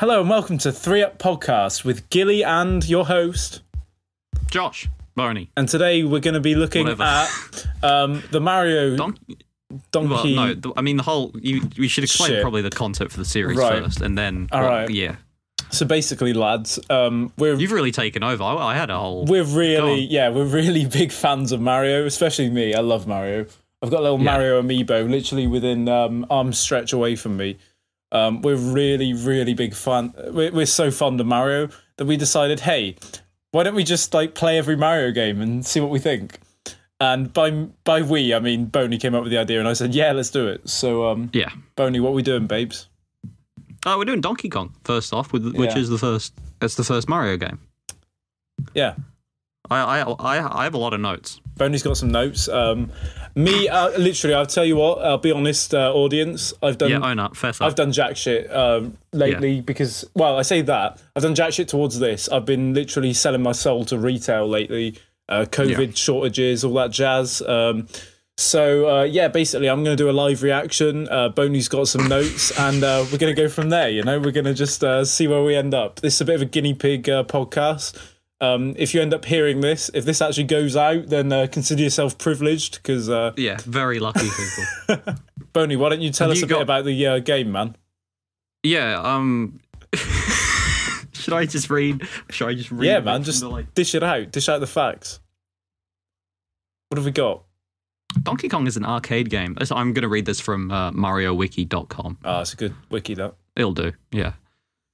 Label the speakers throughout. Speaker 1: Hello and welcome to Three Up Podcast with Gilly and your host.
Speaker 2: Josh Barney.
Speaker 1: And today we're going to be looking
Speaker 2: Whatever.
Speaker 1: at um, the Mario
Speaker 2: Don- well,
Speaker 1: Donkey.
Speaker 2: no, th- I mean the whole. You, we should explain
Speaker 1: Shit.
Speaker 2: probably the concept for the series
Speaker 1: Right.
Speaker 2: first, and then.
Speaker 1: All
Speaker 2: well,
Speaker 1: right.
Speaker 2: Yeah,
Speaker 1: So basically, lads, um, we're
Speaker 2: you've really taken over. I, I had a whole.
Speaker 1: we're
Speaker 2: Go on.
Speaker 1: really yeah we're really big fans of Mario, especially me. I love Mario. I've got a little
Speaker 2: Yeah.
Speaker 1: Mario amiibo literally within um, arm's stretch away from me. Um, we're really really big fan. We're, we're so fond of Mario that we decided, hey, why don't we just like play every Mario game and see what we think? And by by we I mean Boney came up with the idea, and I said, yeah, let's do it. So um,
Speaker 2: yeah.
Speaker 1: Boney, what we doing, babes?
Speaker 2: Oh, we're doing Donkey Kong first off, with, which
Speaker 1: Yeah.
Speaker 2: is the first. That's the first Mario game.
Speaker 1: Yeah.
Speaker 2: I, I I I have a lot of notes.
Speaker 1: Boney's got some notes. Um, me, uh, literally, I'll tell you what. I'll be honest, uh, audience. I've done
Speaker 2: Yeah, own up, fess up.
Speaker 1: I've done jack shit um, lately because, well, I say that I've done jack shit towards this. I've been literally selling my soul to retail lately. Uh, COVID shortages, all that jazz. Um, so uh, yeah, basically, I'm going to do a live reaction. Uh, Boney's got some notes, and uh, we're going to go from there. You know, we're going to just uh, see where we end up. This is a bit of a guinea pig uh, podcast. Um, if you end up hearing this, if this actually goes out, then uh, consider yourself privileged. Because uh,
Speaker 2: yeah, very lucky people.
Speaker 1: Boney, why don't you tell
Speaker 2: Have
Speaker 1: us
Speaker 2: you
Speaker 1: a
Speaker 2: got-
Speaker 1: bit about the uh, game, man?
Speaker 2: yeah. Um. should I just read? Should I just read?
Speaker 1: Yeah,
Speaker 2: it
Speaker 1: man,
Speaker 2: from
Speaker 1: just
Speaker 2: the, like-
Speaker 1: dish it out. Dish out the facts. What have we got?
Speaker 2: Donkey Kong is an arcade game. So I'm going to read this from uh, MarioWiki.com.
Speaker 1: Ah, it's a good wiki that.
Speaker 2: It'll do. Yeah.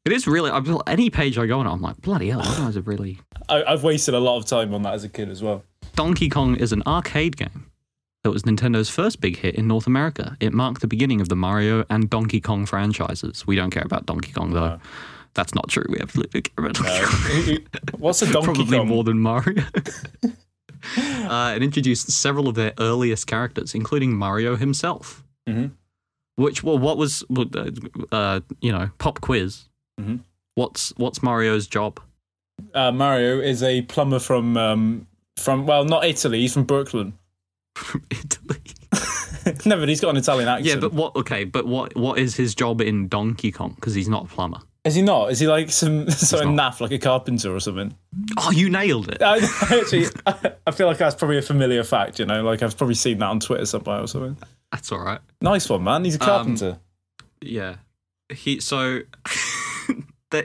Speaker 2: It is really. I'm, any page I go on, I'm like, bloody hell, you guys are really.
Speaker 1: I, I've wasted a lot of time on that as a kid as well.
Speaker 2: Donkey Kong is an arcade game that was Nintendo's first big hit in North America. It marked the beginning of the Mario and Donkey Kong franchises. We don't care about Donkey Kong, though. That's not true. We absolutely care about Donkey
Speaker 1: Uh,
Speaker 2: Kong.
Speaker 1: who- who- what's a donkey
Speaker 2: Probably
Speaker 1: Kong?
Speaker 2: more than Mario. uh, it introduced several of their earliest characters, including Mario himself.
Speaker 1: Mhm.
Speaker 2: Which, well, what was, uh, uh, you know, pop quiz?
Speaker 1: Mhm.
Speaker 2: What's what's Mario's job?
Speaker 1: Uh, Mario is a plumber from um, from well, not Italy. He's from Brooklyn.
Speaker 2: from Italy.
Speaker 1: Never. He's got an Italian accent.
Speaker 2: Yeah, but what? Okay, but what? What is his job in Donkey Kong? Because he's not a plumber.
Speaker 1: is he not? Is he like some sort of naff, like a carpenter or something?
Speaker 2: Oh, you nailed it.
Speaker 1: I, actually, I, I feel like that's probably a familiar fact. You know, like I've probably seen that on Twitter somewhere or something.
Speaker 2: That's all right.
Speaker 1: Nice one, man. He's a carpenter.
Speaker 2: Yeah, he. So, they,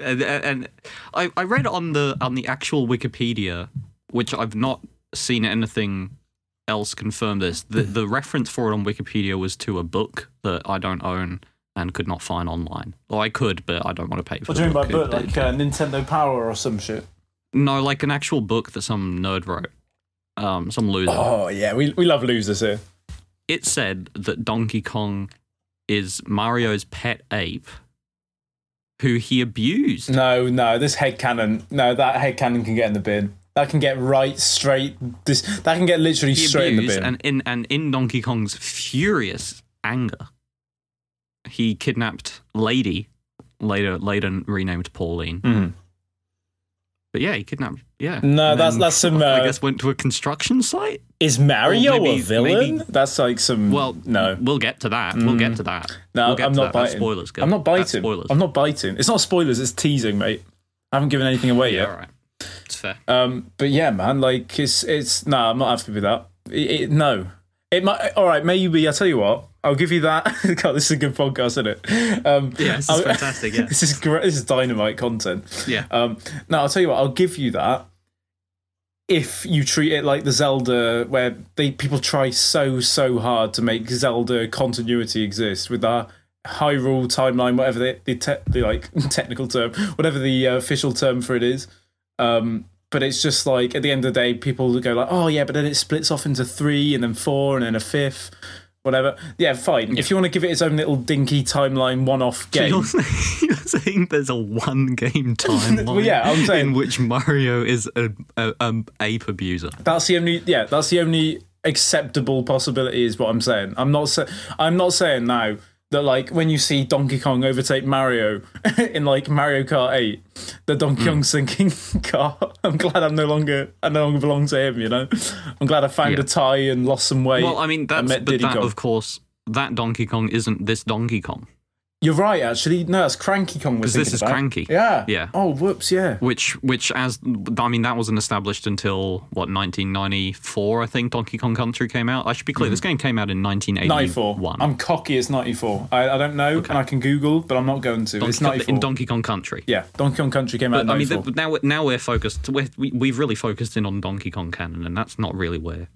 Speaker 2: and, and I, I read on the on the actual Wikipedia, which I've not seen anything else confirm this. The the reference for it on Wikipedia was to a book that I don't own and could not find online. Well, I could, but I don't want to pay for.
Speaker 1: what
Speaker 2: the
Speaker 1: do you mean by
Speaker 2: book.
Speaker 1: book?
Speaker 2: It-
Speaker 1: Like uh, Nintendo Power or some shit?
Speaker 2: No, like an actual book that some nerd wrote. Um, some loser.
Speaker 1: Oh yeah, we we love losers here.
Speaker 2: It said that Donkey Kong is Mario's pet ape who he abused.
Speaker 1: No, no, this head cannon. No, that head cannon can get in the bin. That can get right straight. This that can get literally
Speaker 2: He
Speaker 1: straight in the
Speaker 2: abused,
Speaker 1: bin.
Speaker 2: and in and in Donkey Kong's furious anger, he kidnapped Lady, later later renamed Pauline. But yeah, he kidnapped yeah.
Speaker 1: Mm. No,
Speaker 2: And
Speaker 1: that's
Speaker 2: then,
Speaker 1: that's some.
Speaker 2: I
Speaker 1: Uh,
Speaker 2: guess went to a construction site.
Speaker 1: is Mario
Speaker 2: Well, maybe-
Speaker 1: a villain?
Speaker 2: maybe-
Speaker 1: That's like some.
Speaker 2: Well,
Speaker 1: no, Mm.
Speaker 2: we'll get to that. We'll get to that.
Speaker 1: no,
Speaker 2: we'll get
Speaker 1: I'm
Speaker 2: to
Speaker 1: not
Speaker 2: that. That's
Speaker 1: biting.
Speaker 2: Spoilers. Gil.
Speaker 1: I'm not
Speaker 2: That's
Speaker 1: biting.
Speaker 2: Spoilers.
Speaker 1: I'm not biting. It's not spoilers. It's teasing, mate. I haven't given anything away
Speaker 2: Yeah,
Speaker 1: yet.
Speaker 2: all right. It's fair.
Speaker 1: Um, but yeah, man, like it's it's no, I'm not happy with that. It, it, no, it might. All right, maybe I tell you what, I'll give you that. God, this is a good podcast, isn't it? Um,
Speaker 2: Yeah, this is
Speaker 1: I'll-
Speaker 2: fantastic, yeah.
Speaker 1: this is great. This is dynamite content.
Speaker 2: Yeah.
Speaker 1: Um, no, I'll tell you what, I'll give you that. If you treat it like the Zelda, where they people try so so hard to make Zelda continuity exist with our Hyrule timeline, whatever the the, te- the like technical term, whatever the uh, official term for it is, um, but it's just like at the end of the day, people go like, "Oh yeah," but then it splits off into three, and then four, and then a fifth, whatever. Yeah, fine. If you want to give it its own little dinky timeline, one-off game,
Speaker 2: You're saying, you're saying there's a one game timeline
Speaker 1: yeah, I'm saying-
Speaker 2: in which Mario is a, a, a ape abuser.
Speaker 1: That's the only yeah. That's the only acceptable possibility is what I'm saying. I'm not sa- I'm not saying now that like when you see Donkey Kong overtake Mario in like Mario Kart 8, the Donkey
Speaker 2: Hmm.
Speaker 1: Kong's thinking, "God, I'm glad I'm no longer I no longer belong to him." You know, I'm glad I found a tie and lost some weight.
Speaker 2: Well, I mean, that's,
Speaker 1: met
Speaker 2: but
Speaker 1: Diddy
Speaker 2: that,
Speaker 1: Kong.
Speaker 2: of course, that Donkey Kong isn't this Donkey Kong.
Speaker 1: You're right, actually. No, that's Cranky Kong. Because
Speaker 2: this is Cranky.
Speaker 1: Yeah.
Speaker 2: Yeah.
Speaker 1: Oh, whoops. Yeah.
Speaker 2: Which, which, as I mean, that wasn't established until what 1994, I think. Donkey Kong Country came out. I should be clear. This game came out in
Speaker 1: 94.
Speaker 2: 1981.
Speaker 1: Mm-hmm. I'm cocky. It's 94. I, I don't know, and I can Google, but I'm not going to. it's
Speaker 2: Donkey Kong-
Speaker 1: 94.
Speaker 2: in Donkey Kong Country.
Speaker 1: yeah, Donkey Kong Country came out. in
Speaker 2: I mean,
Speaker 1: 94.
Speaker 2: th- now now we're focused. We're, we we've really focused in on Donkey Kong canon, and that's not really where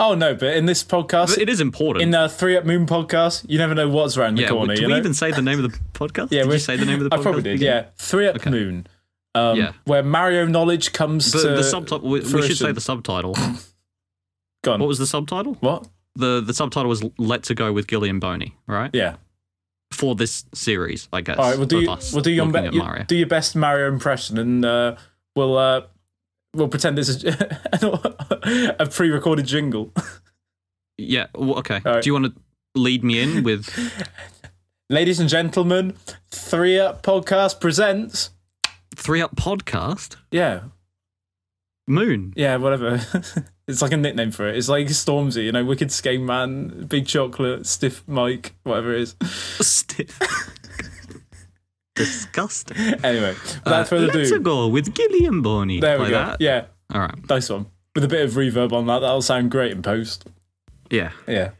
Speaker 1: oh no, but in this podcast,
Speaker 2: But it is important.
Speaker 1: in the Three Up Moon podcast, you never know what's around the
Speaker 2: yeah,
Speaker 1: corner.
Speaker 2: did
Speaker 1: you
Speaker 2: we
Speaker 1: know?
Speaker 2: even say the name of the podcast?
Speaker 1: yeah,
Speaker 2: did
Speaker 1: we're-
Speaker 2: you say the name of the podcast?
Speaker 1: I probably did. Yeah, Three Up Moon. Um,
Speaker 2: Yeah.
Speaker 1: Where Mario knowledge comes
Speaker 2: The,
Speaker 1: to
Speaker 2: the subtitle. We, we should say
Speaker 1: fruition.
Speaker 2: the subtitle.
Speaker 1: Gone.
Speaker 2: What was the subtitle?
Speaker 1: What?
Speaker 2: The the subtitle was "Let's Go with Gillian Boney," right?
Speaker 1: Yeah.
Speaker 2: For this series, I guess.
Speaker 1: All right, we'll do
Speaker 2: with
Speaker 1: you,
Speaker 2: us
Speaker 1: we'll do your,
Speaker 2: looking
Speaker 1: be-
Speaker 2: at
Speaker 1: you-
Speaker 2: Mario.
Speaker 1: do your best Mario impression, and uh, we'll uh, we'll pretend this is a pre-recorded jingle.
Speaker 2: yeah. Well, okay.
Speaker 1: right.
Speaker 2: Do you want to lead me in with?
Speaker 1: Ladies and gentlemen, Three Up Podcast presents.
Speaker 2: Three Up Podcast
Speaker 1: Yeah,
Speaker 2: Moon.
Speaker 1: yeah, whatever. it's like a nickname for it. It's like Stormzy, you know, Wicked Skate Man, Big Chocolate, Stiff Mike, whatever it is.
Speaker 2: Stiff. Disgusting.
Speaker 1: Anyway, without further
Speaker 2: Uh, Let's
Speaker 1: ado,
Speaker 2: go with Gillian Boney.
Speaker 1: there we
Speaker 2: Like
Speaker 1: go.
Speaker 2: That.
Speaker 1: Yeah,
Speaker 2: All right.
Speaker 1: nice one. With a bit of reverb on that, that'll sound great in post.
Speaker 2: Yeah.
Speaker 1: Yeah.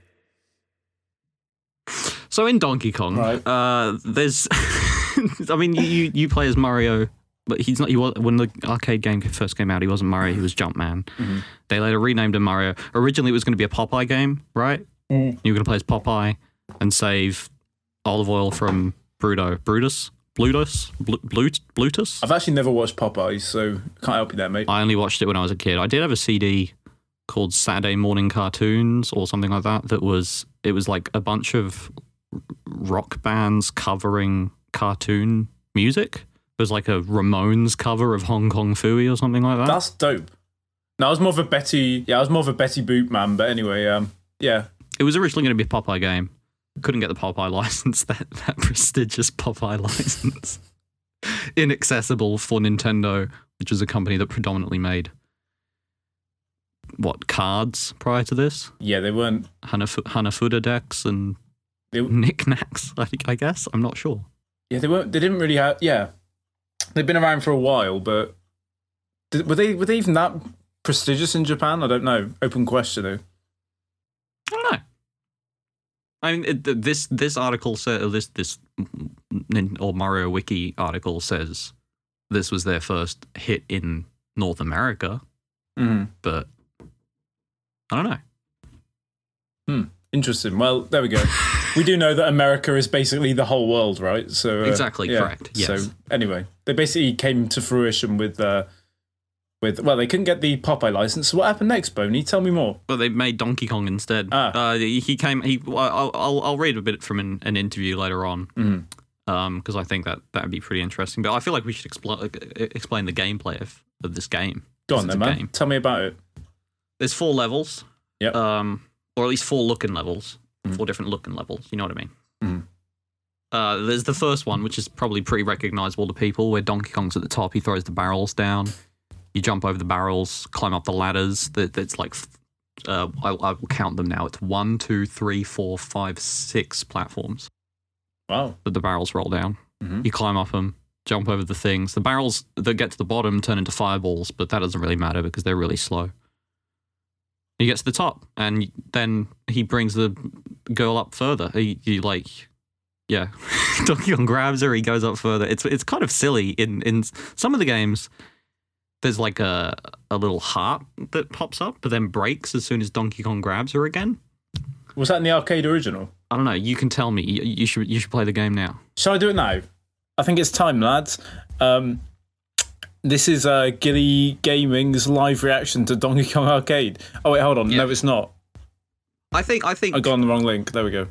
Speaker 2: So in Donkey Kong,
Speaker 1: Right.
Speaker 2: uh, there's, I mean, you, you you play as Mario, but he's not. He was when the arcade game first came out, he wasn't Mario. He was Jumpman.
Speaker 1: Mm-hmm.
Speaker 2: They later renamed him Mario. Originally, it was going to be a Popeye game, right?
Speaker 1: Mm.
Speaker 2: You were going to play as Popeye and save olive oil from Bruto, Brutus, Blutus, Blu- Blut- Blutus.
Speaker 1: I've actually never watched Popeyes, so can't help you there, mate.
Speaker 2: I only watched it when I was a kid. I did have a CD called Saturday Morning Cartoons or something like that. That was it was like a bunch of r- rock bands covering cartoon music. It was like a Ramones cover of Hong Kong Fooey or something like that.
Speaker 1: That's dope. No, I was more of a Betty. Yeah, I was more of a Betty Boot man. But anyway, um, yeah,
Speaker 2: it was originally going to be a Popeye game. Couldn't get the Popeye license. That that prestigious Popeye license, inaccessible for Nintendo, which is a company that predominantly made what cards prior to this.
Speaker 1: yeah, they weren't.
Speaker 2: Hanaf- Hanafuda decks and
Speaker 1: They-
Speaker 2: knickknacks. I, I guess I'm not sure.
Speaker 1: Yeah, they weren't. They didn't really have. Yeah, they've been around for a while, but did, were they were they even that prestigious in Japan? I don't know. Open question though.
Speaker 2: I don't know. I mean, it, th- this this article says this this nin- or Mario Wiki article says this was their first hit in North America,
Speaker 1: Mm.
Speaker 2: but I don't know.
Speaker 1: Interesting. Well, there we go. we do know that America is basically the whole world, right? So uh,
Speaker 2: Exactly, correct, yes.
Speaker 1: So anyway, they basically came to fruition with. Uh, with, well, they couldn't get the Popeye license. So what happened next, Boney? Tell me more.
Speaker 2: But they made Donkey Kong instead.
Speaker 1: Ah.
Speaker 2: Uh, he came. He. I'll, I'll. I'll read a bit from an, an interview later on.
Speaker 1: Mhm.
Speaker 2: Um, because I think that that would be pretty interesting. But I feel like we should explain explain the gameplay of, of this game.
Speaker 1: Go
Speaker 2: 'Cause
Speaker 1: on
Speaker 2: it's
Speaker 1: then,
Speaker 2: a
Speaker 1: man.
Speaker 2: game.
Speaker 1: Tell me about it.
Speaker 2: There's four levels.
Speaker 1: Yep.
Speaker 2: Um, or at least four looking levels. Four different looking levels. You know what I mean?
Speaker 1: Mhm.
Speaker 2: Uh, there's the first one, which is probably pretty recognizable to people, where Donkey Kong's at the top. He throws the barrels down. You jump over the barrels, climb up the ladders. That that's like. f- Uh, I, I will count them now. It's one, two, three, four, five, six platforms
Speaker 1: Wow.
Speaker 2: that the barrels roll down.
Speaker 1: Mhm.
Speaker 2: You climb up them, jump over the things. The barrels that get to the bottom turn into fireballs, but that doesn't really matter because they're really slow. He gets to the top, and then he brings the girl up further. He, he like, yeah, Donkey Kong grabs her. He goes up further. It's it's kind of silly in in some of the games. There's like a a little heart that pops up, but then breaks as soon as Donkey Kong grabs her again.
Speaker 1: Was that in the arcade original?
Speaker 2: I don't know. You can tell me. You, you should you should play the game now.
Speaker 1: Shall I do it now? I think it's time, lads. Um, this is uh, Gilly Gaming's live reaction to Donkey Kong Arcade. Oh wait, hold on. No, it's not.
Speaker 2: I think I think
Speaker 1: I got on the wrong link. There we go.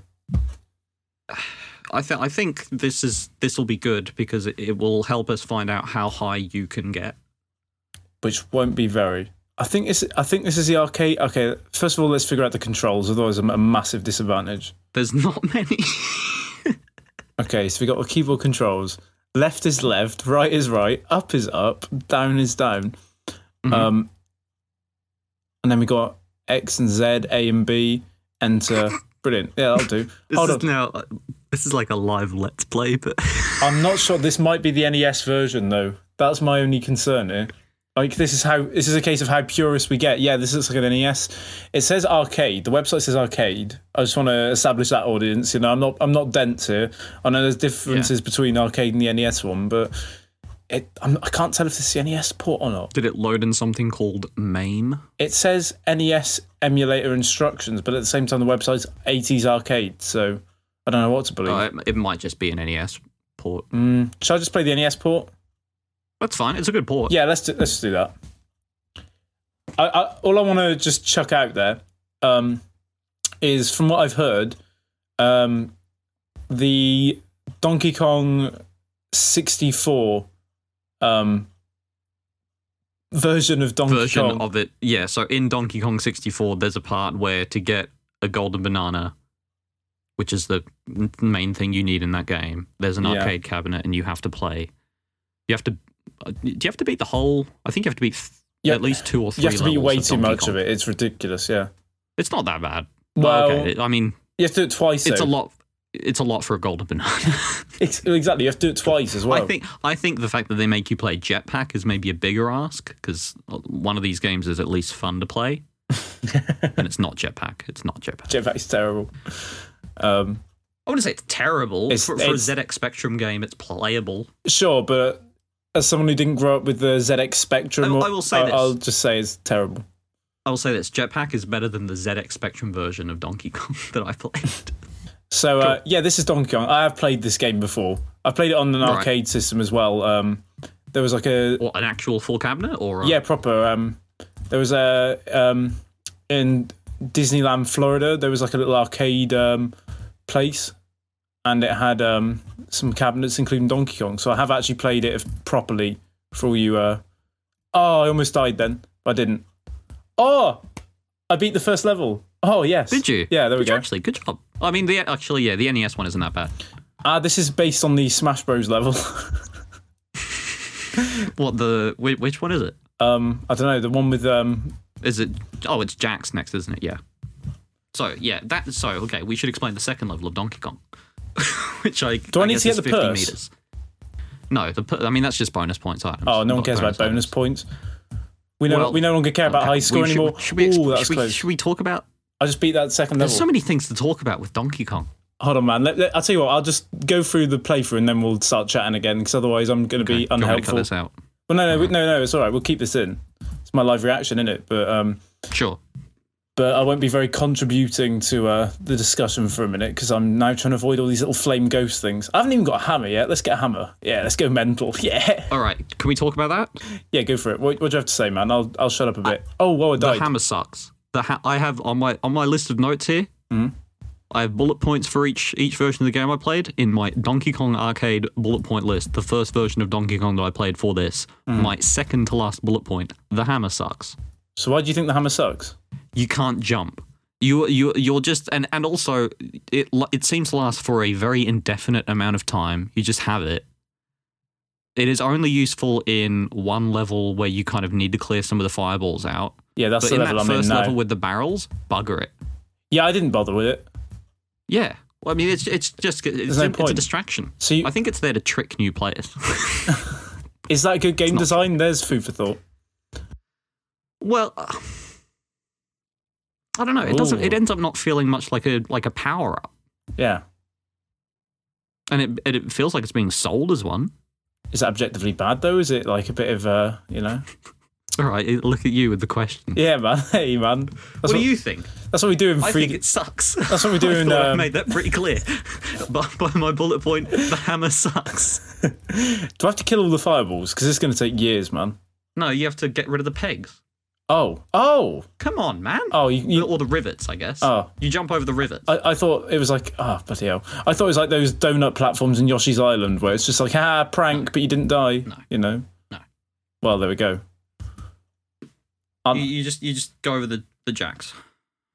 Speaker 2: I think I think this is this will be good because it, it will help us find out how high you can get.
Speaker 1: Which won't be very. I think it's. I think this is the arcade. Okay, first of all, let's figure out the controls. Otherwise, I'm at a massive disadvantage.
Speaker 2: There's not many.
Speaker 1: Okay, so we got the keyboard controls. Left is left, right is right, up is up, down is down.
Speaker 2: Mm-hmm.
Speaker 1: Um, and then we got X and Z, A and B, enter. Brilliant. Yeah, that'll do.
Speaker 2: this
Speaker 1: Hold
Speaker 2: is
Speaker 1: on.
Speaker 2: now This is like a live let's play, but
Speaker 1: I'm not sure. This might be the NES version, though. That's my only concern here. Like this is how this is a case of how purist we get. Yeah, this looks like an NES. It says arcade. The website says arcade. I just want to establish that audience. You know, I'm not I'm not dense here. I know there's differences between arcade and the NES one, but it I'm, I can't tell if this is the NES port or not.
Speaker 2: did it load in something called MAME?
Speaker 1: It says NES emulator instructions, but at the same time the website's 80s arcade. So I don't know what to believe.
Speaker 2: Uh, it, it might just be an NES port.
Speaker 1: Mm, should I just play the NES port?
Speaker 2: That's fine. It's a good port.
Speaker 1: Yeah, let's do, let's do that. I, I, all I want to just chuck out there um, is from what I've heard, um, the Donkey Kong 64 um, version of Donkey
Speaker 2: version
Speaker 1: Kong.
Speaker 2: of it. Yeah, so in Donkey Kong 64, there's a part where to get a golden banana, which is the m- main thing you need in that game, there's an
Speaker 1: Yeah.
Speaker 2: arcade cabinet and you have to play. You have to. uh, Do you have to beat the whole? I think you have to beat th-
Speaker 1: Yeah,
Speaker 2: at least two or three.
Speaker 1: you have to be
Speaker 2: levels
Speaker 1: way
Speaker 2: of
Speaker 1: too
Speaker 2: Donkey
Speaker 1: much
Speaker 2: Kong.
Speaker 1: of it. It's ridiculous. Yeah.
Speaker 2: It's not that bad.
Speaker 1: Well,
Speaker 2: okay. it- I mean,
Speaker 1: you have to do it twice.
Speaker 2: it's
Speaker 1: though.
Speaker 2: a lot. It's a lot for a golden banana.
Speaker 1: It's- exactly. You have to do it twice as well.
Speaker 2: I think I think the fact that they make you play Jetpack is maybe a bigger ask because one of these games is at least fun to play, and it's not Jetpack. It's not Jetpack.
Speaker 1: Jetpack's terrible. Um,
Speaker 2: I wouldn't say it's terrible.
Speaker 1: It's-
Speaker 2: for, for
Speaker 1: it's-
Speaker 2: a ZX Spectrum game, it's playable.
Speaker 1: Sure, but as someone who didn't grow up with the ZX Spectrum,
Speaker 2: I- I will say this.
Speaker 1: I'll just say it's terrible.
Speaker 2: I will say this: Jetpack is better than the ZX Spectrum version of Donkey Kong that I played.
Speaker 1: So uh, yeah, this is Donkey Kong. I have played this game before. I played it on an
Speaker 2: Right.
Speaker 1: arcade system as well. Um, there was like a
Speaker 2: or an actual full cabinet, or a,
Speaker 1: yeah proper. Um, there was a um, in Disneyland, Florida. There was like a little arcade um, place, and it had um, some cabinets, including Donkey Kong. So I have actually played it properly for all you. Uh... Oh, I almost died then. but I didn't. Oh, I beat the first level. Oh yes.
Speaker 2: Did you?
Speaker 1: Yeah, there we
Speaker 2: Did
Speaker 1: go.
Speaker 2: you Actually, good job. I mean, the actually, yeah, the NES one isn't that bad.
Speaker 1: Ah, this is based on the Smash Bros level.
Speaker 2: What the? whi- Which one is it?
Speaker 1: um, I don't know the one with um.
Speaker 2: Is it? Oh, it's Jack's next, isn't it? Yeah. So yeah, that. So okay, we should explain the second level of Donkey Kong, which I do.
Speaker 1: I need to get the
Speaker 2: fifty
Speaker 1: purse?
Speaker 2: meters. No, the pu- I mean that's just bonus points items.
Speaker 1: Oh, no one
Speaker 2: not
Speaker 1: cares about bonus
Speaker 2: items.
Speaker 1: points. We no
Speaker 2: Well,
Speaker 1: we no longer care about
Speaker 2: Okay,
Speaker 1: high
Speaker 2: we
Speaker 1: score
Speaker 2: should-
Speaker 1: anymore.
Speaker 2: Should we,
Speaker 1: Ooh,
Speaker 2: expl-
Speaker 1: that was
Speaker 2: should, we,
Speaker 1: close. Oh.
Speaker 2: should we talk about?
Speaker 1: I just beat that second level.
Speaker 2: There's so many things to talk about with Donkey Kong.
Speaker 1: Hold on, man. Let, let- I'll tell you what. I'll just go through the playthrough and then we'll start chatting again. Because otherwise, I'm going to be
Speaker 2: Do you want me to
Speaker 1: unhelpful.
Speaker 2: cut this out?
Speaker 1: Well, no, no, we- no, no. It's all right. We'll keep this in. It's my live reaction, in it? But um,
Speaker 2: Sure.
Speaker 1: but I won't be very contributing to uh the discussion for a minute because I'm now trying to avoid all these little flame ghost things. I haven't even got a hammer yet. Let's get a hammer. Yeah, let's go mental. Yeah,
Speaker 2: All right. Can we talk about that?
Speaker 1: yeah. Go for it. What, what do you have to say, man? I'll I'll shut up a bit. oh, whoa, I
Speaker 2: The
Speaker 1: died.
Speaker 2: hammer sucks. The ha- I have on my on my list of notes here. I have bullet points for each each version of the game I played in my Donkey Kong arcade bullet point list. The first version of Donkey Kong that I played for this, my second to last bullet point. The hammer sucks.
Speaker 1: so why do you think the hammer sucks?
Speaker 2: You can't jump. You you you're just and and also it l- it seems to last for a very indefinite amount of time. You just have it. It is only useful in one level where you kind of need to clear some of the fireballs out.
Speaker 1: Yeah, that's
Speaker 2: But
Speaker 1: the
Speaker 2: in
Speaker 1: level
Speaker 2: that
Speaker 1: I'm in
Speaker 2: first
Speaker 1: now.
Speaker 2: level with the barrels, bugger it.
Speaker 1: Yeah, I didn't bother with it.
Speaker 2: Yeah. Well, I mean, it's it's just it's,
Speaker 1: no
Speaker 2: it's a
Speaker 1: point.
Speaker 2: distraction.
Speaker 1: So you,
Speaker 2: I think it's there to trick new players.
Speaker 1: is that good game design? There's food for thought.
Speaker 2: well, uh, I don't know. It doesn't. It
Speaker 1: Ooh.
Speaker 2: ends up not feeling much like a like a power up,
Speaker 1: Yeah.
Speaker 2: and it and it feels like it's being sold as one.
Speaker 1: Is that objectively bad though? Is it like a bit of uh, you know?
Speaker 2: All right, eh, look at you with the question.
Speaker 1: Yeah, man. Hey, man. That's what,
Speaker 2: you think?
Speaker 1: that's what we do in
Speaker 2: I
Speaker 1: free.
Speaker 2: think it sucks.
Speaker 1: That's what we do
Speaker 2: I
Speaker 1: in,
Speaker 2: thought I
Speaker 1: um,
Speaker 2: made that pretty clear. by, by my bullet point, the hammer sucks.
Speaker 1: do I have to kill all the fireballs? Because it's going to take years, man.
Speaker 2: No, you have to get rid of the pegs.
Speaker 1: Oh, oh,
Speaker 2: Come on, man.
Speaker 1: oh! You, you,
Speaker 2: or the rivets, I guess.
Speaker 1: Oh.
Speaker 2: You jump over the rivets.
Speaker 1: I, I thought it was like ah, oh, bloody hell! I thought it was like those donut platforms in Yoshi's Island where it's just like ah, prank, but you didn't die. You know.
Speaker 2: No.
Speaker 1: Well, there we go.
Speaker 2: you, you just you just go over the, the jacks.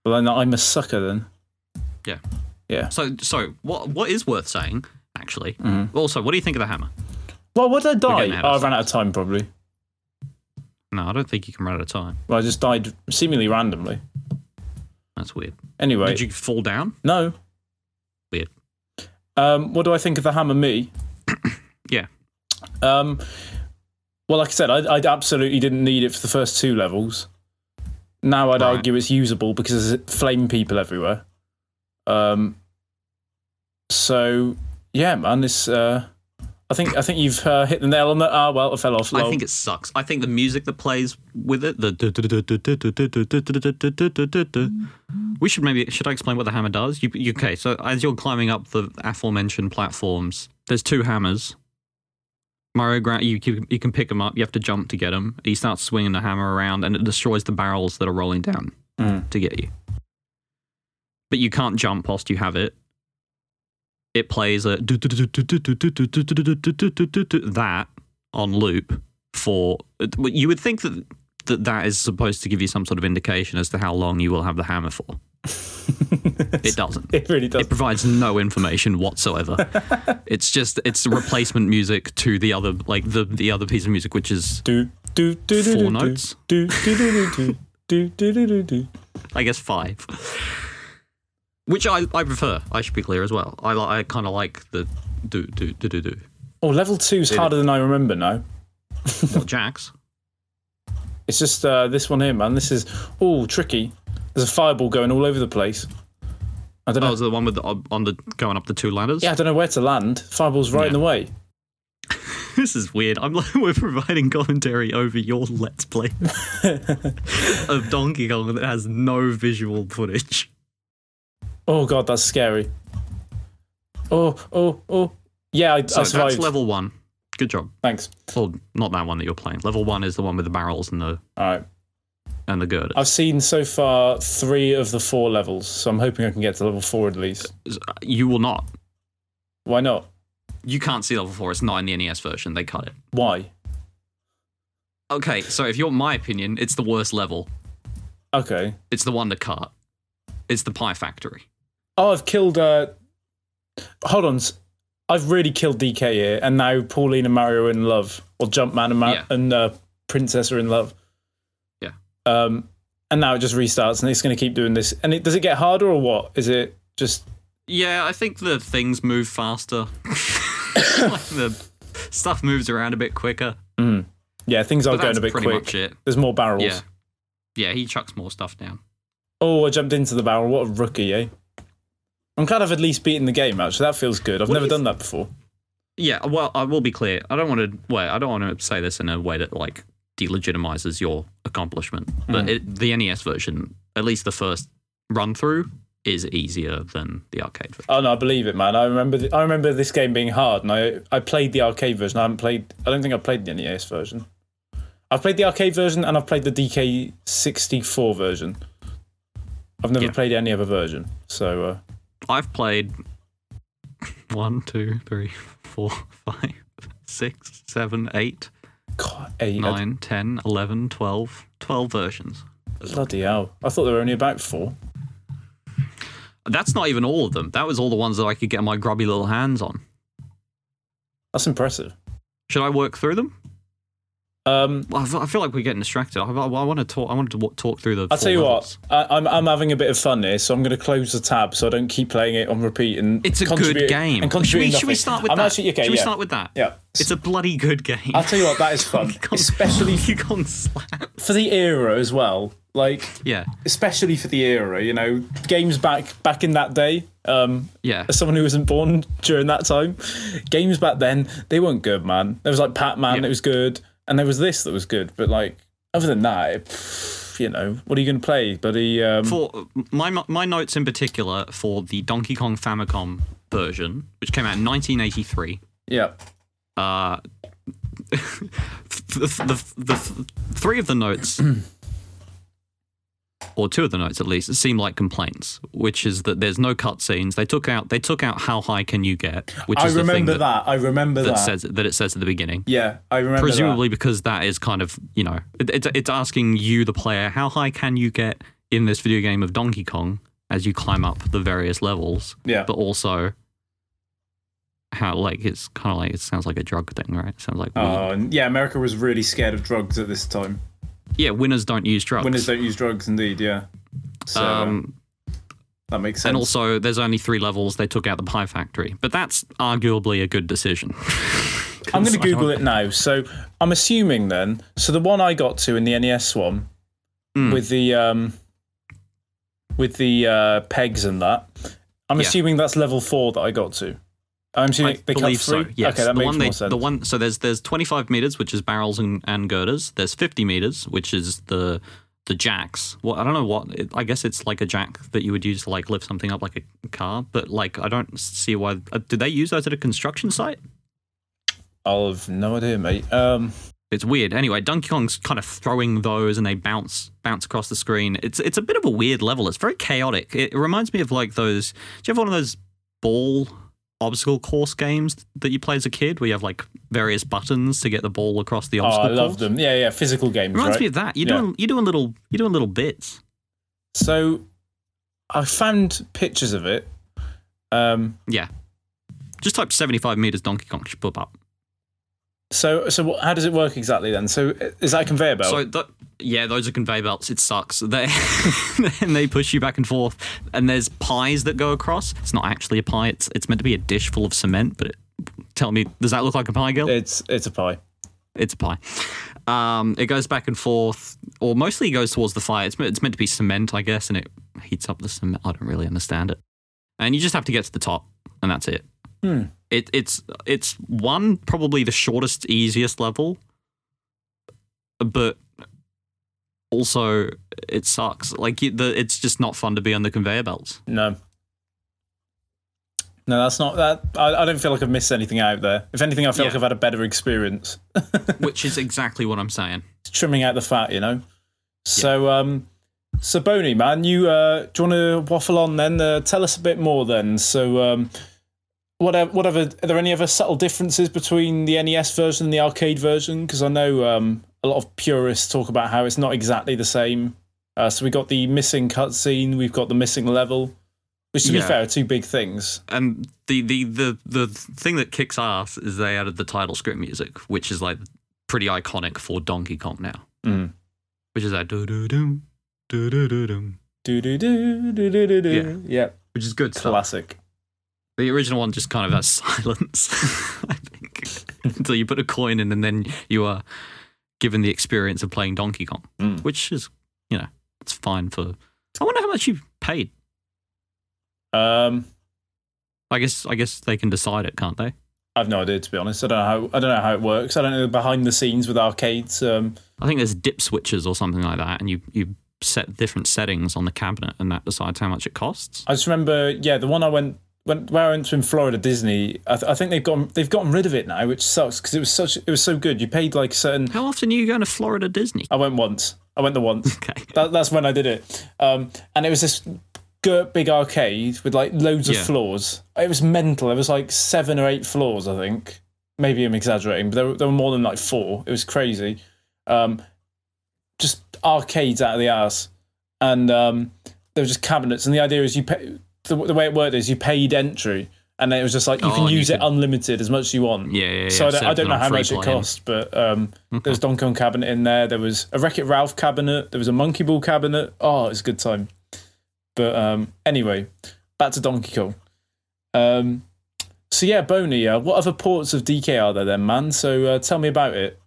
Speaker 1: Well, then I'm a sucker then.
Speaker 2: Yeah.
Speaker 1: Yeah.
Speaker 2: So so what what is worth saying actually? Also, what do you think of the hammer?
Speaker 1: Well, what did I
Speaker 2: getting
Speaker 1: die?
Speaker 2: ahead of
Speaker 1: Oh, I ran out of time probably.
Speaker 2: No, I don't think you can run out of time.
Speaker 1: Well, I just died seemingly randomly.
Speaker 2: That's weird.
Speaker 1: Anyway,
Speaker 2: Did you fall down?
Speaker 1: no.
Speaker 2: Weird.
Speaker 1: Um, what do I think of the Hammer Me?
Speaker 2: Yeah.
Speaker 1: Um, well, like I said, I, I absolutely didn't need it for the first two levels. Now I'd
Speaker 2: Right.
Speaker 1: argue it's usable because there's flame people everywhere. Um, so yeah, man, this. Uh, I think I think you've uh, hit the nail on the. Ah, well, it fell off.
Speaker 2: I
Speaker 1: lol.
Speaker 2: think it sucks. I think the music that plays with it, the we should maybe should I explain what the hammer does? You, you- okay, so as you're climbing up the aforementioned platforms, there's two hammers. Mario Grant, you, you you can pick them up. You have to jump to get them. You start swinging the hammer around, and it destroys the barrels that are rolling down
Speaker 1: Mm.
Speaker 2: to get you. But you can't jump whilst you have it. It plays a that on loop for you would think that that, that is supposed to give you some sort of indication as to how long you will have the hammer for. It doesn't.
Speaker 1: It really does.
Speaker 2: It provides no information whatsoever. it's just it's replacement music to the other like the the other piece of music which is
Speaker 1: do do do do
Speaker 2: Four
Speaker 1: do,
Speaker 2: notes?
Speaker 1: do do do do do do do do do.
Speaker 2: I guess five. Which I, I prefer. I should be clear as well. I li- I kind of like the do do do do do.
Speaker 1: Oh, level two's harder than I remember now.
Speaker 2: What jacks?
Speaker 1: Uh. It's just uh, this one here, man. This is all tricky. There's a fireball going all over the place. I don't
Speaker 2: That
Speaker 1: know.
Speaker 2: was the one with the, on the going up the two ladders.
Speaker 1: yeah, I don't know where to land. Fireball's right in the way.
Speaker 2: This is weird. I'm like, we're providing commentary over your Let's Play of Donkey Kong that has no visual footage.
Speaker 1: Oh god, that's scary. Oh oh oh. Yeah, I,
Speaker 2: So
Speaker 1: I
Speaker 2: that's
Speaker 1: survived.
Speaker 2: level one. Good job.
Speaker 1: Thanks.
Speaker 2: Well, not that one that you're playing. Level one is the one with the barrels and the
Speaker 1: All right.
Speaker 2: and the girder.
Speaker 1: I've seen so far three of the four levels, so I'm hoping I can get to level four at least.
Speaker 2: uh, You will not.
Speaker 1: Why not?
Speaker 2: You can't see level four. It's not in the NES version. They cut it.
Speaker 1: Why?
Speaker 2: Okay, so if you're my opinion, it's the worst level.
Speaker 1: Okay.
Speaker 2: It's the one to cut. It's the pie factory.
Speaker 1: Oh, I've killed. Uh, hold on. s- I've really killed DK here, and now Pauline and Mario are in love, or Jumpman and, Ma-
Speaker 2: Yeah.
Speaker 1: and uh, Princess are in love.
Speaker 2: Yeah.
Speaker 1: Um, and now it just restarts, and it's going to keep doing this. And it, does it get harder or what? Is it just
Speaker 2: Yeah, I think the things move faster. like the stuff moves around a bit quicker.
Speaker 1: yeah? Things are
Speaker 2: But
Speaker 1: going
Speaker 2: that's
Speaker 1: a bit
Speaker 2: pretty
Speaker 1: quick.
Speaker 2: much it.
Speaker 1: There's more barrels.
Speaker 2: Yeah. Yeah, he chucks more stuff down.
Speaker 1: Oh, I jumped into the barrel. What a rookie, eh? I'm glad I've at least beaten the game. Actually, that feels good. I've
Speaker 2: What do
Speaker 1: never
Speaker 2: you
Speaker 1: done that before.
Speaker 2: Yeah, well, I will be clear. I don't want to wait. I don't want to say this in a way that like delegitimizes your accomplishment. But it, the NES version, at least the first run through, is easier than the arcade version.
Speaker 1: Oh no, I believe it, man. I remember. th- I remember this game being hard, and I I played the arcade version. I haven't played. I don't think I played the NES version. I've played the arcade version, and I've played the DK sixty four version. I've never
Speaker 2: Yeah.
Speaker 1: played any other version. So uh,
Speaker 2: I've played one, two, three, four, five, six, seven, eight,
Speaker 1: God, eh, eight, I-
Speaker 2: nine, ten, eleven, twelve, twelve versions.
Speaker 1: uh, bloody hell! I thought there were only about four.
Speaker 2: That's not even all of them. That was all the ones that I could get my grubby little hands on.
Speaker 1: That's impressive.
Speaker 2: Should I work through them?
Speaker 1: Um,
Speaker 2: Well, I f- I feel like we're getting distracted. I, I, want to talk. I wanted to wa- talk through the.
Speaker 1: I'll tell you
Speaker 2: levels.
Speaker 1: what. I, I'm I'm having a bit of fun here, so I'm going to close the tab so I don't keep playing it on repeat. And
Speaker 2: It's a
Speaker 1: contribute-
Speaker 2: good game.
Speaker 1: And
Speaker 2: should, we,
Speaker 1: contributing
Speaker 2: should we
Speaker 1: nothing.
Speaker 2: start with
Speaker 1: I'm
Speaker 2: that?
Speaker 1: Actually, okay,
Speaker 2: should we
Speaker 1: yeah,
Speaker 2: start Oh with that?
Speaker 1: yeah.
Speaker 2: It's a bloody good game.
Speaker 1: I'll tell you what, that is fun,
Speaker 2: Donkey Kong-
Speaker 1: especially
Speaker 2: Donkey Kong slap.
Speaker 1: for the era as well. Like
Speaker 2: Yeah,
Speaker 1: especially for the era, you know, games back back in that day. Um,
Speaker 2: yeah.
Speaker 1: as someone who wasn't born during that time, games back then they weren't good, man. There was like Pac-Man
Speaker 2: Yeah.
Speaker 1: that was good, and there was this that was good. But like other than that, it, pff, you know, what are you going to play, buddy? Um,
Speaker 2: for my my notes in particular for the Donkey Kong Famicom version, which came out in 1983.
Speaker 1: yeah,
Speaker 2: Uh, the, the, the three of the notes, or two of the notes at least, seem like complaints, which is that there's no cutscenes. They took out they took out how high can you get, which
Speaker 1: I
Speaker 2: is the thing
Speaker 1: remember
Speaker 2: that,
Speaker 1: that, I remember that.
Speaker 2: that says that it says at the beginning.
Speaker 1: yeah, I remember.
Speaker 2: Presumably because that is kind of you know it, it's it's asking you the player how high can you get in this video game of Donkey Kong as you climb up the various levels,
Speaker 1: that. yeah.
Speaker 2: but also how like it's kind of like it sounds like a drug thing, right? It sounds like weed.
Speaker 1: Oh, and yeah, America was really scared of drugs at this time.
Speaker 2: yeah, winners don't use drugs.
Speaker 1: Winners don't use drugs, indeed. Yeah. So,
Speaker 2: um,
Speaker 1: That makes sense.
Speaker 2: And also, there's only three levels. They took out the pie factory, but that's arguably a good decision.
Speaker 1: I'm going to
Speaker 2: Because I
Speaker 1: Google
Speaker 2: don't-
Speaker 1: it now. So I'm assuming then. So the one I got to in the NES one
Speaker 2: Mm.
Speaker 1: with the um, with the uh, pegs and that. I'm
Speaker 2: Yeah.
Speaker 1: assuming that's level four that I got to. I'm assuming
Speaker 2: I
Speaker 1: they cut
Speaker 2: believe
Speaker 1: through.
Speaker 2: so. Yes.
Speaker 1: Okay, that
Speaker 2: the
Speaker 1: makes
Speaker 2: one
Speaker 1: more
Speaker 2: they,
Speaker 1: sense.
Speaker 2: the one so there's there's 25 meters which is barrels and, and girders. There's 50 meters which is the the jacks. Well, I don't know what it, I guess it's like a jack that you would use to like lift something up like a car, but like I don't see why uh, do they use those at a construction site?
Speaker 1: I'll have no idea, mate. Um,
Speaker 2: It's weird. Anyway, Donkey Kong's kind of throwing those and they bounce bounce across the screen. It's it's a bit of a weird level. It's very chaotic. It, it reminds me of like those do you have one of those ball obstacle course games that you play as a kid where you have like various buttons to get the ball across the
Speaker 1: oh, I
Speaker 2: obstacle course?
Speaker 1: love them. Yeah, yeah. Physical games,
Speaker 2: Reminds
Speaker 1: right?
Speaker 2: me of that. You're
Speaker 1: Yeah.
Speaker 2: doing you're doing little you're doing little bits.
Speaker 1: So I found pictures of it. Um,
Speaker 2: Yeah. Just type seventy five meters Donkey Kong should pop up.
Speaker 1: so so what, how does it work exactly then? So is that a conveyor belt?
Speaker 2: So th yeah, those are conveyor belts. It sucks. They and they push you back and forth. And there's pies that go across. It's not actually a pie. It's it's meant to be a dish full of cement. But it, tell me, does that look like a pie, Gil?
Speaker 1: it's it's a pie.
Speaker 2: It's a pie. Um, it goes back and forth, or mostly goes towards the fire. It's me- it's meant to be cement, I guess, and it heats up the cement. I don't really understand it. And you just have to get to the top, and that's it.
Speaker 1: Hmm.
Speaker 2: It it's it's one probably the shortest, easiest level, but also it sucks. Like you, the, it's just not fun to be on the conveyor belts.
Speaker 1: No. No, that's not that. I, I don't feel like I've missed anything out there. If anything, I feel
Speaker 2: Yeah.
Speaker 1: like I've had a better experience.
Speaker 2: Which is exactly what I'm saying.
Speaker 1: It's trimming out the fat, you know. So, um, so Boney, man, you uh, do you want to waffle on then? Uh, tell us a bit more then. So, um, whatever, whatever. Are there any other subtle differences between the NES version and the arcade version? Because I know um, a lot of purists talk about how it's not exactly the same. Uh, so we got the missing cutscene, we've got the missing level, which to be
Speaker 2: Yeah.
Speaker 1: fair are two big things.
Speaker 2: and the, the the the thing that kicks ass is they added the title script music, which is like pretty iconic for Donkey Kong now,
Speaker 1: Mm.
Speaker 2: which is that doo doo doo doo doo doo doo,
Speaker 1: Do do do do do do
Speaker 2: Yeah.
Speaker 1: do. Yeah,
Speaker 2: which is good stuff.
Speaker 1: classic.
Speaker 2: The original one just kind of has silence, I think, until you put a coin in, and then you are given the experience of playing Donkey Kong,
Speaker 1: Mm.
Speaker 2: which is you know it's fine for. I wonder how much you paid.
Speaker 1: Um,
Speaker 2: I guess I guess they can decide it, can't they?
Speaker 1: I've no idea to be honest. I don't know how I don't know how it works. I don't know behind the scenes with arcades. Um,
Speaker 2: I think there's dip switches or something like that, and you you set different settings on the cabinet, and that decides how much it costs.
Speaker 1: I just remember, yeah, the one I went went where I went to in Florida, Disney. I, th- I think they've gotten they've gotten rid of it now, which sucks because it was such it was so good. You paid like certain.
Speaker 2: How often are you going to Florida Disney?
Speaker 1: I went once. I went the once.
Speaker 2: Okay,
Speaker 1: that, that's when I did it. Um, and it was this girt big arcade with like loads
Speaker 2: Yeah.
Speaker 1: of floors. It was mental. It was like seven or eight floors, I think. Maybe I'm exaggerating, but there were, there were more than like four. It was crazy. Um, just arcades out of the ass, and um, there were just cabinets. And the idea is you pay, the, the way it worked is you paid entry, and then it was just like you
Speaker 2: Oh,
Speaker 1: can
Speaker 2: and you
Speaker 1: use it
Speaker 2: could-
Speaker 1: unlimited as much as you want.
Speaker 2: yeah, yeah. yeah.
Speaker 1: So I don't,
Speaker 2: set
Speaker 1: I
Speaker 2: up
Speaker 1: don't
Speaker 2: an
Speaker 1: know how
Speaker 2: free
Speaker 1: much it
Speaker 2: play-in.
Speaker 1: cost, but um, there was Donkey Kong cabinet in there. There was a Wreck It Ralph cabinet. There was a Monkey Ball cabinet. Oh, it was a good time. But um, anyway, back to Donkey Kong. Um, so yeah, Boney, uh, what other ports of DK are there then, man? So uh, tell me about it.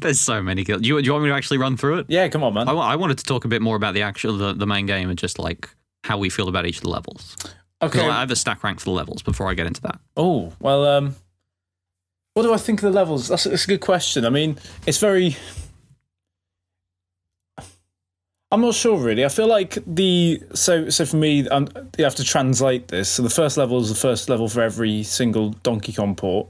Speaker 2: There's so many. Do you, do you want me to actually run through it?
Speaker 1: Yeah, come on, man.
Speaker 2: I, wa- I wanted to talk a bit more about the actual the, the main game and just like how we feel about each of the levels. 'Cause I
Speaker 1: Okay.
Speaker 2: have a stack rank for the levels before I get into that.
Speaker 1: Oh well. Um, what do I think of the levels? That's, that's a good question. I mean, it's very. I'm not sure really. I feel like the so so for me, um you have to translate this. So the first level is the first level for every single Donkey Kong port.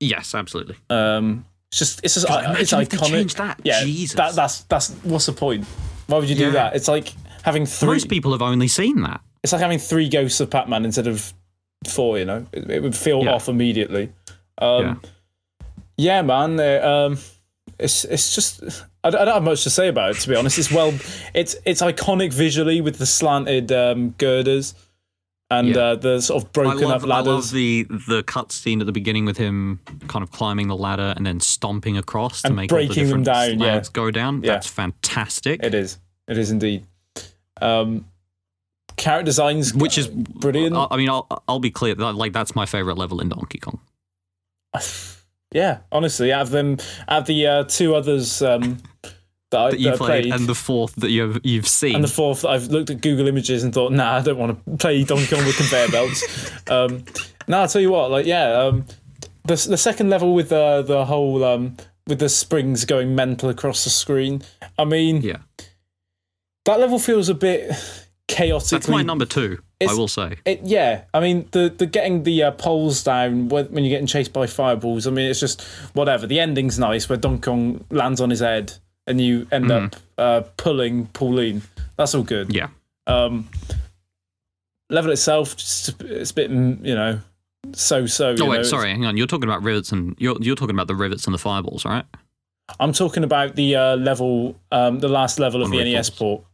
Speaker 2: Yes, absolutely.
Speaker 1: Um, it's just it's just
Speaker 2: God,
Speaker 1: uh, it's
Speaker 2: imagine if they
Speaker 1: iconic.
Speaker 2: changed that.
Speaker 1: Yeah,
Speaker 2: Jesus.
Speaker 1: that that's that's what's the point? Why would you do
Speaker 2: Yeah.
Speaker 1: that? It's like having three.
Speaker 2: Most people have only seen that.
Speaker 1: It's like having three ghosts of Pac-Man instead of four. You know, it, it would feel
Speaker 2: Yeah.
Speaker 1: off immediately. Um,
Speaker 2: yeah.
Speaker 1: yeah, man. uh, um, it's it's just I don't, I don't have much to say about it to be honest. It's well, it's it's iconic visually with the slanted um, girders and
Speaker 2: Yeah.
Speaker 1: uh, the sort of
Speaker 2: I
Speaker 1: broken
Speaker 2: love,
Speaker 1: up
Speaker 2: I love
Speaker 1: ladders.
Speaker 2: the the cutscene at the beginning with him kind of climbing the ladder and then stomping across to
Speaker 1: And
Speaker 2: make all the
Speaker 1: breaking them down,
Speaker 2: different
Speaker 1: yeah.
Speaker 2: flags go down.
Speaker 1: Yeah.
Speaker 2: That's fantastic.
Speaker 1: It is, it is indeed. Um, Character designs,
Speaker 2: which is uh,
Speaker 1: brilliant.
Speaker 2: I, I mean, I'll I'll be clear that like that's my favorite level in Donkey Kong. uh,
Speaker 1: yeah, honestly, out of them, out of the uh, two others um, that, I,
Speaker 2: That you
Speaker 1: that I
Speaker 2: played,
Speaker 1: played,
Speaker 2: and the fourth that you've you've seen.
Speaker 1: and the fourth, I've looked at Google Images and thought, nah, I don't want to play Donkey Kong with conveyor belts. Um, nah, I'll tell you what, like, yeah, um, the the second level with uh, the whole um, with the springs going mental across the screen. I mean,
Speaker 2: yeah,
Speaker 1: that level feels a bit
Speaker 2: that's my
Speaker 1: chaotically
Speaker 2: number two. I
Speaker 1: It's-
Speaker 2: will say.
Speaker 1: it, yeah, I mean the the getting the uh, poles down when, when you're getting chased by fireballs. I mean it's just whatever. The ending's nice where Donkey Kong lands on his head and you end
Speaker 2: Mm-hmm.
Speaker 1: up uh, pulling Pauline. That's all good.
Speaker 2: Yeah,
Speaker 1: Um, level itself, just, it's a bit mm, you know so so.
Speaker 2: Oh wait, sorry, hang on. You're talking about rivets and you're you're talking about the rivets and the fireballs, right?
Speaker 1: I'm talking about the uh, level, um, the last level of
Speaker 2: On
Speaker 1: the
Speaker 2: Red
Speaker 1: NES
Speaker 2: Bulls.
Speaker 1: port.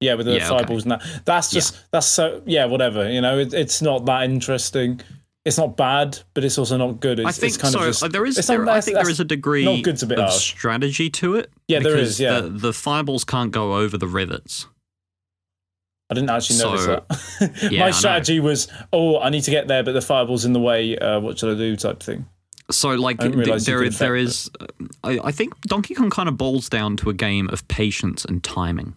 Speaker 1: Yeah, with the
Speaker 2: Yeah, okay.
Speaker 1: fireballs and that. That's just that's so yeah, whatever. You know, it, it's not that interesting. It's not bad, but it's also not good. It's,
Speaker 2: I think
Speaker 1: it's kind
Speaker 2: so.
Speaker 1: Of just,
Speaker 2: uh, there is
Speaker 1: it's
Speaker 2: there,
Speaker 1: not-
Speaker 2: I think there
Speaker 1: that's-
Speaker 2: is a degree
Speaker 1: not good's a bit
Speaker 2: of
Speaker 1: harsh.
Speaker 2: strategy to it.
Speaker 1: Yeah, there
Speaker 2: because
Speaker 1: is, yeah.
Speaker 2: the, the fireballs can't go over the rivets.
Speaker 1: I didn't actually notice
Speaker 2: so-
Speaker 1: that.
Speaker 2: yeah, I
Speaker 1: My
Speaker 2: know.
Speaker 1: strategy was, oh, I need to get there, but the fireball's in the way. Uh, what should I do? Type thing.
Speaker 2: So like
Speaker 1: I didn't
Speaker 2: th-
Speaker 1: realise you
Speaker 2: there
Speaker 1: could
Speaker 2: is there
Speaker 1: affect
Speaker 2: is, uh, I, I think Donkey Kong kind of boils down to a game of patience and timing.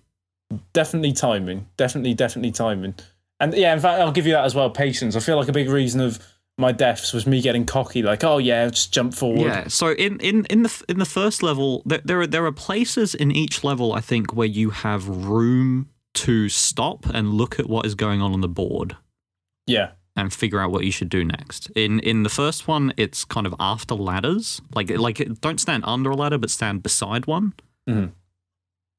Speaker 1: Definitely timing. Definitely, definitely timing. And yeah, in fact, I'll give you that as well. Patience. I feel like a big reason of my deaths was me getting cocky. Like, oh yeah, just jump forward.
Speaker 2: Yeah. So in, in, in the f- in the first level, there, there are there are places in each level I think where you have room to stop and look at what is going on on the board.
Speaker 1: yeah.
Speaker 2: and figure out what you should do next. In in the first one, it's kind of after ladders, like like don't stand under a ladder, but stand beside one,
Speaker 1: Mhm.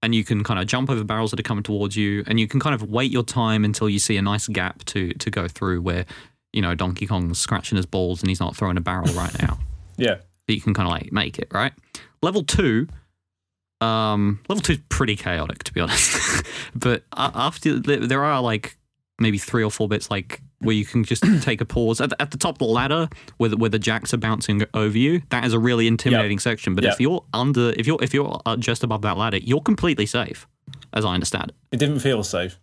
Speaker 2: and you can kind of jump over barrels that are coming towards you, and you can kind of wait your time until you see a nice gap to to go through where you know Donkey Kong's scratching his balls and he's not throwing a barrel right now
Speaker 1: Yeah.
Speaker 2: that you can kind of like make it right. Level two, um, level two is pretty chaotic to be honest. but a- after th- there are like maybe three or four bits like where you can just take a pause at the, at the top of the ladder where the, where the jacks are bouncing over you. That is a really intimidating section. But if
Speaker 1: Yep.
Speaker 2: you're under, if you're if you're uh, just above that ladder, you're completely safe, as I understand it.
Speaker 1: It didn't feel safe.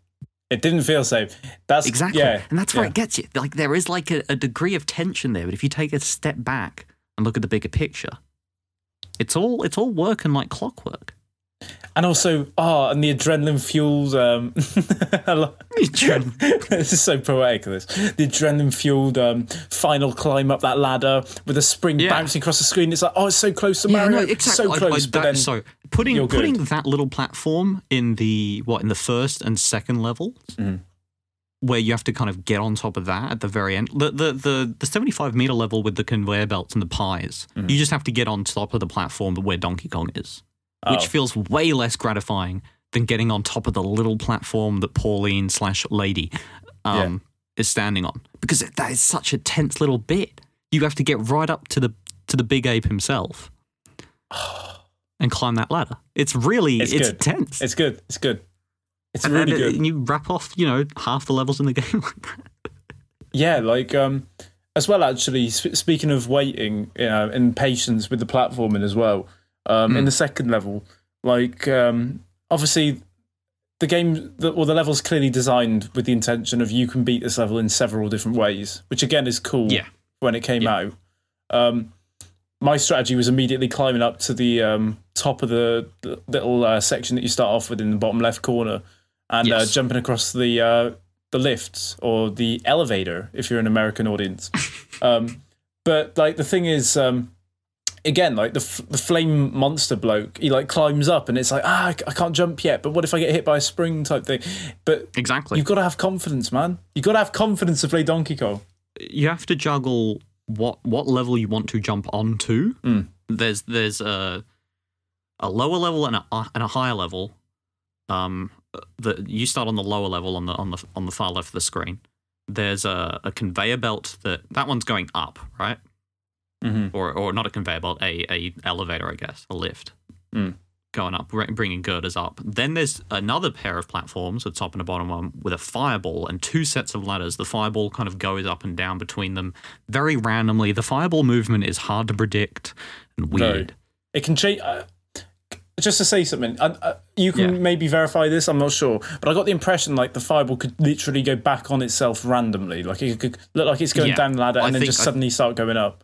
Speaker 1: It didn't feel safe. That's
Speaker 2: Exactly.
Speaker 1: Yeah,
Speaker 2: and that's where
Speaker 1: yeah.
Speaker 2: it gets you. Like there is like a, a degree of tension there, but if you take a step back and look at the bigger picture, it's all it's all working like clockwork.
Speaker 1: And also, ah, and the adrenaline fueled. Um, I lo- this is so poetic. This the adrenaline fueled um, final climb up that ladder with a spring
Speaker 2: Yeah.
Speaker 1: bouncing across the screen. It's like, oh, it's so close to Mario. So
Speaker 2: I- I-
Speaker 1: close, but
Speaker 2: that-
Speaker 1: then
Speaker 2: so putting
Speaker 1: you're good.
Speaker 2: putting that little platform in the what in the first and second level,
Speaker 1: Mm.
Speaker 2: where you have to kind of get on top of that at the very end. The the the, the seventy five meter level with the conveyor belts and the pies,
Speaker 1: Mm.
Speaker 2: you just have to get on top of the platform where Donkey Kong is,
Speaker 1: Oh.
Speaker 2: which feels way less gratifying than getting on top of the little platform that Pauline slash lady um, is standing on because that is such a tense little bit. You have to get right up to the to the big ape himself and climb that ladder. It's really
Speaker 1: It's
Speaker 2: it's,
Speaker 1: good.
Speaker 2: tense.
Speaker 1: it's good. It's good. It's
Speaker 2: and,
Speaker 1: really
Speaker 2: and-
Speaker 1: good.
Speaker 2: and you wrap off, you know, half the levels in the game like that.
Speaker 1: Yeah, like um, as well. Actually, sp- speaking of waiting, you know, and patience with the platforming as well. Um,
Speaker 2: Hmm.
Speaker 1: in the second level, like um, obviously, the game, the, well, the level's clearly designed with the intention of you can beat this level in several different ways, which again is cool.
Speaker 2: Yeah.
Speaker 1: When it came
Speaker 2: Yeah.
Speaker 1: out, um, my strategy was immediately climbing up to the um, top of the, the little uh, section that you start off with in the bottom left corner, and uh,
Speaker 2: Yes.
Speaker 1: jumping across the uh, the lifts or the elevator if you're an American audience. um, but like the thing is, um, again, like the f- the flame monster bloke, he like climbs up and it's like ah, I c- I can't jump yet. But what if I get hit by a spring type thing? But
Speaker 2: Exactly.
Speaker 1: you've got to have confidence, man. You've got to have confidence to play Donkey Kong.
Speaker 2: you have to juggle what what level you want to jump onto. There's there's a a lower level and a and a higher level. Um, that you start on the lower level on the on the on the far left of the screen. There's a, a conveyor belt that that one's going up, right?
Speaker 1: Mhm.
Speaker 2: Or or not a conveyor belt, a a elevator, I guess, a lift.
Speaker 1: Mm.
Speaker 2: Going up, br- bringing girders up. Then there's another pair of platforms, the top and a bottom one, with a fireball and two sets of ladders. The fireball kind of goes up and down between them very randomly. The fireball movement is hard to predict and weird.
Speaker 1: It can change. Uh, just to say something, and uh, you can
Speaker 2: Yeah.
Speaker 1: maybe verify this. I'm not sure, but I got the impression like the fireball could literally go back on itself randomly. Like it could look like it's going
Speaker 2: Yeah.
Speaker 1: down the ladder
Speaker 2: I
Speaker 1: and then
Speaker 2: think
Speaker 1: just
Speaker 2: I-
Speaker 1: suddenly start going up.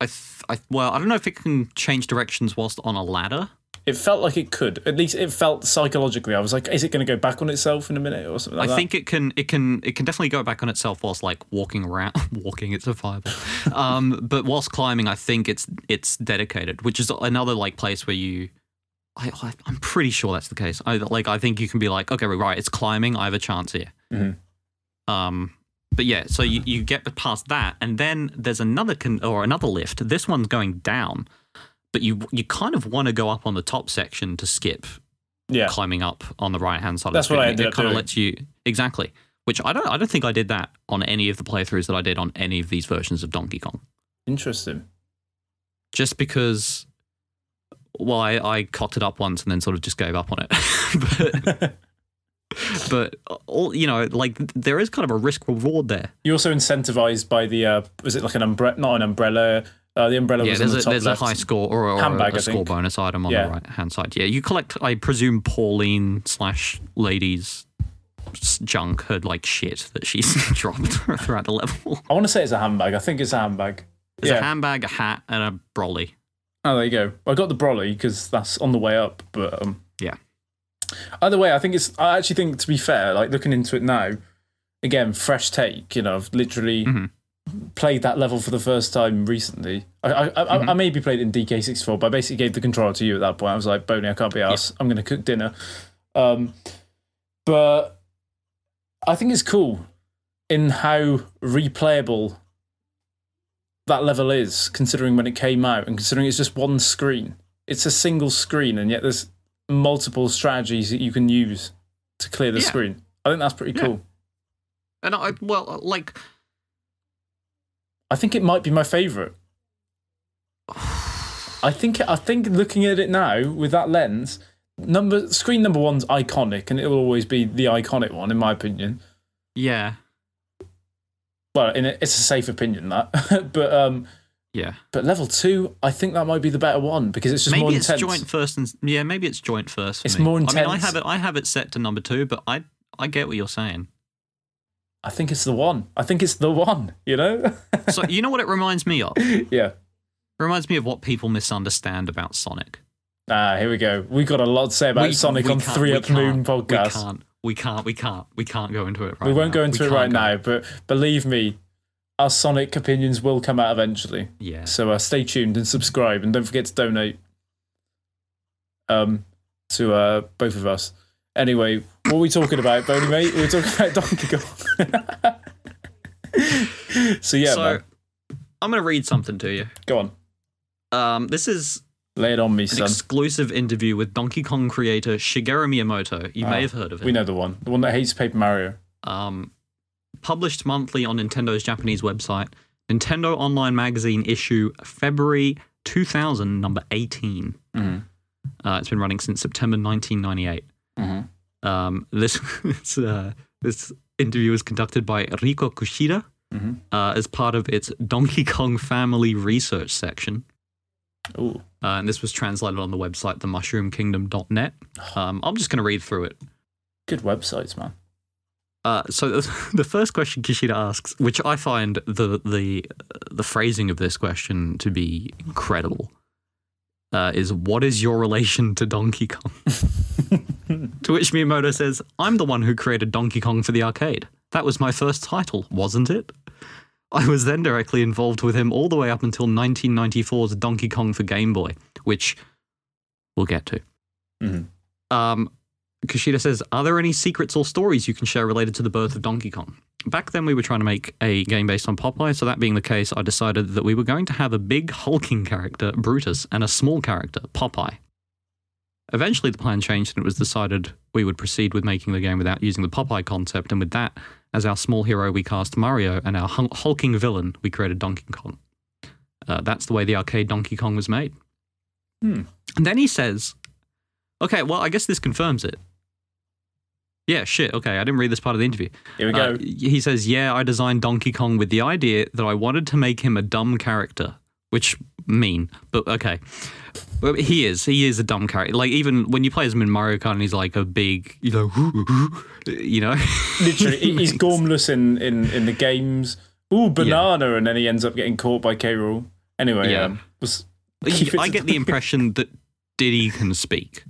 Speaker 2: I, th- I well, I don't know if it can change directions whilst on a ladder.
Speaker 1: It felt like it could. At least it felt psychologically. I was like, is it going to go back on itself in a minute or something like
Speaker 2: I
Speaker 1: that?
Speaker 2: think it can it can it can definitely go back on itself whilst like walking around walking it's a fireball. um but whilst climbing I think it's it's dedicated which is another like place where you I, I I'm pretty sure that's the case. I like I think you can be like okay right it's climbing I have a chance here.
Speaker 1: Mhm.
Speaker 2: Um but yeah so you, you get past that and then there's another con- or another lift. This one's going down but you you kind of want to go up on the top section to skip
Speaker 1: Yeah.
Speaker 2: climbing up on the right hand side.
Speaker 1: That's
Speaker 2: of the
Speaker 1: what I
Speaker 2: screen.
Speaker 1: ended
Speaker 2: It
Speaker 1: up
Speaker 2: kind of
Speaker 1: doing.
Speaker 2: lets you exactly. Which I don't. I don't think I did that on any of the playthroughs that I did on any of these versions of Donkey Kong.
Speaker 1: Interesting.
Speaker 2: Just because, well, I, I cocked it up once and then sort of just gave up on it. but, but uh, all you know, like there is kind of a risk reward there.
Speaker 1: You're also incentivized by the uh, was it like an umbrella? Not an umbrella. Uh, the umbrella
Speaker 2: Yeah,
Speaker 1: was on
Speaker 2: there's,
Speaker 1: the
Speaker 2: a,
Speaker 1: top
Speaker 2: there's a
Speaker 1: left.
Speaker 2: high score or, or
Speaker 1: Handbag,
Speaker 2: a,
Speaker 1: I
Speaker 2: a score
Speaker 1: think.
Speaker 2: bonus item on
Speaker 1: Yeah.
Speaker 2: the right hand side. Yeah, you collect, I presume, Pauline slash ladies s- junk, her like shit that she's dropped throughout the level.
Speaker 1: I want to say it's a handbag. I think it's a handbag.
Speaker 2: There's
Speaker 1: yeah.
Speaker 2: a handbag, a hat, and a brolly.
Speaker 1: Oh, there you go. I got the brolly because that's on the way up. But um,
Speaker 2: Yeah.
Speaker 1: either way, I think it's. I actually think to be fair, like looking into it now, again, fresh take. You know, I've literally
Speaker 2: Mhm.
Speaker 1: played that level for the first time recently. I I, I, I maybe played it in DK64, but I basically gave the controller to you at that point. I was like, Boney, I can't be asked. I'm going to cook dinner. Um, but I think it's cool in how replayable that level is, considering when it came out and considering it's just one screen. It's a single screen, and yet there's multiple strategies that you can use to clear the
Speaker 2: Yeah.
Speaker 1: screen. I think that's pretty
Speaker 2: Yeah.
Speaker 1: cool.
Speaker 2: And I, well, uh, like,
Speaker 1: I think it might be my favorite. I think I think looking at it now with that lens, number screen number one's iconic, and it will always be the iconic one in my opinion.
Speaker 2: yeah,
Speaker 1: Well, in a, it's a safe opinion that, but um,
Speaker 2: yeah.
Speaker 1: but level two, I think that might be the better one because it's just more
Speaker 2: maybe it's
Speaker 1: intense.
Speaker 2: joint first, and yeah, maybe it's joint first. for
Speaker 1: It's
Speaker 2: me.
Speaker 1: more
Speaker 2: I mean, I
Speaker 1: intense.
Speaker 2: have it. I have it set to number two, but I, I get what you're saying.
Speaker 1: I think it's the one. I think it's the one. You know?
Speaker 2: So you know what it reminds me of?
Speaker 1: yeah.
Speaker 2: It reminds me of what people misunderstand about Sonic.
Speaker 1: Ah, here we go. We got a lot to say about Sonic on
Speaker 2: can't-
Speaker 1: Three
Speaker 2: we
Speaker 1: Up Moon
Speaker 2: can't-
Speaker 1: podcast.
Speaker 2: We
Speaker 1: We,
Speaker 2: can't. We can't. We can't. We can't go into it right.
Speaker 1: won't
Speaker 2: now.
Speaker 1: go into
Speaker 2: We
Speaker 1: it right
Speaker 2: can't go-
Speaker 1: now, but believe me, our Sonic opinions will come out eventually.
Speaker 2: Yeah.
Speaker 1: So uh, stay tuned and subscribe, and don't forget to donate um, to uh, both of us. Anyway, what are we talking about, Boney mate? We're talking about Donkey Kong. so yeah,
Speaker 2: so
Speaker 1: man,
Speaker 2: I'm gonna read something to you.
Speaker 1: go on,
Speaker 2: Um, this is
Speaker 1: lay it on me,
Speaker 2: an
Speaker 1: son.
Speaker 2: exclusive interview with Donkey Kong creator Shigeru Miyamoto. You
Speaker 1: Ah,
Speaker 2: may have heard of him.
Speaker 1: We know the one, the one that hates Paper Mario.
Speaker 2: um, published monthly on Nintendo's Japanese website. Nintendo Online Magazine issue February 2000, number 18.
Speaker 1: Mhm.
Speaker 2: Uh, it's been running since September 1998.
Speaker 1: Mhm.
Speaker 2: Um, this this, uh, this interview was conducted by Rico Kushida
Speaker 1: Mhm.
Speaker 2: uh, as part of its Donkey Kong Family Research section.
Speaker 1: Ooh.
Speaker 2: Uh, and this was translated on the website themushroomkingdom.net. Um, I'm just going to read through it.
Speaker 1: Good websites, man.
Speaker 2: Uh, so the first question Kishida asks, which I find the the the phrasing of this question to be incredible, uh, is what is your relation to Donkey Kong? to which Miyamoto says, "I'm the one who created Donkey Kong for the arcade. That was my first title, wasn't it? I was then directly involved with him all the way up until 1994's Donkey Kong for Game Boy, which we'll get to."
Speaker 1: Mhm.
Speaker 2: Um, Kushida says, Are there any secrets or stories you can share related to the birth of Donkey Kong? Back then, we were trying to make a game based on Popeye, so that being the case, I decided that we were going to have a big hulking character, Brutus, and a small character, Popeye. Eventually, the plan changed and it was decided we would proceed with making the game without using the Popeye concept, and with that, as our small hero, we cast Mario, and our hul- hulking villain, we created Donkey Kong. Uh, that's the way the arcade Donkey Kong was made.
Speaker 1: Hmm.
Speaker 2: And then he says, Okay, well, I guess this confirms it. Yeah, shit. Okay, I didn't read this part of the interview.
Speaker 1: Here we
Speaker 2: Uh,
Speaker 1: go.
Speaker 2: he says, Yeah, I designed Donkey Kong with the idea that I wanted to make him a dumb character, which mean, but okay. But He is. He is a dumb character. Like even when you play as him in Mario Kart, and he's like a big, you know, you know.
Speaker 1: Literally, he- he's gormless in, in, in the games. Ooh, banana, and then he ends up getting caught by K. Rule. Anyway,
Speaker 2: Yeah.
Speaker 1: um, was-
Speaker 2: I get the impression that Diddy can speak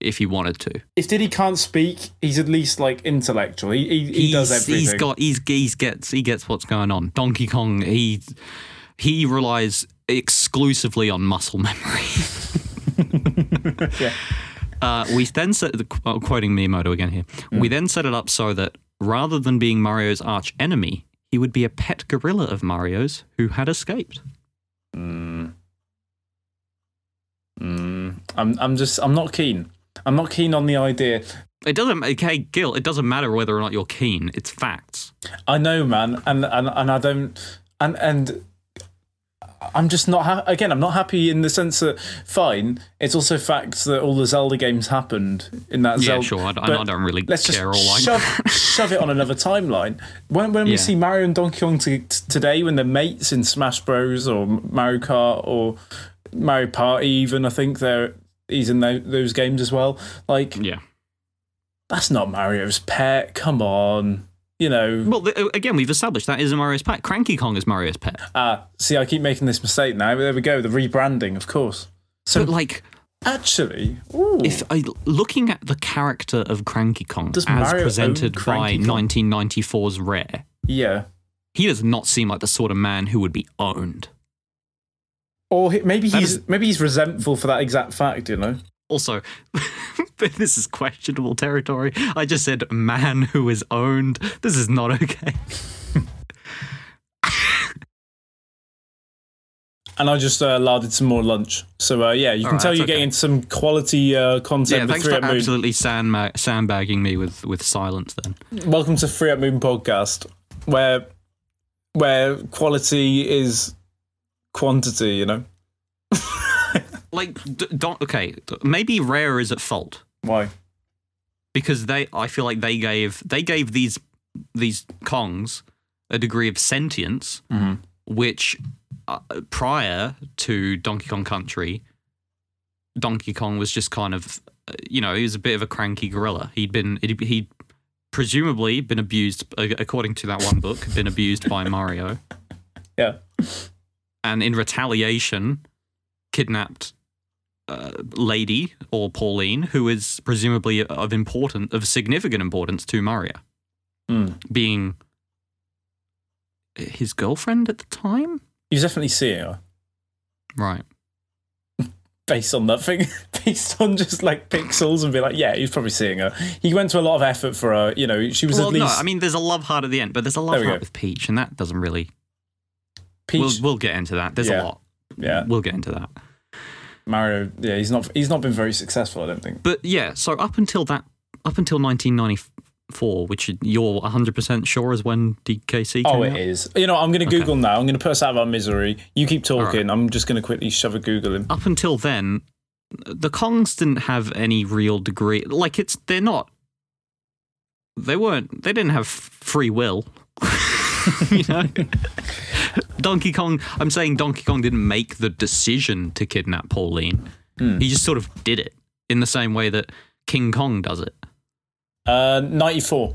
Speaker 2: if he wanted to.
Speaker 1: if Diddy can't speak, he's at least like intellectual. He he, he does
Speaker 2: He's-
Speaker 1: everything.
Speaker 2: He's got. He's he's gets. He gets what's going on. Donkey Kong. He he relies exclusively on muscle memory.
Speaker 1: Yeah.
Speaker 2: Uh, we then set the qu- quoting Miyamoto again here.
Speaker 1: Mm.
Speaker 2: We then set it up so that rather than being Mario's arch enemy, he would be a pet gorilla of Mario's who had escaped.
Speaker 1: Mm. Mm. I'm I'm just I'm not keen. I'm not keen on the idea.
Speaker 2: It doesn't. Okay, Gil. It doesn't matter whether or not you're keen. It's facts.
Speaker 1: I know, man, and and, and I don't, and and I'm just not ha- again. I'm not happy in the sense that fine. It's also fact that all the Zelda games happened in that
Speaker 2: Yeah,
Speaker 1: Zelda.
Speaker 2: sure. I, I
Speaker 1: but
Speaker 2: don't really
Speaker 1: Let's just
Speaker 2: care. All I-
Speaker 1: shove, shove it on another timeline. When when
Speaker 2: Yeah.
Speaker 1: we see Mario and Donkey Kong to, t- today, when they're mates in Smash Bros or Mario Kart or Mario Party, even I think they're he's in tho- those games as well. Like
Speaker 2: Yeah.
Speaker 1: that's not Mario's pet. Come on, you know.
Speaker 2: Well, the, uh, again, we've established that is Mario's pet. Cranky Kong is Mario's pet.
Speaker 1: Ah, see, I keep making this mistake now. But there we go, the rebranding, of course. So
Speaker 2: But like,
Speaker 1: actually, ooh,
Speaker 2: if I looking at the character of Cranky Kong
Speaker 1: Does
Speaker 2: as
Speaker 1: Mario own
Speaker 2: presented by
Speaker 1: Cranky Kong?
Speaker 2: 1994's Rare,
Speaker 1: yeah,
Speaker 2: he does not seem like the sort of man who would be owned.
Speaker 1: or he, maybe
Speaker 2: That
Speaker 1: he's
Speaker 2: is-
Speaker 1: maybe he's resentful for that exact fact. You know,
Speaker 2: Also, this is questionable territory. I just said man who is owned. This is not okay.
Speaker 1: and I just uh, larded some more lunch. So uh, yeah, you can
Speaker 2: Alright,
Speaker 1: tell
Speaker 2: that's
Speaker 1: you're getting
Speaker 2: okay.
Speaker 1: into some quality uh,
Speaker 2: Yeah,
Speaker 1: content. with
Speaker 2: thanks
Speaker 1: Three
Speaker 2: for
Speaker 1: at Moon.
Speaker 2: absolutely sandma- sandbagging me with, with silence then.
Speaker 1: Welcome to Free at Moon podcast, where where quality is quantity. You know
Speaker 2: Like, d- don't, okay, d- maybe Rare is at fault.
Speaker 1: why?
Speaker 2: because they I feel like they gave they gave these these Kongs a degree of sentience which uh, prior to Donkey Kong Country Donkey Kong was just kind of uh, you know he was a bit of a cranky gorilla he'd been he'd, he'd presumably been abused a- according to that one book been abused by Mario
Speaker 1: Yeah,
Speaker 2: and in retaliation kidnapped uh, lady or Pauline, who is presumably of important, of significant importance to Mario,
Speaker 1: Hmm.
Speaker 2: being his girlfriend at the time.
Speaker 1: you definitely see it. uh,
Speaker 2: Right.
Speaker 1: based on nothing, based on just like pixels, and be like, yeah, he was probably seeing her. He went to a lot of effort for her. You know, she was
Speaker 2: well,
Speaker 1: at least
Speaker 2: no, I mean, there's a love heart at the end, but there's a love
Speaker 1: There we
Speaker 2: heart
Speaker 1: go.
Speaker 2: with Peach, and that doesn't really.
Speaker 1: Peach.
Speaker 2: We'll we'll get into that. There's
Speaker 1: Yeah.
Speaker 2: a lot.
Speaker 1: yeah,
Speaker 2: We'll get into that.
Speaker 1: Mario. Yeah, he's not. He's not been very successful. I don't think.
Speaker 2: But yeah, so up until that, up until 1994, which you're 100 percent sure is when DKC came
Speaker 1: Oh,
Speaker 2: out.
Speaker 1: it is. You know, I'm going to Google now. I'm going to put us out of our misery. You keep talking. I'm just going to quickly shove a Google in.
Speaker 2: up until then, the Kongs didn't have any real degree. Like it's they're not. They weren't. They didn't have free will. you know, Donkey Kong. I'm saying Donkey Kong didn't make the decision to kidnap Pauline.
Speaker 1: Hmm.
Speaker 2: He just sort of did it in the same way that King Kong does it.
Speaker 1: Uh, 94.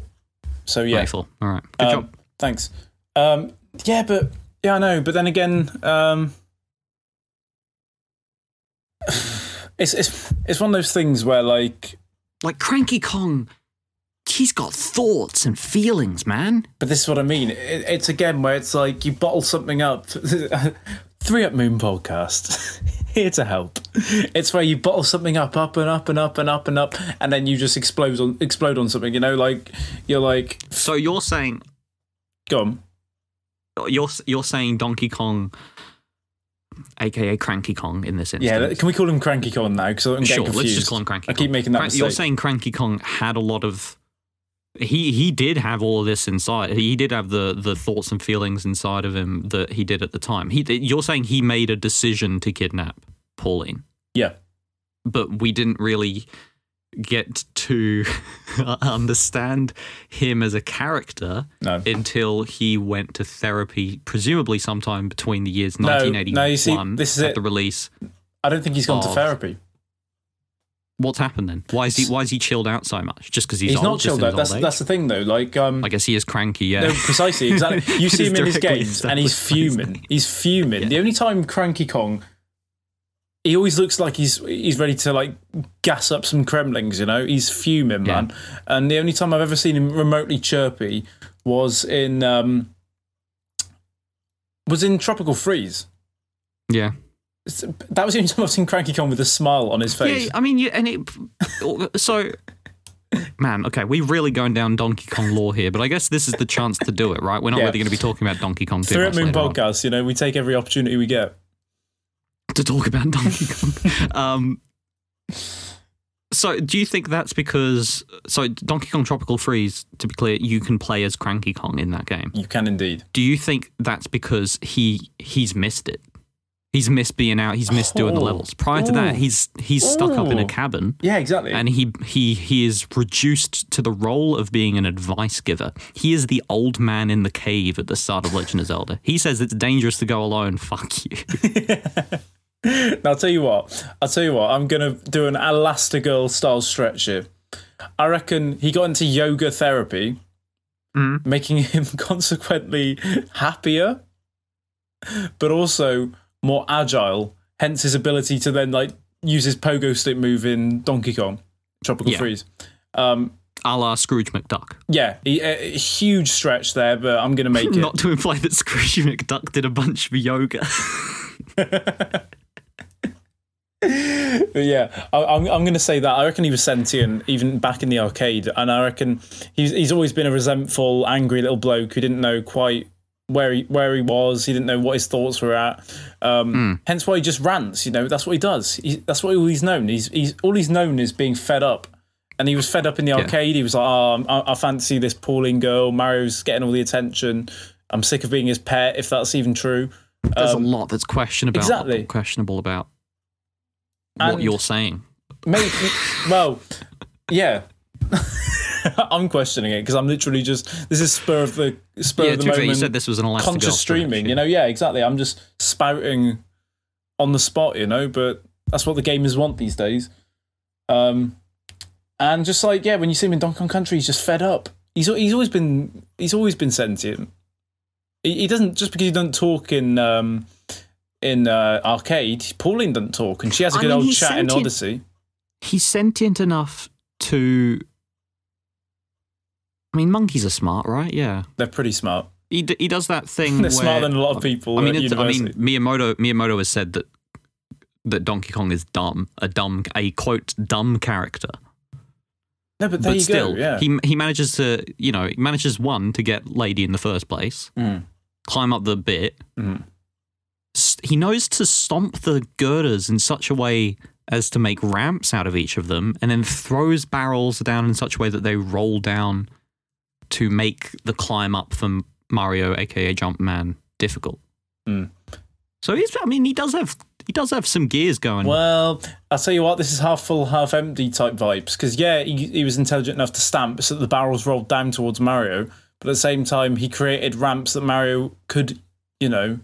Speaker 1: So yeah,
Speaker 2: Rifle. All right. Good
Speaker 1: Um,
Speaker 2: job.
Speaker 1: Thanks. Um, yeah, but yeah, I know. But then again, um, it's it's it's one of those things where like
Speaker 2: Like Cranky Kong, he's got thoughts and feelings, man.
Speaker 1: But this is what I mean. It, it's again where it's like you bottle something up. Three Up Moon podcast. Here to help. It's where you bottle something up, up and up and up and up and up, and then you just explode on explode on something. You know, like you're like,
Speaker 2: So you're saying
Speaker 1: gone.
Speaker 2: you're you're saying Donkey Kong, aka Cranky Kong, in this
Speaker 1: Yeah,
Speaker 2: instance.
Speaker 1: can we call him Cranky Con now? Because I'm getting
Speaker 2: sure.
Speaker 1: confused.
Speaker 2: Let's just call him Cranky.
Speaker 1: I keep
Speaker 2: Kong.
Speaker 1: making that
Speaker 2: Cran-
Speaker 1: mistake.
Speaker 2: You're saying Cranky Kong had a lot of. He he did have all of this inside. He did have the the thoughts and feelings inside of him that he did at the time. He you're saying he made a decision to kidnap Pauline,
Speaker 1: yeah,
Speaker 2: but we didn't really. get to understand him as a character
Speaker 1: No.
Speaker 2: until he went to therapy, presumably sometime between the years
Speaker 1: No, no, you see,
Speaker 2: 1981
Speaker 1: this is
Speaker 2: at
Speaker 1: it.
Speaker 2: the release.
Speaker 1: I don't think he's gone to
Speaker 2: Oh.
Speaker 1: therapy.
Speaker 2: What's happened then? Why is he why is he chilled out so much? Just because he's,
Speaker 1: He's,
Speaker 2: old,
Speaker 1: not
Speaker 2: just
Speaker 1: chilled
Speaker 2: in
Speaker 1: out.
Speaker 2: his
Speaker 1: That's
Speaker 2: old age?
Speaker 1: that's the thing though. Like um,
Speaker 2: I guess he is cranky. Yeah,
Speaker 1: No, precisely, exactly. You see him
Speaker 2: It's
Speaker 1: in his
Speaker 2: directly
Speaker 1: games, and he's
Speaker 2: established by his
Speaker 1: fuming. He's fuming. The only time Cranky Kong, he always looks like he's he's ready to like gas up some Kremlings. You know, he's fuming,
Speaker 2: Yeah.
Speaker 1: man. And the only time I've ever seen him remotely chirpy was in um was in Tropical Freeze.
Speaker 2: yeah.
Speaker 1: It's- That was the only time I've seen Cranky Kong with a smile on his face.
Speaker 2: Yeah, I mean, you, and it. So, man, okay, we're really going down Donkey Kong lore here, but I guess this is the chance to do it, right? We're not
Speaker 1: Yeah.
Speaker 2: really going to be talking about Donkey Kong too
Speaker 1: Through
Speaker 2: much
Speaker 1: at Moon
Speaker 2: later on.
Speaker 1: Podcast, you know, we take every opportunity we get.
Speaker 2: to talk about Donkey Kong. um, so, do you think that's because so Donkey Kong Tropical Freeze? To be clear, you can play as Cranky Kong in that game.
Speaker 1: You can indeed.
Speaker 2: Do you think that's because he he's missed it? He's missed being out. He's missed doing the
Speaker 1: Oh.
Speaker 2: levels. Prior to that,
Speaker 1: Ooh.
Speaker 2: he's he's stuck up in a
Speaker 1: Ooh.
Speaker 2: cabin.
Speaker 1: Yeah, exactly.
Speaker 2: and he he he is reduced to the role of being an advice giver. He is the old man in the cave at the start of Legend of Zelda. He says it's dangerous to go alone. Fuck you.
Speaker 1: Now, I'll tell you what. I'll tell you what. I'm gonna do an Elastigirl style stretch here. I reckon he got into yoga therapy,
Speaker 2: Hmm.
Speaker 1: making him consequently happier, but also more agile. Hence his ability to then like use his pogo stick move in Donkey Kong Tropical
Speaker 2: Yeah.
Speaker 1: Freeze. Um,
Speaker 2: A la Scrooge McDuck.
Speaker 1: Yeah, he, a, a huge stretch there, but I'm gonna make it.
Speaker 2: Not to imply that Scrooge McDuck did a bunch of yoga.
Speaker 1: But yeah, I, I'm, I'm going to say that. I reckon he was sentient even back in the arcade, and I reckon he's he's always been a resentful, angry little bloke who didn't know quite where he where he was. He didn't know what his thoughts were at. Um, Hence why he just rants. You know, that's what he does. He, that's what all he's known. He's he's all he's known is being fed up. And he was fed up in the arcade. He was like, oh, I, I fancy this Pauline girl. Mario's getting all the attention. I'm sick of being his pet, if that's even true.
Speaker 2: There's a lot that's questionable.
Speaker 1: Um, exactly.
Speaker 2: Questionable about what
Speaker 1: And-
Speaker 2: you're saying.
Speaker 1: Mate, well, yeah. I'm questioning it because I'm literally just this is spur of the spur
Speaker 2: Yeah,
Speaker 1: of the
Speaker 2: to be fair,
Speaker 1: moment.
Speaker 2: you said this was an Elastigirl
Speaker 1: conscious streaming, you know? Yeah, exactly. I'm just spouting on the spot, you know. But that's what the gamers want these days. Um, and just like yeah, when you see him in Donkey Kong Country, he's just fed up. He's al- he's always been he's always been sentient. He, he doesn't just because he doesn't talk in um in uh, arcade. Pauline doesn't talk, and she has a
Speaker 2: I
Speaker 1: good
Speaker 2: mean,
Speaker 1: old
Speaker 2: he's
Speaker 1: chat in
Speaker 2: sentient.
Speaker 1: Odyssey.
Speaker 2: He's sentient enough to. I mean, monkeys are smart, right? Yeah.
Speaker 1: They're pretty smart.
Speaker 2: He, d- he does that thing.
Speaker 1: They're
Speaker 2: where,
Speaker 1: smarter than a lot of people
Speaker 2: I mean,
Speaker 1: at
Speaker 2: it's- I mean,
Speaker 1: university.
Speaker 2: Miyamoto Miyamoto has said that that Donkey Kong is dumb, a dumb, a quote dumb character.
Speaker 1: no, but there
Speaker 2: but
Speaker 1: you
Speaker 2: still,
Speaker 1: go. Yeah.
Speaker 2: he he manages to you know he manages one to get lady in the first place,
Speaker 1: Mm.
Speaker 2: climb up the bit.
Speaker 1: Mhm.
Speaker 2: S- He knows to stomp the girders in such a way as to make ramps out of each of them, and then throws barrels down in such a way that they roll down to make the climb up from Mario, aka Jumpman, difficult.
Speaker 1: Mm.
Speaker 2: So he's I mean he does have he does have some gears going.
Speaker 1: Well, I'll tell you what, this is half full, half empty type vibes. Because, yeah, he, he was intelligent enough to stamp so that the barrels rolled down towards Mario. But at the same time, he created ramps that Mario could, you know,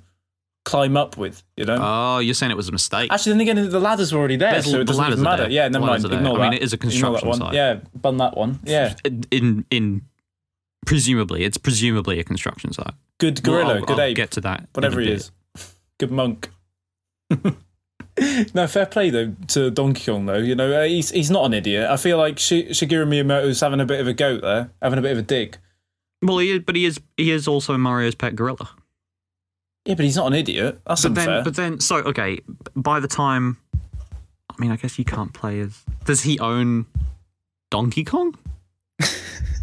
Speaker 1: climb up with, you know?
Speaker 2: Oh, you're saying it was a mistake.
Speaker 1: Actually, then again, the ladders were already there,
Speaker 2: There's-
Speaker 1: so
Speaker 2: the
Speaker 1: it doesn't
Speaker 2: ladders are
Speaker 1: even matter.
Speaker 2: there.
Speaker 1: Yeah, never
Speaker 2: The ladders
Speaker 1: mind.
Speaker 2: are there.
Speaker 1: Ignore
Speaker 2: I mean,
Speaker 1: that.
Speaker 2: it is a
Speaker 1: Ignore that
Speaker 2: construction
Speaker 1: one.
Speaker 2: site.
Speaker 1: Yeah, bun that one. Yeah,
Speaker 2: in in presumably it's presumably a construction site.
Speaker 1: good gorilla,
Speaker 2: Well, I'll-
Speaker 1: good
Speaker 2: I'll
Speaker 1: ape.
Speaker 2: Get to that. in a
Speaker 1: whatever he
Speaker 2: bit.
Speaker 1: is. Good monk. no, fair play though to Donkey Kong though. You know uh, he's he's not an idiot. I feel like Shi Shigeru Miyamoto's having a bit of a go there, having a bit of a dig.
Speaker 2: Well, he is, but he is he is also Mario's pet gorilla.
Speaker 1: Yeah, but he's not an idiot. That's
Speaker 2: But
Speaker 1: unfair.
Speaker 2: then, but then, so okay. By the time, I mean, I guess you can't play as. Does he own Donkey Kong?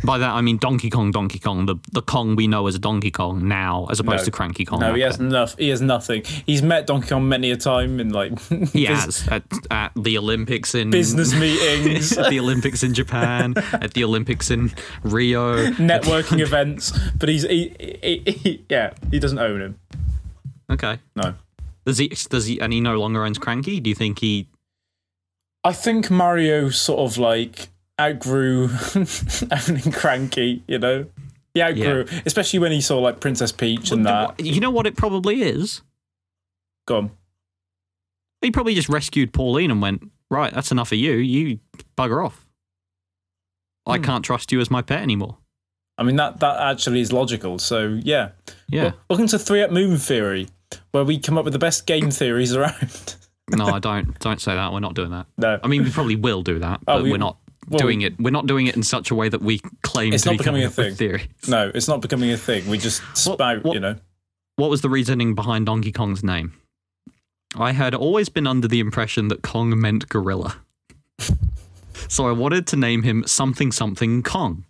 Speaker 2: By that I mean Donkey Kong, Donkey Kong, the the Kong we know as a Donkey Kong now, as opposed
Speaker 1: No.
Speaker 2: to Cranky Kong.
Speaker 1: no,
Speaker 2: back
Speaker 1: he has
Speaker 2: then.
Speaker 1: enough. He has nothing. He's met Donkey Kong many a time in like
Speaker 2: He
Speaker 1: bus-
Speaker 2: has at, at the Olympics in
Speaker 1: business meetings,
Speaker 2: at the Olympics in Japan, at the Olympics in Rio.
Speaker 1: networking events. But he's he, he, he- yeah, he doesn't own him.
Speaker 2: Okay.
Speaker 1: No,
Speaker 2: Does he? Does he? And he no longer owns Cranky. Do you think he
Speaker 1: I think Mario sort of like outgrew having cranky, you know? He outgrew, especially when he saw like Princess Peach and that.
Speaker 2: You know what it probably is?
Speaker 1: Gone.
Speaker 2: He probably just rescued Pauline and went, right, that's enough of you. You bugger off. I
Speaker 1: Hmm.
Speaker 2: can't trust you as my pet anymore.
Speaker 1: I mean, that, that actually is logical. So, yeah.
Speaker 2: Yeah.
Speaker 1: Well, welcome to Three Up Moon Theory, where we come up with the best game theories around.
Speaker 2: no, I don't. Don't say that. We're not doing that.
Speaker 1: No.
Speaker 2: I mean, we probably will do that, but
Speaker 1: Oh, we-
Speaker 2: we, are not
Speaker 1: well,
Speaker 2: doing it. We're not doing it in such a way that we claim
Speaker 1: It's
Speaker 2: to
Speaker 1: not
Speaker 2: be
Speaker 1: becoming
Speaker 2: coming
Speaker 1: a
Speaker 2: up with
Speaker 1: thing.
Speaker 2: theory.
Speaker 1: No, it's not becoming a thing. We just spout,
Speaker 2: what-
Speaker 1: you know?
Speaker 2: What was the reasoning behind Donkey Kong's name? I had always been under the impression that Kong meant gorilla. so I wanted to name him something something Kong.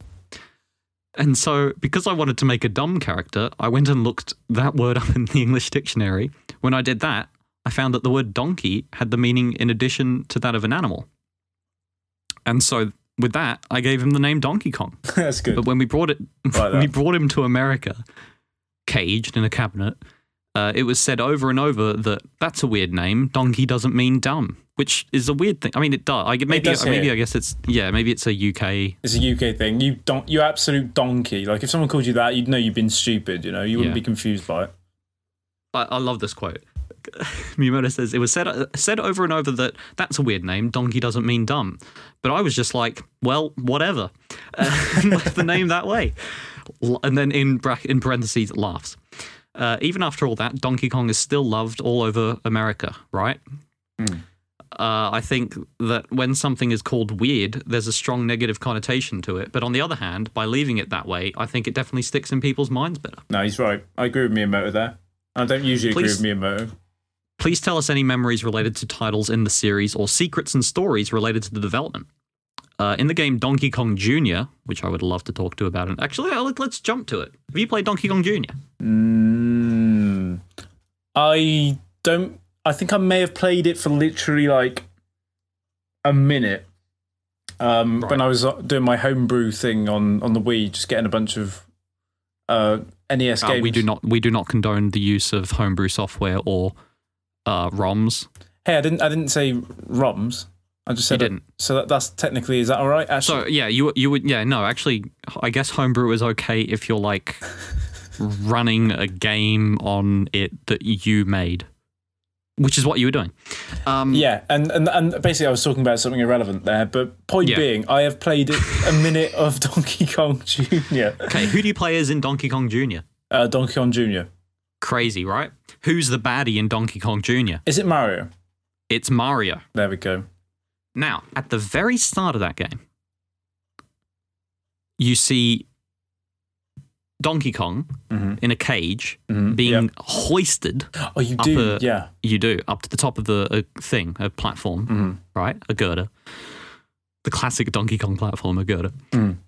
Speaker 2: And so, because I wanted to make a dumb character, I went and looked that word up in the English dictionary. When I did that, I found that the word donkey had the meaning in addition to that of an animal. And so, with that, I gave him the name Donkey Kong.
Speaker 1: That's good.
Speaker 2: But when we brought it,
Speaker 1: Like
Speaker 2: when we
Speaker 1: that.
Speaker 2: brought him to America, caged in a cabinet, uh, it was said over and over that that's a weird name. Donkey doesn't mean dumb, which is a weird thing. I mean, it does. I, maybe
Speaker 1: does here.
Speaker 2: maybe I guess it's yeah. Maybe it's a UK.
Speaker 1: It's a UK thing. You don't. You absolute donkey. Like if someone called you that, you'd know you've been stupid. You know, you wouldn't
Speaker 2: Yeah.
Speaker 1: be confused by it.
Speaker 2: I, I love this quote. Miyamoto says it was said uh, said over and over that that's a weird name. Donkey doesn't mean dumb, but I was just like, well, whatever. Uh, left the name that way, L- and then in bra- in parentheses laughs. Uh, even after all that, Donkey Kong is still loved all over America, right? Uh, I think that when something is called weird, there's a strong negative connotation to it. But on the other hand, by leaving it that way, I think it definitely sticks in people's minds better.
Speaker 1: No, he's right. I agree with Miyamoto there. I don't usually
Speaker 2: Please-
Speaker 1: agree with Miyamoto.
Speaker 2: Please tell us any memories related to titles in the series or secrets and stories related to the development. Uh, in the game Donkey Kong Jr., which I would love to talk to about it. Actually, uh, let- let's jump to it. Have you played Donkey Kong Jr.?
Speaker 1: Mm, I don't. I think I may have played it for literally like a minute um, when
Speaker 2: Right.
Speaker 1: I was uh, doing my homebrew thing on on the Wii, just getting a bunch of uh, NES
Speaker 2: Uh,
Speaker 1: games.
Speaker 2: we do not. We do not condone the use of homebrew software or uh, ROMs.
Speaker 1: Hey, I didn't. I didn't say ROMs. I just said
Speaker 2: didn't.
Speaker 1: So that, that's technically is that all right? Actually,
Speaker 2: So yeah, you you would yeah no actually I guess homebrew is okay if you're like running a game on it that you made, which is what you were doing. Um,
Speaker 1: Yeah, and, and and basically, I was talking about something irrelevant there. But point
Speaker 2: Yeah.
Speaker 1: being, I have played a minute of Donkey Kong Junior,
Speaker 2: Okay, who do you play as in Donkey Kong Jr.?
Speaker 1: uh, Donkey Kong Junior.
Speaker 2: Crazy, right? Who's the baddie in Donkey Kong Jr.?
Speaker 1: Is it Mario?
Speaker 2: It's Mario.
Speaker 1: There we go.
Speaker 2: Now, at the very start of that game, you see Donkey Kong in a cage being hoisted.
Speaker 1: Mm-hmm. Oh, you do.
Speaker 2: Upper-
Speaker 1: yeah,
Speaker 2: You do up to the top of the a thing, a platform, right? A girder. The classic Donkey Kong platform, a girder.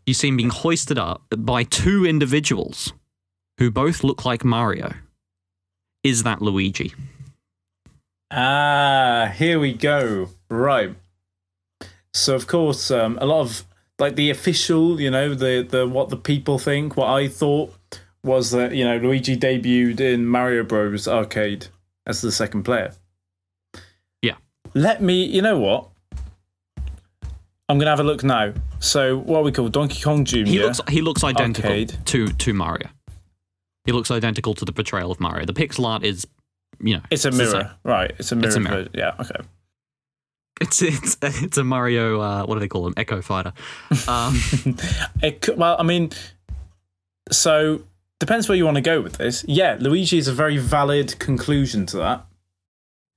Speaker 2: You see him being hoisted up by two individuals who both look like Mario. Is that Luigi?
Speaker 1: Ah, here we go. Right. So of course, um, a lot of like the official, you know, the the what the people think, what I thought was that you know Luigi debuted in Mario Bros arcade as the second player.
Speaker 2: Yeah.
Speaker 1: Let me, you know what? I'm gonna have a look now. So what are we call Donkey Kong Jr.
Speaker 2: He looks he looks identical
Speaker 1: Arcade.
Speaker 2: to to Mario. He looks identical to the portrayal of Mario. The pixel art is, you know,
Speaker 1: it's a
Speaker 2: the same.
Speaker 1: mirror, right? It's a mirror.
Speaker 2: a mirror.
Speaker 1: version. Yeah. Okay.
Speaker 2: It's it's it's a Mario. Uh, what do they call them? Echo Fighter. Um,
Speaker 1: It could, well, I mean, so depends where you want to go with this. Yeah, Luigi is a very valid conclusion to that.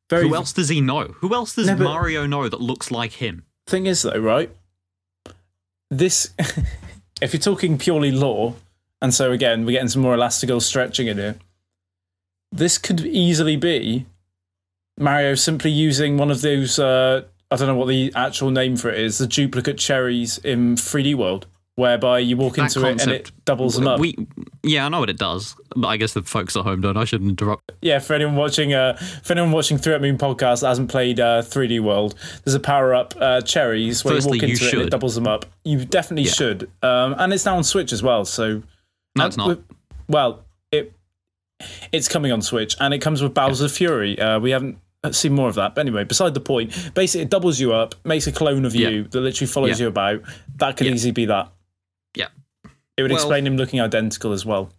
Speaker 1: Very
Speaker 2: who else does he know? Who else does
Speaker 1: No, but-
Speaker 2: Mario know that looks like him?
Speaker 1: thing is though, right? This, if you're talking purely lore, and so again we're getting some more Elastigirl stretching in here. This could easily be Mario simply using one of those. Uh, I don't know what the actual name for it is. The duplicate cherries in 3D World, whereby you walk
Speaker 2: That
Speaker 1: into it and it
Speaker 2: concept-
Speaker 1: doubles them up.
Speaker 2: We yeah, I know what it does, but I guess the folks at home don't. I shouldn't interrupt.
Speaker 1: yeah, for anyone watching, uh, for anyone watching Three Up Moon podcast that hasn't played uh, 3D World, there's a power up uh, cherries where
Speaker 2: Firstly,
Speaker 1: you walk
Speaker 2: you
Speaker 1: into it and it
Speaker 2: should.
Speaker 1: doubles them up. You definitely should, um, and it's now on Switch as well. So
Speaker 2: No, it's not.
Speaker 1: with- well, it it's coming on Switch and it comes with Bowser Fury. Uh, we haven't uh, see more of that. But anyway, beside the point, basically it doubles you up, makes a clone of
Speaker 2: Yeah.
Speaker 1: you that literally follows
Speaker 2: Yeah.
Speaker 1: you about. That could
Speaker 2: Yeah.
Speaker 1: easily be that.
Speaker 2: Yeah.
Speaker 1: It would
Speaker 2: Well-
Speaker 1: explain him looking identical as well.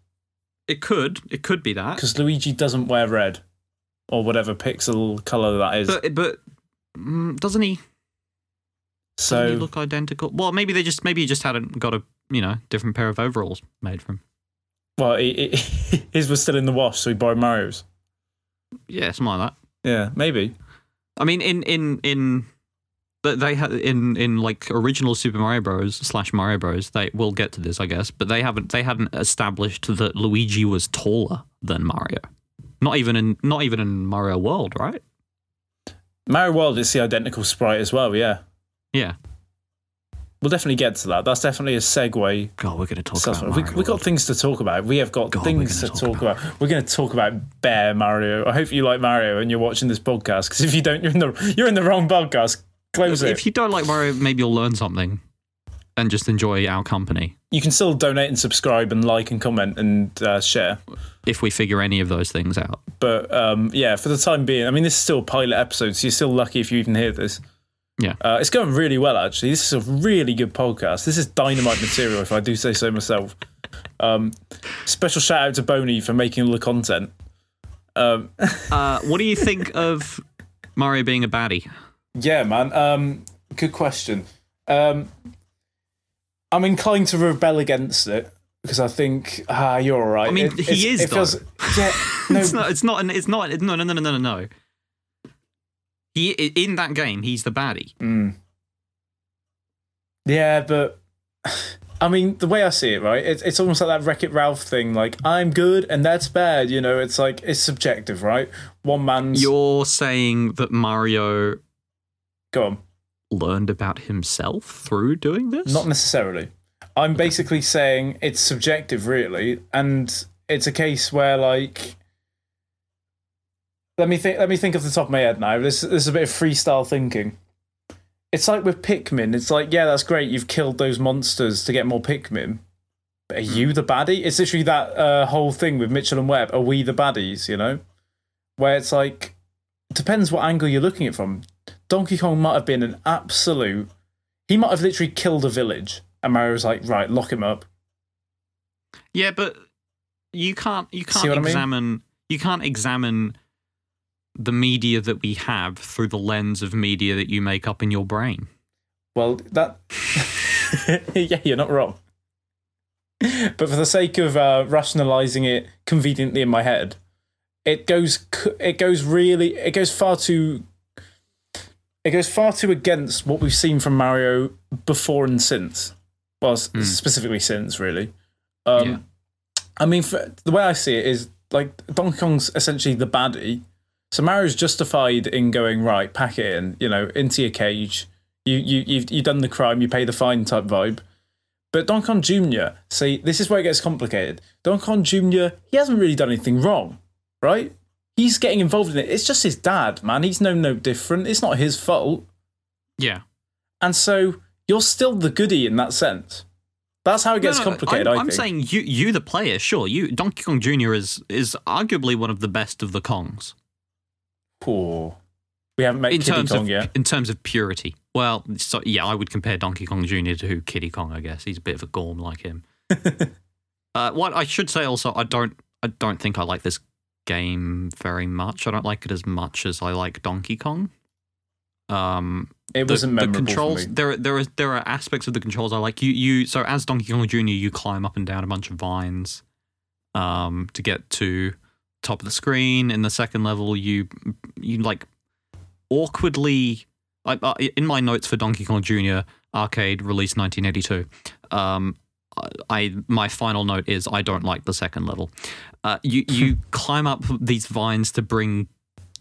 Speaker 2: It could. It could be that.
Speaker 1: Because Luigi doesn't wear red or whatever pixel colour that is.
Speaker 2: But but mm, doesn't he?
Speaker 1: so
Speaker 2: Doesn't he look identical? Well, maybe they just maybe he just hadn't got a you know different pair of overalls made from.
Speaker 1: well he, he, his was still in the wash, so he borrowed Mario's.
Speaker 2: Yeah, something like that.
Speaker 1: Yeah, maybe.
Speaker 2: I mean, in in in that they had in in like original Super Mario Bros. slash Mario Bros. They will get to this, I guess, but they haven't they hadn't established that Luigi was taller than Mario. Not even in not even in Mario World, right?
Speaker 1: Mario World is the identical sprite as well, yeah.
Speaker 2: Yeah.
Speaker 1: We'll definitely get to that. That's definitely a segue
Speaker 2: God, we're gonna talk
Speaker 1: Stuff.
Speaker 2: about
Speaker 1: we,
Speaker 2: Mario
Speaker 1: we got
Speaker 2: World.
Speaker 1: things to talk about. We have got
Speaker 2: God, we're
Speaker 1: things to
Speaker 2: gonna
Speaker 1: talk,
Speaker 2: talk
Speaker 1: about. We're going to talk about Bear Mario. I hope you like Mario and you're watching this podcast because if you don't, you're in the you're in the wrong podcast. Close it.
Speaker 2: If you don't like Mario, maybe you'll learn something, and just enjoy our company.
Speaker 1: You can still donate and subscribe and like and comment and uh, share.
Speaker 2: If we figure any of those things out,
Speaker 1: But um, yeah, for the time being, I mean, this is still a pilot episode, so you're still lucky if you even hear this.
Speaker 2: Yeah.
Speaker 1: uh, it's going really well actually. This is a really good podcast. This is dynamite material, if I do say so myself. Um, special shout out to Boney for making all the content. Um,
Speaker 2: uh, what do you think of Mario being a baddie?
Speaker 1: Yeah, man. Um, good question. Um, I'm inclined to rebel against it because I think ah, you're all right. I
Speaker 2: mean, he is, though.
Speaker 1: yeah, no,
Speaker 2: It's not. It's not. An, it's not. No. No. No. No. No. No. He i- in that game, he's the baddie.
Speaker 1: Mm. yeah, but I mean, the way I see it, right? It's it's almost like that Wreck It Ralph thing. Like I'm good and that's bad. You know, it's like it's subjective, right? One man's
Speaker 2: You're saying that Mario
Speaker 1: go on.
Speaker 2: learned about himself through doing this?
Speaker 1: Not necessarily. I'm basically saying it's subjective, really, and it's a case where like. Let me think. Let me think off the top of my head now. This this is a bit of freestyle thinking. It's like with Pikmin. It's like yeah, that's great. You've killed those monsters to get more Pikmin. But are you the baddie? It's literally that uh, whole thing with Mitchell and Webb. Are we the baddies? You know, where it's like depends what angle you're looking at it from. Donkey Kong might have been an absolute he might have literally killed a village, and Mario was like, "Right, lock him up."
Speaker 2: yeah, but you can't. You can't
Speaker 1: what I mean?
Speaker 2: examine. You can't examine the media that we have through the lens of media that you make up in your brain.
Speaker 1: Well, that yeah, you're not wrong. But for the sake of uh, rationalizing it conveniently in my head, it goes c- it goes really it goes far too it goes far too against what we've seen from Mario before and since. Well, s- specifically since really. Um,
Speaker 2: Yeah.
Speaker 1: I mean, for, the way I see it is like Donkey Kong's essentially the baddie. So Mario's justified in going right, pack it in, you know, into your cage. You you you've you've done the crime, you pay the fine type vibe. But Donkey Kong Jr. See, this is where it gets complicated. Donkey Kong Jr. He hasn't really done anything wrong, right? He's getting involved in it. It's just his dad, man. He's no no different. It's not his fault.
Speaker 2: Yeah.
Speaker 1: And so you're still the goody in that sense. That's how it gets
Speaker 2: No, no, no,
Speaker 1: complicated.
Speaker 2: I'm,
Speaker 1: I
Speaker 2: I'm
Speaker 1: think.
Speaker 2: saying you, you the player, sure. You Donkey Kong Jr. is is arguably one of the best of the Kongs
Speaker 1: poor. We haven't met
Speaker 2: in
Speaker 1: Kitty
Speaker 2: terms
Speaker 1: Kong
Speaker 2: of
Speaker 1: yet.
Speaker 2: in terms of purity. Well, so, yeah, I would compare Donkey Kong Jr. to Kitty Kong. I guess he's a bit of a gorm like him. uh, what I should say also, I don't I don't think I like this game very much. I don't like it as much as I like Donkey Kong. Um,
Speaker 1: It wasn't memorable for
Speaker 2: controls
Speaker 1: me.
Speaker 2: there are there are there are aspects of the controls I like. You you so as Donkey Kong Jr. you climb up and down a bunch of vines, um, to get to top of the screen. In the second level, you you like awkwardly. I, I, in my notes for Donkey Kong Jr. Arcade release 1982, um, I, I my final note is I don't like the second level. Uh, you you climb up these vines to bring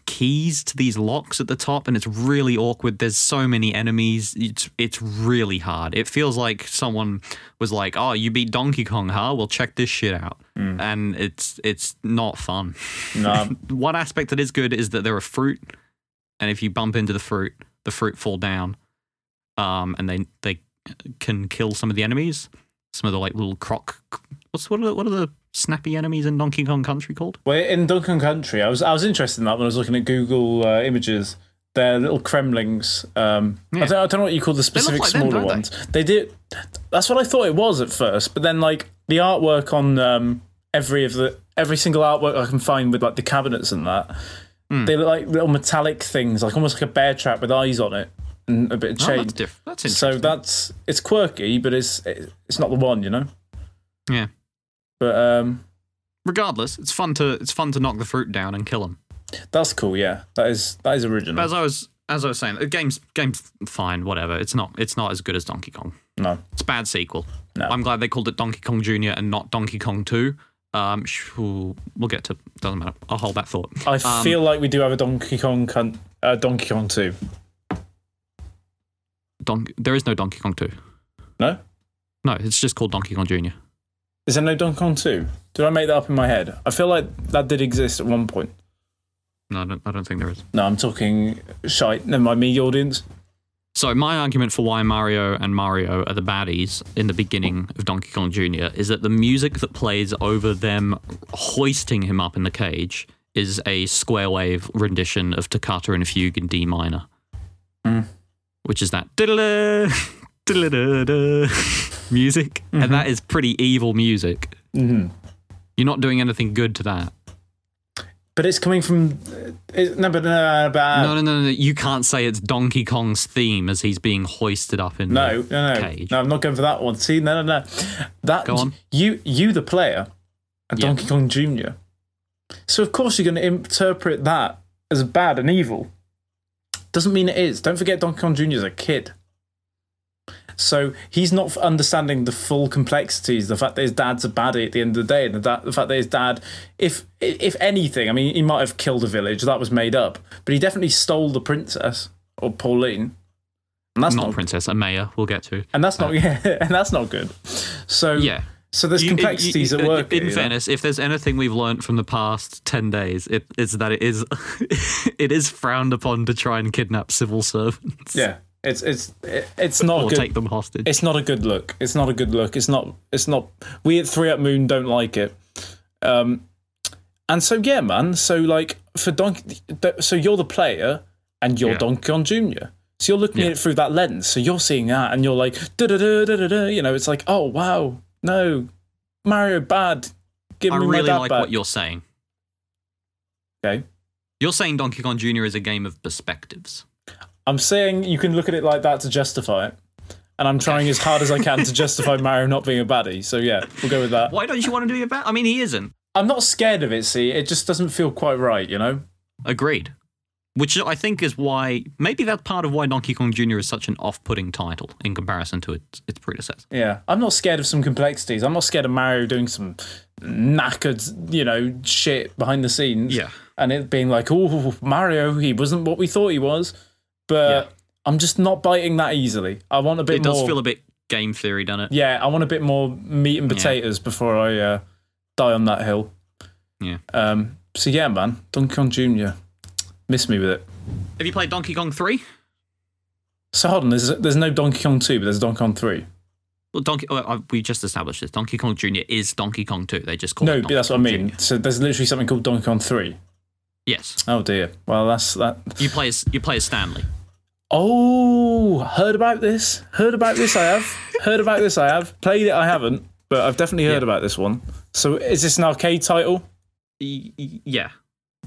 Speaker 2: keys to these locks at the top and it's really awkward there's so many enemies it's it's really hard it feels like someone was like oh you beat donkey kong huh well check this shit out
Speaker 1: Mm.
Speaker 2: and it's it's not fun Um,
Speaker 1: No,
Speaker 2: one aspect that is good is that there are fruit and if you bump into the fruit the fruit fall down um and they they can kill some of the enemies some of the like little croc what's what are the, what are the snappy enemies in Donkey Kong Country called?
Speaker 1: Well, in Donkey Kong Country, I was I was interested in that when I was looking at Google uh, images. They're little Kremlings. Um, I,
Speaker 2: Yeah.
Speaker 1: don't, I don't know what you call the specific
Speaker 2: like them,
Speaker 1: smaller
Speaker 2: don't they?
Speaker 1: ones. They? did. That's what I thought it was at first, but then like the artwork on um, every of the every single artwork I can find with like the cabinets and that,
Speaker 2: Hmm.
Speaker 1: they look like little metallic things, like almost like a bear trap with eyes on it and a bit of
Speaker 2: Oh,
Speaker 1: chain.
Speaker 2: that's diff- That's interesting.
Speaker 1: so that's it's quirky, but it's it- it's not the one, you know.
Speaker 2: yeah.
Speaker 1: But um,
Speaker 2: Regardless, it's fun to it's fun to knock the fruit down and kill them.
Speaker 1: that's cool. Yeah, that is that is original.
Speaker 2: But as I was as I was saying, the game's game's fine, whatever. It's not it's not as good as Donkey Kong.
Speaker 1: no.
Speaker 2: It's a bad sequel.
Speaker 1: No.
Speaker 2: I'm glad they called it Donkey Kong Jr. and not Donkey Kong 2. Um, sh- ooh, we'll get to doesn't matter. I'll hold that thought.
Speaker 1: I feel like we do have a Donkey Kong con- uh, Donkey Kong 2.
Speaker 2: Don- there is no Donkey Kong 2.
Speaker 1: No?
Speaker 2: No, it's just called Donkey Kong Jr.
Speaker 1: Is there no Donkey Kong 2? Did I make that up in my head? I feel like that did exist at one point.
Speaker 2: No, I don't, I don't think there is.
Speaker 1: No, I'm talking shite. Never mind me, audience.
Speaker 2: So my argument for why Mario and Mario are the baddies in the beginning of Donkey Kong Jr. is that the music that plays over them hoisting him up in the cage is a square wave rendition of Toccata and Fugue in D minor, which is that diddle-da, diddle-da-da music, and that is pretty evil music. You're not doing anything good to that.
Speaker 1: But it's coming from. uh, It, no, but no, but- uh,
Speaker 2: No, no, no, no. You can't say it's Donkey Kong's theme as he's being hoisted up in
Speaker 1: no,
Speaker 2: the
Speaker 1: no, no,
Speaker 2: cage.
Speaker 1: no. I'm not going for that one. See, no, no, no. That
Speaker 2: Go on.
Speaker 1: you, you, the player, and
Speaker 2: Yeah.
Speaker 1: Donkey Kong Jr. So of course you're going to interpret that as bad and evil. Doesn't mean it is. Don't forget Donkey Kong Jr. is a kid. So he's not f- understanding the full complexities. The fact that his dad's a baddie at the end of the day, and the, da- the fact that his dad, if if anything, I mean, he might have killed a village that was made up, but he definitely stole the princess or Pauline, and that's
Speaker 2: Not,
Speaker 1: not
Speaker 2: Princess Amaya, we'll get to.
Speaker 1: and that's not yeah, and that's not good. So
Speaker 2: Oh. Yeah.
Speaker 1: so there's
Speaker 2: You-
Speaker 1: complexities
Speaker 2: you-
Speaker 1: at work.
Speaker 2: In
Speaker 1: here, you know?
Speaker 2: fairness, if there's anything we've learned from the past ten days, it is that it is it is frowned upon to try and kidnap civil servants
Speaker 1: yeah, it's it's it- it's not
Speaker 2: or
Speaker 1: a Oh, good.
Speaker 2: take them hostage.
Speaker 1: it's not a good look. It's not a good look. It's not. It's not. We at Three Up Moon don't like it. Um, and so yeah, man. So like for Donkey, so you're the player and you're
Speaker 2: Yeah.
Speaker 1: Donkey Kong Junior. So you're looking at
Speaker 2: Yeah.
Speaker 1: it through that lens. So you're seeing that, and you're like, da da da da da da. You know, it's like, oh wow, no, Mario bad. Give
Speaker 2: I
Speaker 1: me my
Speaker 2: really
Speaker 1: dad
Speaker 2: like
Speaker 1: back.
Speaker 2: what you're saying.
Speaker 1: okay.
Speaker 2: You're saying Donkey Kong Jr. is a game of perspectives.
Speaker 1: I'm saying you can look at it like that to justify it. And I'm trying as hard as I can to justify Mario not being a baddie. So yeah, we'll go with that.
Speaker 2: Why don't you want to do that? I mean, he isn't.
Speaker 1: I'm not scared of it, see. It just doesn't feel quite right, you know?
Speaker 2: Agreed. Which I think is why maybe that's part of why Donkey Kong Jr. is such an off-putting title in comparison to its its predecessor.
Speaker 1: Yeah. I'm not scared of some complexities. I'm not scared of Mario doing some knackered, you know, shit behind the scenes.
Speaker 2: Yeah.
Speaker 1: And it being like, oh, Mario, he wasn't what we thought he was. But
Speaker 2: Yeah.
Speaker 1: I'm just not biting that easily. I want a bit
Speaker 2: It
Speaker 1: more.
Speaker 2: does feel a bit game theory, doesn't it?
Speaker 1: yeah, I want a bit more meat and potatoes before I uh, die on that hill.
Speaker 2: Yeah.
Speaker 1: Um, so yeah, man, Donkey Kong Jr. Miss me with it.
Speaker 2: Have you played Donkey Kong Three?
Speaker 1: So hold on, there's there's no Donkey Kong two, but there's Donkey Kong three.
Speaker 2: Well, Donkey. Oh, I- we just established this. Donkey Kong Jr. is Donkey Kong 2. They just call it.
Speaker 1: No, but
Speaker 2: Donkey
Speaker 1: that's what I
Speaker 2: Kong
Speaker 1: mean.
Speaker 2: Jr..
Speaker 1: So there's literally something called Donkey Kong three.
Speaker 2: Yes,
Speaker 1: Oh dear. Well, that's that.
Speaker 2: you play as you play as Stanley.
Speaker 1: Oh, heard about this? Heard about this? I have. heard about this? I have. Played it? I haven't. But I've definitely heard about this one. So is this an arcade title?
Speaker 2: Y- y- Yeah,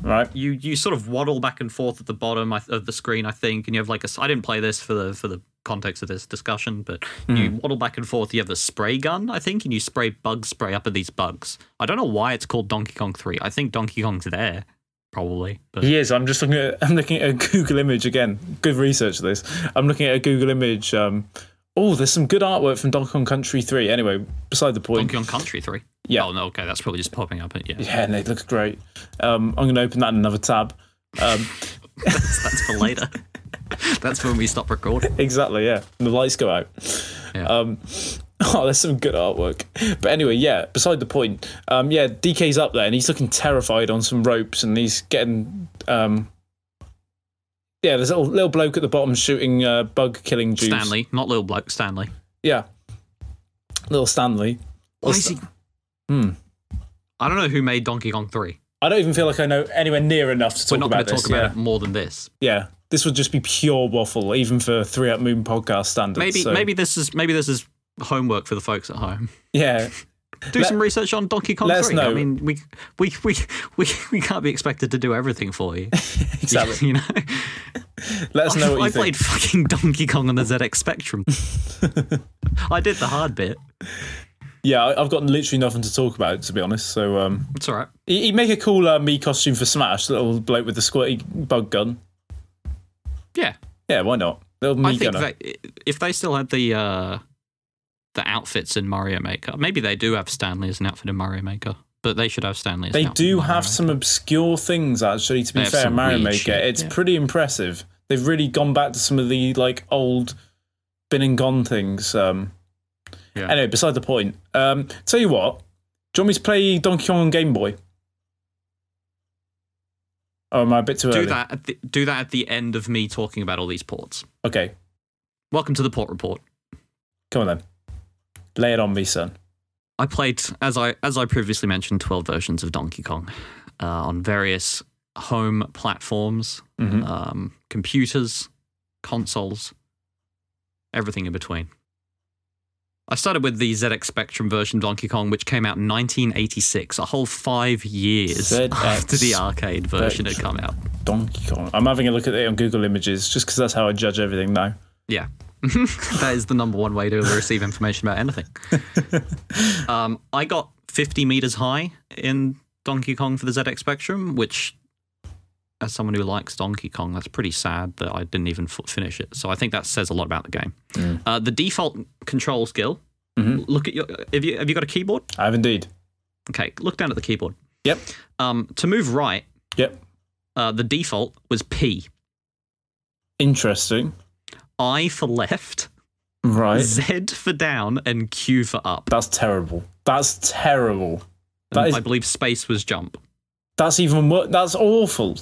Speaker 1: Right.
Speaker 2: you you sort of waddle back and forth at the bottom I th- of the screen, I think, and you have like a. s- I didn't play this for the for the context of this discussion, but you waddle back and forth. You have a spray gun, I think, and you spray bug spray up at these bugs. I don't know why it's called Donkey Kong Three. I think Donkey Kong's there, probably. But
Speaker 1: He is. I'm just looking at. I'm looking at a Google image again. Good research. This. I'm looking at a Google image. Um, oh, there's some good artwork from Donkey Kong Country Three. Anyway, beside the point.
Speaker 2: Donkey Kong Country Three.
Speaker 1: Yeah.
Speaker 2: Oh no. Okay, that's probably just popping up. Yeah.
Speaker 1: Yeah, and it looks great. Um, I'm going to open that in another tab. Um,
Speaker 2: That's, that's for later. that's when we stop recording.
Speaker 1: exactly. Yeah, and the lights go out.
Speaker 2: Yeah.
Speaker 1: Um, oh, there's some good artwork. But anyway, yeah. Beside the point. Um, yeah, DK's up there and he's looking terrified on some ropes and he's getting. Um, yeah, there's a little, little bloke at the bottom shooting uh, bug killing juice.
Speaker 2: Stanley, not little bloke, Stanley.
Speaker 1: Yeah. Little Stanley. Hmm.
Speaker 2: Why is he? I don't know who made Donkey Kong 3.
Speaker 1: I don't even feel like I know anywhere near enough to
Speaker 2: We're
Speaker 1: talk
Speaker 2: not going
Speaker 1: about
Speaker 2: to
Speaker 1: this.
Speaker 2: talk about
Speaker 1: yeah.
Speaker 2: it more than this.
Speaker 1: yeah, this would just be pure waffle, even for Three Up Moon podcast standards.
Speaker 2: Maybe
Speaker 1: so-
Speaker 2: maybe this is maybe this is homework for the folks at home.
Speaker 1: Yeah,
Speaker 2: Do some research on Donkey Kong
Speaker 1: let us
Speaker 2: 3. I
Speaker 1: know.
Speaker 2: mean, we we, we we we can't be expected to do everything for you.
Speaker 1: exactly.
Speaker 2: you know,
Speaker 1: Let us know what
Speaker 2: I
Speaker 1: you think.
Speaker 2: played fucking Donkey Kong on the ZX Spectrum. I did the hard bit.
Speaker 1: Yeah, I- I've got literally nothing to talk about to be honest. So um,
Speaker 2: It's all right.
Speaker 1: he- he'd make a cool uh, me costume for Smash, the little bloke with the squirty bug gun.
Speaker 2: Yeah,
Speaker 1: Yeah, why not? Little me
Speaker 2: I think
Speaker 1: gunner.
Speaker 2: that if they still had the uh, the outfits in Mario Maker, maybe they do have Stanley as an outfit in Mario Maker, but they should have Stanley. As
Speaker 1: They
Speaker 2: an outfit in
Speaker 1: do
Speaker 2: Mario
Speaker 1: have
Speaker 2: Maker.
Speaker 1: some obscure things actually. To be
Speaker 2: They have
Speaker 1: fair,
Speaker 2: some
Speaker 1: in Mario
Speaker 2: weird
Speaker 1: Maker,
Speaker 2: shit,
Speaker 1: it's
Speaker 2: yeah.
Speaker 1: pretty impressive. They've really gone back to some of the like old been and gone things. Um,
Speaker 2: Yeah.
Speaker 1: Anyway, beside the point. Um, tell you what, do you want me to play Donkey Kong on Game Boy? Oh, am I a bit too early?
Speaker 2: do that. At the, do that at the end of me talking about all these ports.
Speaker 1: Okay,
Speaker 2: Welcome to the port report.
Speaker 1: come on then. Lay it on me, son.
Speaker 2: I played, as I as I previously mentioned, twelve versions of Donkey Kong uh, on various home platforms,
Speaker 1: Mhm.
Speaker 2: um, computers, consoles, everything in between. I started with the ZX Spectrum version of Donkey Kong, which came out in 1986, a whole five years
Speaker 1: ZX
Speaker 2: after the arcade version had come out.
Speaker 1: Donkey Kong. I'm having a look at it on Google Images just because that's how I judge everything now.
Speaker 2: Yeah. that is the number one way to receive information about anything. um, I got 50 meters high in Donkey Kong for the ZX Spectrum, which, as someone who likes Donkey Kong, that's pretty sad that I didn't even f- finish it. So I think that says a lot about the game. Uh, the default control skill. Look at your. Have you have you got a keyboard?
Speaker 1: I have indeed.
Speaker 2: Okay, look down at the keyboard.
Speaker 1: Yep.
Speaker 2: Um, to move right,
Speaker 1: Yep.
Speaker 2: uh, the default was P.
Speaker 1: Interesting.
Speaker 2: I for left,
Speaker 1: Right.
Speaker 2: Z for down, and Q for up.
Speaker 1: That's terrible. That's terrible. That
Speaker 2: And
Speaker 1: is
Speaker 2: I believe space was jump.
Speaker 1: that's even worse. That's awful.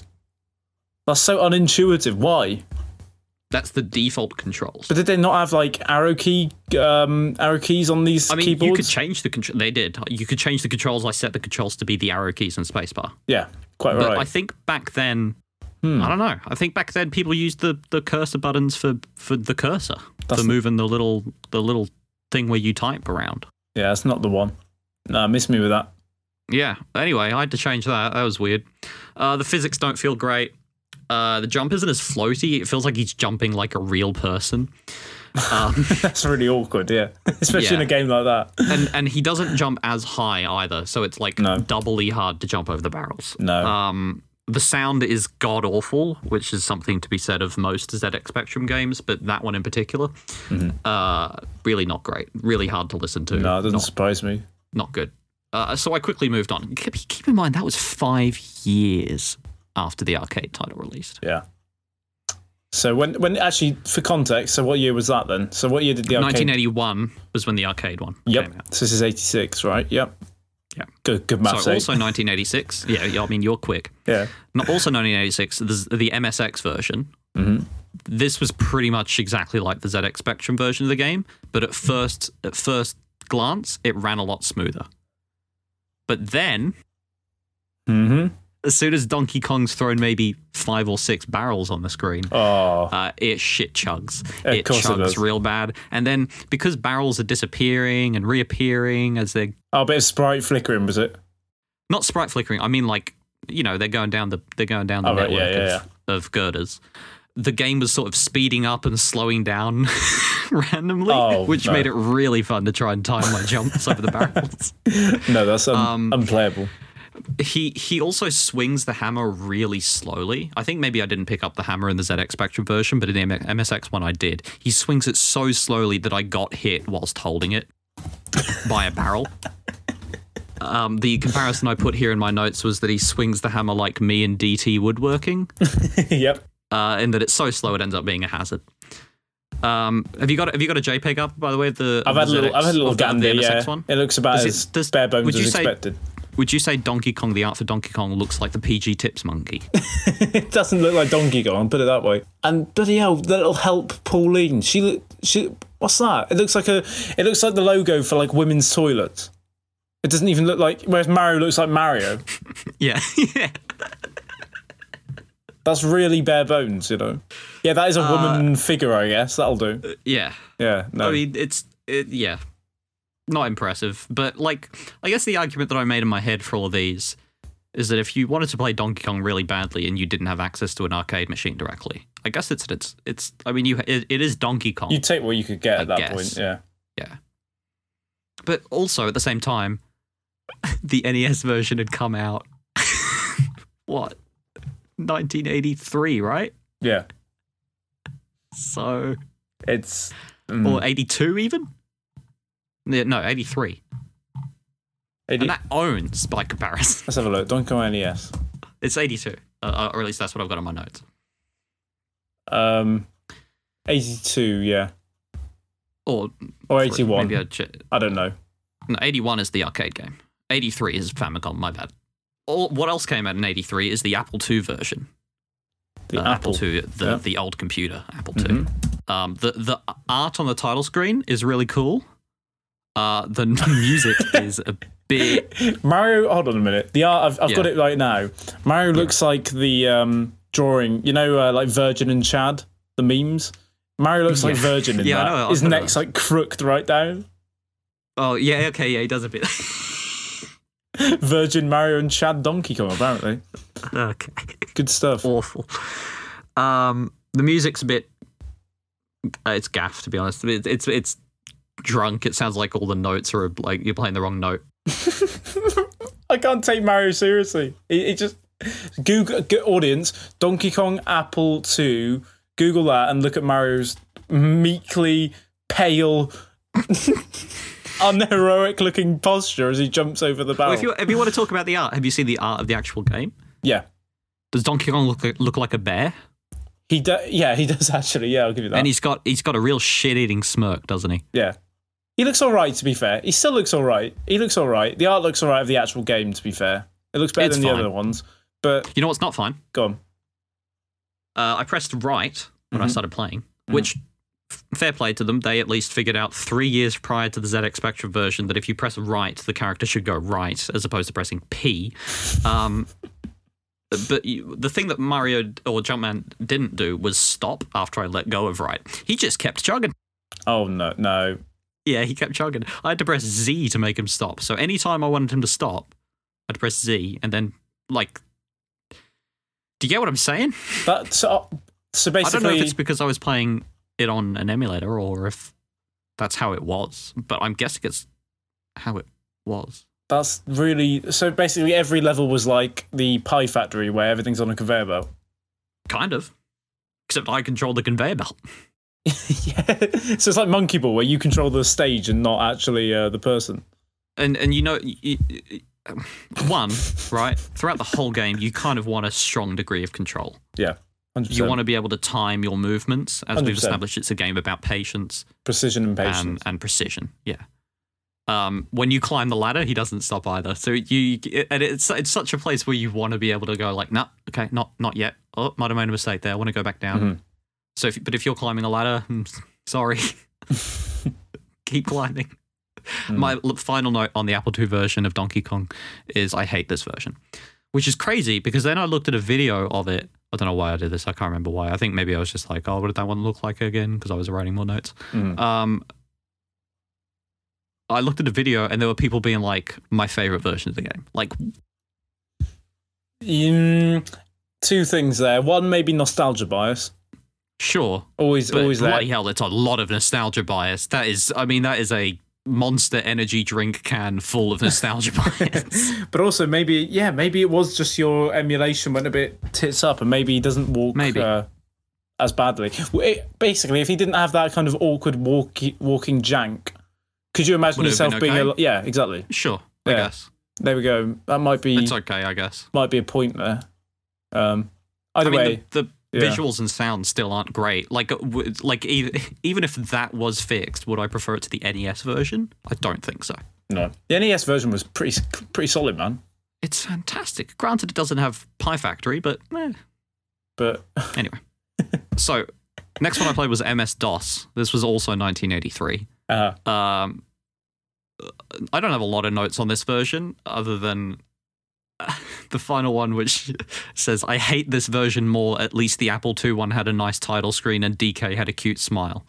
Speaker 1: That's so unintuitive. Why?
Speaker 2: That's the default controls.
Speaker 1: But did they not have like arrow key um, arrow keys on these
Speaker 2: I mean,
Speaker 1: keyboards?
Speaker 2: you could change the control. They did. You could change the controls. I set the controls to be the arrow keys and spacebar.
Speaker 1: yeah, quite
Speaker 2: But
Speaker 1: right. Hmm.
Speaker 2: I think back then, I don't know. I think back then people used the, the cursor buttons for, for the cursor
Speaker 1: That's-
Speaker 2: for moving the little the little thing where you type around.
Speaker 1: yeah, that's not the one. No, miss me with that.
Speaker 2: Yeah. Anyway, I had to change that. That was weird. Uh, the physics don't feel great. Uh, the jump isn't as floaty. It feels like he's jumping like a real person.
Speaker 1: That's really awkward. Yeah, especially in
Speaker 2: Yeah.
Speaker 1: a game like that.
Speaker 2: and and he doesn't jump as high either, so it's like
Speaker 1: No.
Speaker 2: doubly hard to jump over the barrels.
Speaker 1: No.
Speaker 2: Um, the sound is god awful, which is something to be said of most ZX Spectrum games, but that one in particular, uh, really not great. Really hard to listen to.
Speaker 1: Mm-hmm. no, it doesn't
Speaker 2: not,
Speaker 1: surprise me.
Speaker 2: not good. Uh, so I quickly moved on. Keep, keep in mind that was five years after the arcade title released.
Speaker 1: Yeah. So when when actually for context, so what year was that then? So what year did the arcade?
Speaker 2: 1981 was when the arcade one
Speaker 1: Yep.
Speaker 2: came out.
Speaker 1: So this is eighty six, right? Yep.
Speaker 2: Yeah.
Speaker 1: Good good
Speaker 2: So
Speaker 1: maths. eh?
Speaker 2: also 1986. Yeah, yeah, I mean you're quick.
Speaker 1: yeah.
Speaker 2: Not also 1986, there's the MSX version.
Speaker 1: Mm-hmm.
Speaker 2: This was pretty much exactly like the ZX Spectrum version of the game, but at first at first glance, it ran a lot smoother. But then,
Speaker 1: hmm
Speaker 2: as soon as Donkey Kong's thrown maybe five or six barrels on the screen,
Speaker 1: Oh.
Speaker 2: uh, it shit chugs.
Speaker 1: Of
Speaker 2: it
Speaker 1: course it
Speaker 2: chugs
Speaker 1: does.
Speaker 2: real bad. And then because barrels are disappearing and reappearing as they're
Speaker 1: Oh, a bit of sprite flickering, was it?
Speaker 2: not sprite flickering. I mean, like you know, they're going down the they're going down the
Speaker 1: Oh, right,
Speaker 2: network
Speaker 1: yeah, yeah,
Speaker 2: of, of girders. The game was sort of speeding up and slowing down randomly,
Speaker 1: Oh,
Speaker 2: which
Speaker 1: no.
Speaker 2: made it really fun to try and time my jumps over the barrels.
Speaker 1: No, that's un-
Speaker 2: Um,
Speaker 1: unplayable.
Speaker 2: He he also swings the hammer really slowly. I think maybe I didn't pick up the hammer in the ZX Spectrum version, but in the M- MSX one I did. He swings it so slowly that I got hit whilst holding it by a barrel. Um, the comparison I put here in my notes was that he swings the hammer like me in DT woodworking,
Speaker 1: yep.
Speaker 2: uh, in that it's so slow it ends up being a hazard. Um, have you got have you got a JPEG up by the way? of The
Speaker 1: I've
Speaker 2: of
Speaker 1: had a
Speaker 2: the
Speaker 1: little, I've had a
Speaker 2: ZX
Speaker 1: little
Speaker 2: of the-
Speaker 1: gander.
Speaker 2: the MSX
Speaker 1: yeah.
Speaker 2: one.
Speaker 1: It looks about
Speaker 2: Does it-
Speaker 1: as
Speaker 2: does-
Speaker 1: bare bones
Speaker 2: would you
Speaker 1: as
Speaker 2: say-
Speaker 1: expected.
Speaker 2: Would you say Donkey Kong, the art for Donkey Kong, looks like the PG Tips monkey?
Speaker 1: it doesn't look like Donkey Kong. Put it that way. And bloody hell, that'll help Pauline. She look- she. What's that? It looks like a. It looks like the logo for like women's toilets. It doesn't even look like. Whereas Mario looks like Mario.
Speaker 2: Yeah, yeah.
Speaker 1: That's really bare bones, you know. Yeah, that is a woman Uh, figure, I guess. That'll do.
Speaker 2: Yeah.
Speaker 1: Yeah, no.
Speaker 2: I mean, it's it, yeah, not impressive. But like, I guess the argument that I made in my head for all of these is that if you wanted to play Donkey Kong really badly and you didn't have access to an arcade machine directly, I guess it's it's it's. I mean, you it, it is Donkey Kong.
Speaker 1: you take what you could get at that
Speaker 2: guess.
Speaker 1: point. Yeah.
Speaker 2: yeah. But also at the same time, the NES version had come out. what? 1983, right?
Speaker 1: Yeah.
Speaker 2: So,
Speaker 1: It's.
Speaker 2: or 82 even? Yeah, No, 83.
Speaker 1: Eighty-
Speaker 2: And that owns by comparison.
Speaker 1: Let's have a look. Donkey Kong NES.
Speaker 2: It's 82, uh, or at least that's what I've got on my notes.
Speaker 1: Um, 82, yeah.
Speaker 2: Or
Speaker 1: Or
Speaker 2: three.
Speaker 1: 81.
Speaker 2: Maybe I ch-
Speaker 1: I don't know.
Speaker 2: no, 81 is the arcade game. 83 is Famicom, my bad. Or what else came out in 83 is the Apple II version.
Speaker 1: The
Speaker 2: Uh,
Speaker 1: Apple.
Speaker 2: II, the,
Speaker 1: yeah. Mm-hmm.
Speaker 2: the old computer, Apple II. Um, the, the art on the title screen is really cool. Uh, the music is a bit.
Speaker 1: Mm-hmm. Mario, hold on a minute. The art, I've, I've got
Speaker 2: Yeah.
Speaker 1: it right now. Mario looks like the um, drawing, you know, uh, like Virgin and Chad, the memes. Mario looks like
Speaker 2: Yeah.
Speaker 1: Virgin in
Speaker 2: Yeah, I
Speaker 1: that.
Speaker 2: know, I
Speaker 1: His
Speaker 2: know
Speaker 1: neck's like crooked right down.
Speaker 2: Oh, yeah, okay, yeah, he does a bit.
Speaker 1: Virgin Mario and Chad Donkey Kong, apparently.
Speaker 2: okay.
Speaker 1: Good stuff.
Speaker 2: awful. Um, the music's a bit. Uh, it's gaff, to be honest. It, it's it's drunk. It sounds like all the notes are like you're playing the wrong note.
Speaker 1: I can't take Mario seriously. It, it just Google g- audience Donkey Kong Apple Two. Google that and look at Mario's meekly pale, unheroic looking posture as he jumps over the barrel.
Speaker 2: Well, if you if you want to talk about the art, have you seen the art of the actual game?
Speaker 1: yeah,
Speaker 2: Does Donkey Kong look look like a bear?
Speaker 1: he do- yeah he does actually. Yeah, I'll give you that.
Speaker 2: And he's got he's got a real shit eating smirk, doesn't he?
Speaker 1: yeah. He looks all right, to be fair. He still looks all right. He looks all right. The art looks all right of the actual game, to be fair. It looks better
Speaker 2: It's
Speaker 1: than the
Speaker 2: fine.
Speaker 1: other ones. But
Speaker 2: You know what's not fine?
Speaker 1: go on.
Speaker 2: Uh, I pressed right when I started playing, which f- fair play to them. They at least figured out three years prior to the ZX Spectrum version that if you press right, the character should go right as opposed to pressing P. Um, but you, the thing that Mario d- or Jumpman didn't do was stop after I let go of right. He just kept chugging.
Speaker 1: Oh no, no.
Speaker 2: Yeah, he kept chugging. I had to press Z to make him stop. So anytime I wanted him to stop, I had to press Z and then like. Do you get what I'm saying?
Speaker 1: That so, so
Speaker 2: I
Speaker 1: basically
Speaker 2: don't know if it's because I was playing it on an emulator or if that's how it was, but I'm guessing it's how it was.
Speaker 1: That's really so. Basically, every level was like the pie factory where everything's on a conveyor belt.
Speaker 2: Kind of. Except I controlled the conveyor belt.
Speaker 1: yeah, so it's like Monkey Ball where you control the stage and not actually uh, the person.
Speaker 2: And and you know, y- y- um, one, right? Throughout the whole game, you kind of want a strong degree of control.
Speaker 1: Yeah, hundred
Speaker 2: You want
Speaker 1: percent
Speaker 2: to be able to time your movements. As we've
Speaker 1: 100%.
Speaker 2: established, it's a game about patience
Speaker 1: precision and patience.
Speaker 2: and, and precision. Yeah. Um, when you climb the ladder, he doesn't stop either. So you and it's it's such a place where you want to be able to go like, nah, okay, not not yet. Oh, might have made a mistake there. I want to go back down.
Speaker 1: Mhm.
Speaker 2: So, if, but if you're climbing a ladder, mm, sorry, keep climbing. My l- final note on the Apple II version of Donkey Kong is I hate this version, which is crazy because then I looked at a video of it. I don't know why I did this. I can't remember why. I think maybe I was just like, oh, what did that one look like again? Because I was writing more notes.
Speaker 1: Mhm.
Speaker 2: Um, I looked at a video and there were people being like, my favorite version of the game. Like,
Speaker 1: Mm, two things there. One, maybe nostalgia bias.
Speaker 2: sure,
Speaker 1: Always,
Speaker 2: but
Speaker 1: always there.
Speaker 2: bloody hell, it's a lot of nostalgia bias. That is, I mean, that is a monster energy drink can full of nostalgia bias.
Speaker 1: But also, maybe yeah, maybe it was just your emulation went a bit tits up, and maybe he doesn't walk
Speaker 2: Maybe.
Speaker 1: Uh, as badly. Well, it- basically, if he didn't have that kind of awkward walkie, walking jank, could you imagine
Speaker 2: Would it have
Speaker 1: yourself
Speaker 2: been
Speaker 1: being?
Speaker 2: okay?
Speaker 1: A, lo- yeah, exactly.
Speaker 2: Sure, I
Speaker 1: Yeah.
Speaker 2: guess
Speaker 1: There we go. That might be
Speaker 2: it's okay. I guess.
Speaker 1: might be a point there. Um, either
Speaker 2: I mean,
Speaker 1: way,
Speaker 2: the, the
Speaker 1: yeah.
Speaker 2: visuals and sounds still aren't great. Like, uh, w- like e- even if that was fixed, would I prefer it to the NES version? I don't think so.
Speaker 1: no. The NES version was pretty s- pretty solid, man.
Speaker 2: It's fantastic. Granted, it doesn't have Pie Factory, but eh.
Speaker 1: But
Speaker 2: anyway. so, Uh-huh. next one I played was MS DOS. This was also 1983.
Speaker 1: uh,
Speaker 2: Um, I don't have a lot of notes on this version other than uh, the final one, which says, I hate this version more. At least the Apple II one had a nice title screen and DK had a cute smile.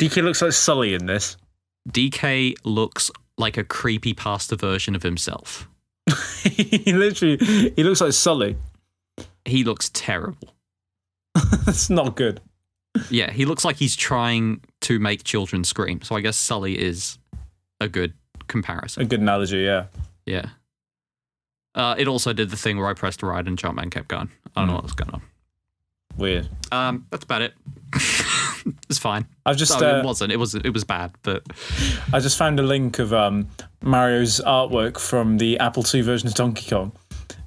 Speaker 1: DK looks like Sully in this.
Speaker 2: DK looks like a creepy pasta version of himself.
Speaker 1: he literally he looks like Sully.
Speaker 2: He looks terrible.
Speaker 1: That's not good.
Speaker 2: Yeah, he looks like he's trying to make children scream. So I guess Sully is a good comparison.
Speaker 1: A good analogy, yeah.
Speaker 2: Yeah. Uh, it also did the thing where I pressed ride and jump and kept going. I
Speaker 1: Hmm.
Speaker 2: don't know what was going on.
Speaker 1: Weird.
Speaker 2: Um, that's about it. it's fine.
Speaker 1: I've just
Speaker 2: So it
Speaker 1: uh,
Speaker 2: wasn't. It was. It was bad. But
Speaker 1: I just found a link of um, Mario's artwork from the Apple II version of Donkey Kong,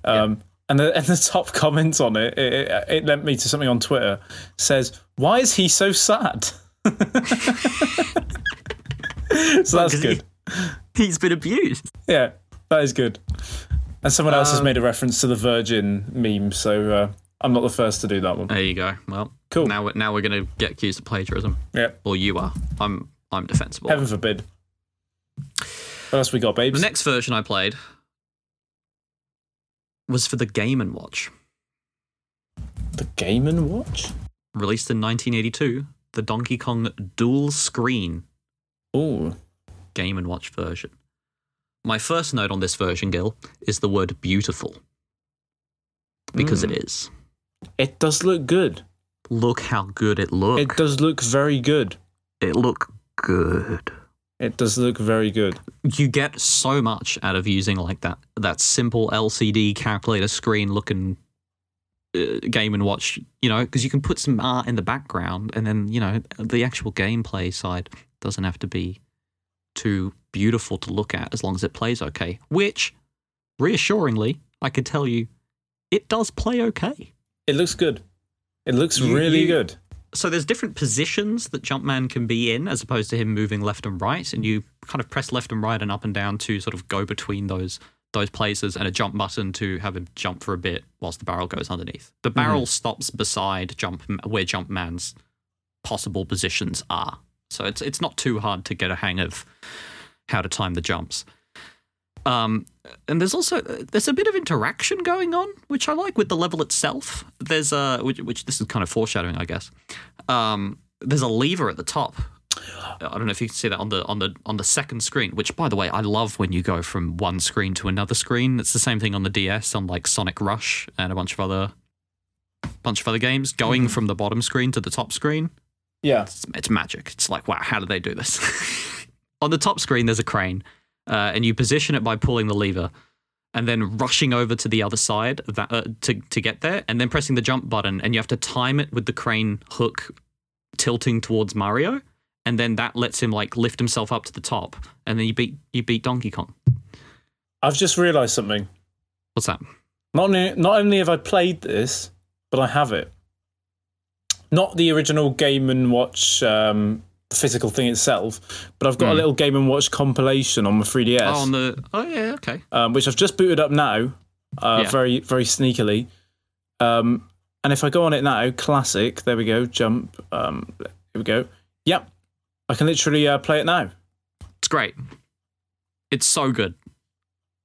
Speaker 1: um, and, the, and the top comment on it, it, it it lent me to something on Twitter. Says, "Why is he so sad?" so that's
Speaker 2: 'cause he-
Speaker 1: good.
Speaker 2: he's been abused.
Speaker 1: Yeah, that is good. And someone else
Speaker 2: Um,
Speaker 1: has made a reference to the Virgin meme, so uh, I'm not the first to do that one.
Speaker 2: There you go. Well,
Speaker 1: Cool.
Speaker 2: Now, we're- now we're gonna get accused of plagiarism.
Speaker 1: Yeah,
Speaker 2: Or you are. I'm. I'm defensible.
Speaker 1: heaven forbid. What else we got, babes?
Speaker 2: The next version I played was for the Game and Watch,
Speaker 1: the Game and Watch.
Speaker 2: released in 1982. The Donkey Kong dual screen
Speaker 1: Oh,
Speaker 2: Game and Watch version. My first note on this version, Gil, is the word "beautiful" because it is.
Speaker 1: it does look good.
Speaker 2: Look how good it looked.
Speaker 1: It does look very good.
Speaker 2: it looked good.
Speaker 1: It does look very good.
Speaker 2: You get so much out of using like that that simple LCD calculator screen looking uh, game and watch. You know, because you can put some art in the background, and then you know the actual gameplay side doesn't have to be too beautiful to look at as long as it plays okay. Which, reassuringly, I could tell you, it does play okay.
Speaker 1: It looks good. It looks
Speaker 2: You-
Speaker 1: really
Speaker 2: you-
Speaker 1: good.
Speaker 2: so there's different positions that Jumpman can be in as opposed to him moving left and right, and you kind of press left and right and up and down to sort of go between those those places and a jump button to have him jump for a bit whilst the barrel goes underneath. The barrel stops beside jump where Jumpman's possible positions are. So it's it's not too hard to get a hang of how to time the jumps. Um, and there's also there's a bit of interaction going on, which I like with the level itself. There's a which, which this is kind of foreshadowing, I guess. Um, there's a lever at the top. I don't know if you can see that on the on the on the second screen. Which, by the way, I love when you go from one screen to another screen. It's the same thing on the DS on like Sonic Rush and a bunch of other bunch of other games. Going from the bottom screen to the top screen
Speaker 1: Yeah.
Speaker 2: it's, it's magic. It's like, wow, how did they do this? On the top screen, there's a crane, uh, and you position it by pulling the lever, and then rushing over to the other side of that, uh, to to get there, and then pressing the jump button, and you have to time it with the crane hook tilting towards Mario, and then that lets him like lift himself up to the top, and then you beat you beat Donkey Kong.
Speaker 1: I've just realised something.
Speaker 2: What's that?
Speaker 1: Not only, not only have I played this, but I have it. Not the original Game and Watch um, physical thing itself, but I've got a
Speaker 2: Hmm.
Speaker 1: little Game and Watch compilation on my 3DS,
Speaker 2: Oh, on the oh yeah, okay.
Speaker 1: um, which I've just booted up now, uh,
Speaker 2: Yeah.
Speaker 1: very very sneakily. Um, and if I go on it now, classic. There we go. Jump. Um, here we go. Yep, I can literally uh, play it now.
Speaker 2: It's great. It's so good.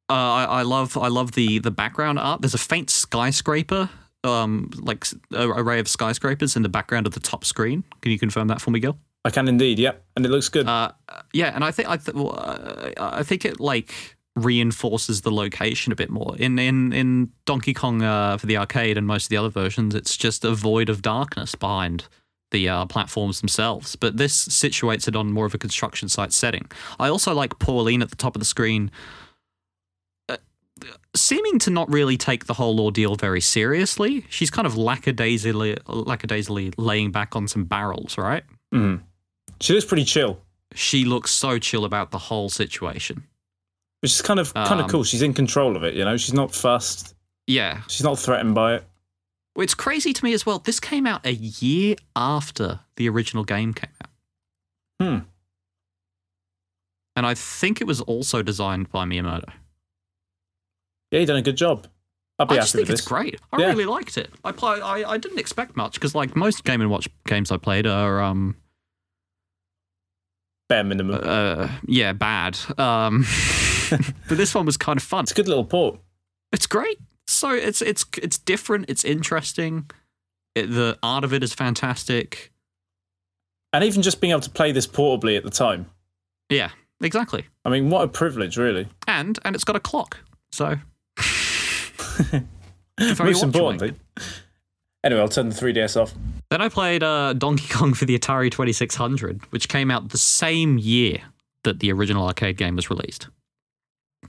Speaker 2: Uh, I, I love I love the the background art. There's a faint skyscraper, um, like s- a array of skyscrapers in the background of the top screen. Can you confirm that for me, Gil?
Speaker 1: I can indeed. Yep, and it looks good.
Speaker 2: Uh, yeah, and I think I, th- well, uh, I think it like reinforces the location a bit more. In in in Donkey Kong uh, for the arcade and most of the other versions, it's just a void of darkness behind the uh, platforms themselves. But this situates it on more of a construction site setting. I also like Pauline at the top of the screen. uh, Seeming to not really take the whole ordeal very seriously, she's kind of lackadaisically, lackadaisically laying back on some barrels, right?
Speaker 1: Mm. She looks pretty chill.
Speaker 2: she looks so chill about the whole situation.
Speaker 1: which is kind of kind
Speaker 2: Um,
Speaker 1: of cool. She's in control of it, you know. She's not fussed.
Speaker 2: Yeah.
Speaker 1: She's not threatened by it.
Speaker 2: It's crazy to me as well. This came out a year after the original game came out.
Speaker 1: Hmm.
Speaker 2: And I think it was also designed by Miyamoto.
Speaker 1: Yeah, you done a good job. I'll be
Speaker 2: I
Speaker 1: happy
Speaker 2: just think
Speaker 1: with
Speaker 2: it's
Speaker 1: this.
Speaker 2: great. I
Speaker 1: Yeah.
Speaker 2: really liked it. I play. I, I didn't expect much because like most Game and Watch games I played are um
Speaker 3: bare minimum.
Speaker 2: yeah, bad. Um, but this one was kind of fun.
Speaker 3: it's a good little port.
Speaker 2: It's great. So it's it's it's different. It's interesting. It, the art of it is fantastic.
Speaker 3: And even just being able to play this portably at the time.
Speaker 2: Yeah, exactly.
Speaker 3: I mean, what a privilege, really.
Speaker 2: And and it's got a clock. So very
Speaker 3: Most importantly. Anyway, I'll turn the 3DS off.
Speaker 2: Then I played uh, Donkey Kong for the Atari 2600, which came out the same year that the original arcade game was released.
Speaker 3: Hmm.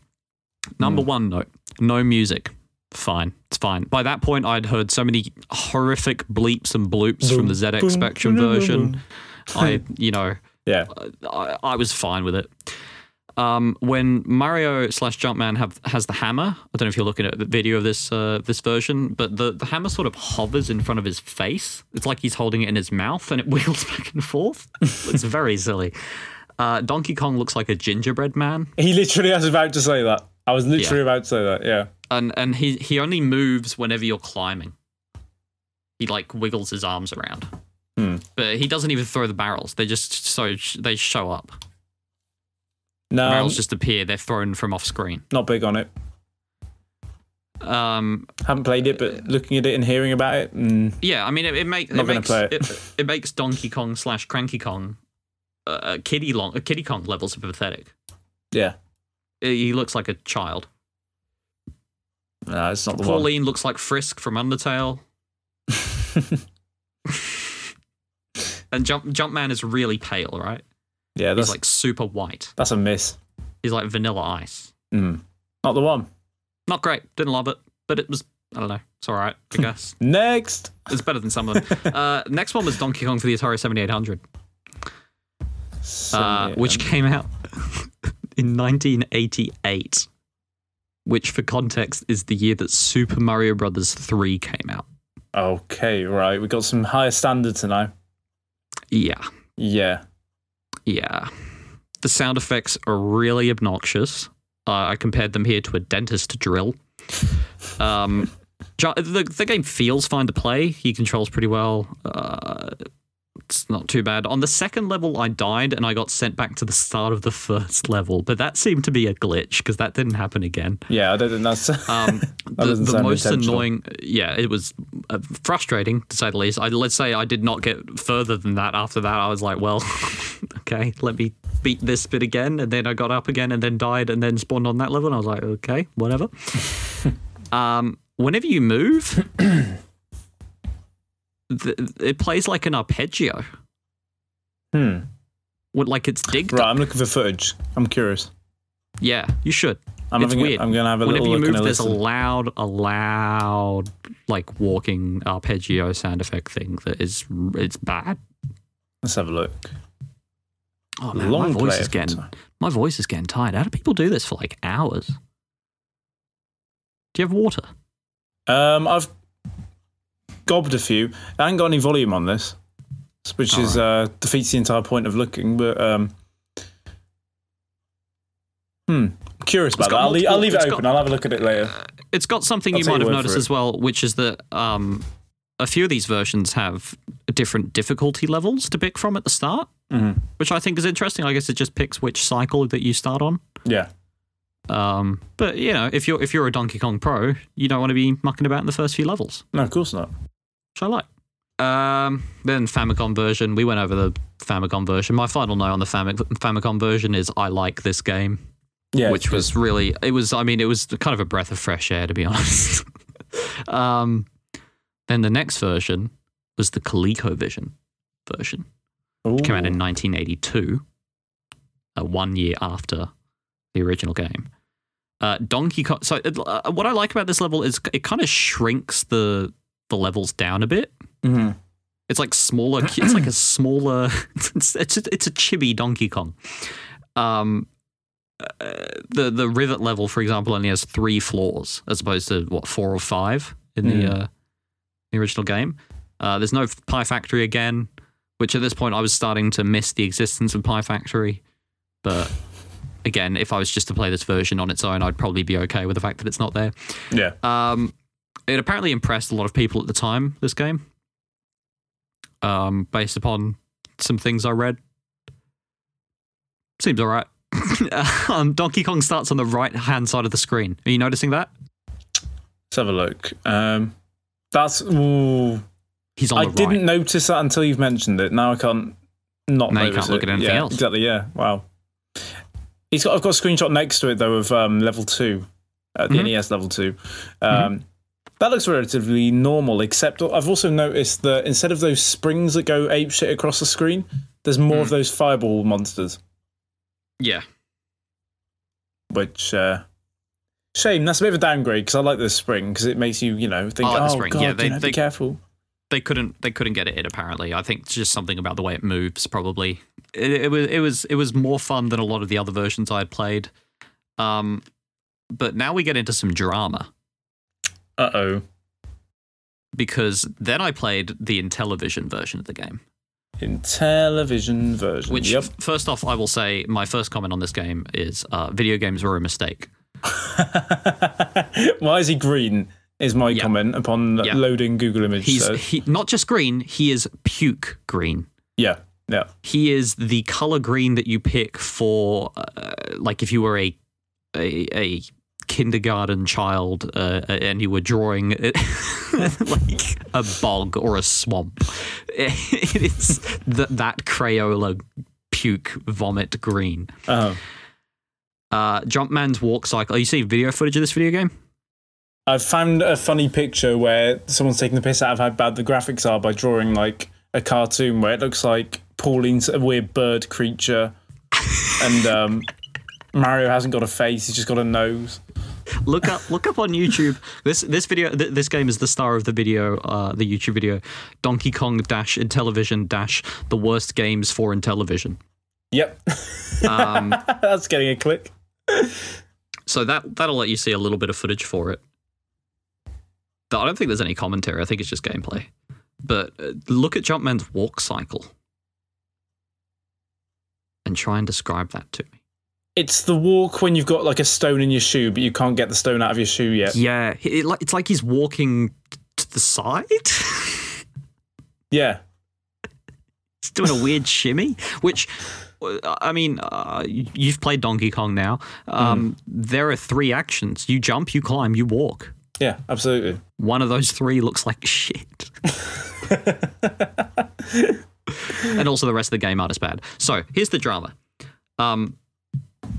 Speaker 2: Number one note no music. Fine, it's fine. By that point, I'd heard so many horrific bleeps and bloops from the ZX Spectrum version. I, you know,
Speaker 3: Yeah.
Speaker 2: I, I was fine with it. Um, when Mario slash Jumpman have has the hammer, I don't know if you're looking at the video of this uh, this version, but the, the hammer sort of hovers in front of his face. It's like he's holding it in his mouth and it wiggles back and forth. it's very silly. Uh, Donkey Kong looks like a gingerbread man,
Speaker 3: He literally I was about to say that. I was literally
Speaker 2: Yeah.
Speaker 3: about to say that, yeah.
Speaker 2: and and he he only moves whenever you're climbing. He like wiggles his arms around, but he doesn't even throw the barrels. They just so they show up.
Speaker 3: No, I'm
Speaker 2: barrels just appear. They're thrown from off screen.
Speaker 3: not big on it.
Speaker 2: Um,
Speaker 3: Haven't played it, but looking at it and hearing about it, mm,
Speaker 2: yeah, I mean, it, it, make,
Speaker 3: Not
Speaker 2: it
Speaker 3: gonna
Speaker 2: makes
Speaker 3: play
Speaker 2: it.
Speaker 3: it.
Speaker 2: It, makes Donkey Kong slash Cranky Kong, uh, uh, Kitty Long, uh, Kitty Kong levels of pathetic.
Speaker 3: yeah.
Speaker 2: Uh, He looks like a child.
Speaker 3: No, it's not the one.
Speaker 2: Pauline looks like Frisk from Undertale. and Jump Jumpman is really pale, right?
Speaker 3: Yeah,
Speaker 2: He's
Speaker 3: that's,
Speaker 2: like super white.
Speaker 3: that's a miss.
Speaker 2: He's like vanilla ice.
Speaker 3: Mm. Not the one.
Speaker 2: Not great. Didn't love it, but it was. I don't know. It's all right, I guess.
Speaker 3: Next.
Speaker 2: it's better than some of them. Uh, next one was Donkey Kong for the Atari 7800. uh,
Speaker 3: Sony,
Speaker 2: which came out in 1988, which, for context, is the year that Super Mario Brothers 3 came out.
Speaker 3: Okay, right. We got some higher standards now.
Speaker 2: Yeah,
Speaker 3: Yeah.
Speaker 2: yeah. The sound effects are really obnoxious. Uh, I compared them here to a dentist drill. Um, ju- the, the game feels fine to play. He controls pretty well. Uh, it's not too bad. On the second level, I died and I got sent back to the start of the first level, but that seemed to be a glitch because that didn't happen again.
Speaker 3: Yeah, I don't think that's.
Speaker 2: Um, the
Speaker 3: doesn't
Speaker 2: the
Speaker 3: sound
Speaker 2: most
Speaker 3: intentional.
Speaker 2: annoying, yeah, it was uh, frustrating to say the least. I, let's say I did not get further than that. After that, I was like, well, okay, let me beat this bit again. And then I got up again and then died and then spawned on that level. And I was like, okay, whatever. um, whenever you move, th- it plays like an arpeggio.
Speaker 3: hmm.
Speaker 2: With, like it's digged
Speaker 3: Right, I'm looking for footage. I'm curious.
Speaker 2: Yeah, you should.
Speaker 3: I'm
Speaker 2: it's
Speaker 3: having a-
Speaker 2: weird.
Speaker 3: I'm gonna have a
Speaker 2: Whenever
Speaker 3: little
Speaker 2: you
Speaker 3: look
Speaker 2: move,
Speaker 3: and a
Speaker 2: there's a
Speaker 3: listen.
Speaker 2: loud, a loud, like walking arpeggio sound effect thing that is it's bad.
Speaker 3: Let's have a look.
Speaker 2: Oh man,
Speaker 3: Long
Speaker 2: my voice
Speaker 3: play
Speaker 2: is
Speaker 3: of it.
Speaker 2: getting my voice is getting tired. How do people do this for like hours? Do you have water?
Speaker 3: Um, I've gobbed a few. I haven't got any volume on this, which is uh, defeats the entire point of looking. But um, hmm, I'm curious about
Speaker 2: got
Speaker 3: that. I'll, leave-
Speaker 2: multiple-
Speaker 3: I'll leave it
Speaker 2: it's got-
Speaker 3: open. I'll have a look at it later.
Speaker 2: It's got something
Speaker 3: I'll
Speaker 2: you
Speaker 3: take
Speaker 2: might
Speaker 3: your
Speaker 2: have
Speaker 3: word for
Speaker 2: noticed
Speaker 3: it.
Speaker 2: as well, which is that um, a few of these versions have different difficulty levels to pick from at the start, which I think is interesting. I guess it just picks which cycle that you start on.
Speaker 3: Yeah,
Speaker 2: Um, but you know, if you're if you're a Donkey Kong pro, you don't want to be mucking about in the first few levels,
Speaker 3: no, of course not.
Speaker 2: which I like. Um, then Famicom version, we went over the Famicom version. My final note on the Famic- Famicom version is I like this game,
Speaker 3: Yeah,
Speaker 2: which was really it was. I mean, it was kind of a breath of fresh air to be honest. um, then the next version was the ColecoVision version came out in 1982, uh, one year after the original game. Uh, Donkey Kong. So it, uh, what I like about this level is it kind of shrinks the the levels down a bit.
Speaker 3: Mhm.
Speaker 2: It's like smaller. cu- it's like a smaller. It's it's a, it's a chibi Donkey Kong. Um, uh, the the rivet level, for example, only has three floors as opposed to what four or five in the uh, the original game. Uh, there's no Pie Factory again, which at this point I was starting to miss the existence of Pie Factory. But again, if I was just to play this version on its own, I'd probably be okay with the fact that it's not there.
Speaker 3: Yeah,
Speaker 2: Um, it apparently impressed a lot of people at the time. This game, um, based upon some things I read, Seems all right. um, Donkey Kong starts on the right hand side of the screen. Are you noticing that?
Speaker 1: Let's have a look. Um, that's. Ooh,
Speaker 2: He's on
Speaker 1: I
Speaker 2: the right.
Speaker 1: didn't notice that until you've mentioned it. Now I can't not.
Speaker 2: Now you
Speaker 1: notice
Speaker 2: can't look
Speaker 1: it.
Speaker 2: at anything
Speaker 1: yeah,
Speaker 2: else.
Speaker 1: Exactly. Yeah. Wow. He's got. I've got a screenshot next to it though of um, level two, uh,
Speaker 2: Mm-hmm.
Speaker 1: the NES level two. Um, That looks relatively normal, except I've also noticed that instead of those springs that go apeshit across the screen, there's more
Speaker 2: Mm.
Speaker 1: of those fireball monsters.
Speaker 2: Yeah.
Speaker 1: Which uh, shame. That's a bit of a downgrade because I like the spring because it makes you, you know, think.
Speaker 2: I
Speaker 1: Oh,
Speaker 2: like the spring.
Speaker 1: God,
Speaker 2: Yeah,
Speaker 1: you
Speaker 2: they-
Speaker 1: know,
Speaker 2: they-
Speaker 1: be careful.
Speaker 2: they couldn't they couldn't get it in apparently i think it's just something about the way it moves probably it, it was it was it was more fun than a lot of the other versions i had played um but now we get into some drama
Speaker 1: Uh oh.
Speaker 2: because then i played the intellivision version of the game
Speaker 1: In television version.
Speaker 2: which
Speaker 1: yep.
Speaker 2: f- first off i will say my first comment on this game is uh, video games were a mistake
Speaker 1: Why is he green? Is my
Speaker 2: Yeah.
Speaker 1: comment upon
Speaker 2: Yeah.
Speaker 1: loading Google image
Speaker 2: he's
Speaker 1: search.
Speaker 2: he, not just green he is puke green
Speaker 1: Yeah, yeah.
Speaker 2: he is the color green that you pick for uh, like if you were a a, a kindergarten child uh, and you were drawing it, like a bog or a swamp it is th- that crayola puke vomit green
Speaker 1: Uh-huh.
Speaker 2: uh, jumpman's walk cycle you see video footage of this video game
Speaker 1: I've found a funny picture where someone's taking the piss out of how bad the graphics are by drawing like a cartoon where it looks like Pauline's a weird bird creature, and um, Mario hasn't got a face; he's just got a nose.
Speaker 2: look up look up on YouTube. This this video th- this game is the star of the video, uh, the YouTube video, Donkey Kong dash Intellivision dash the worst games for Intellivision.
Speaker 1: Yep,
Speaker 2: Um,
Speaker 1: that's getting a click.
Speaker 2: so that that'll let you see a little bit of footage for it. But I don't think there's any commentary. I think it's just gameplay. But uh, look at Jumpman's walk cycle, and try and describe that to me.
Speaker 1: It's the walk when you've got like a stone in your shoe, but you can't get the stone out of your shoe yet.
Speaker 2: Yeah, he- it, like- it's like he's walking t- to the side.
Speaker 1: Yeah,
Speaker 2: It's doing a weird shimmy, which, uh, I mean, uh, you've played Donkey Kong now. Um, There are three actions you jump, you climb, you walk.
Speaker 1: yeah, absolutely.
Speaker 2: One of those three looks like shit. and also, the rest of the game art is bad. So, here's the drama. Um,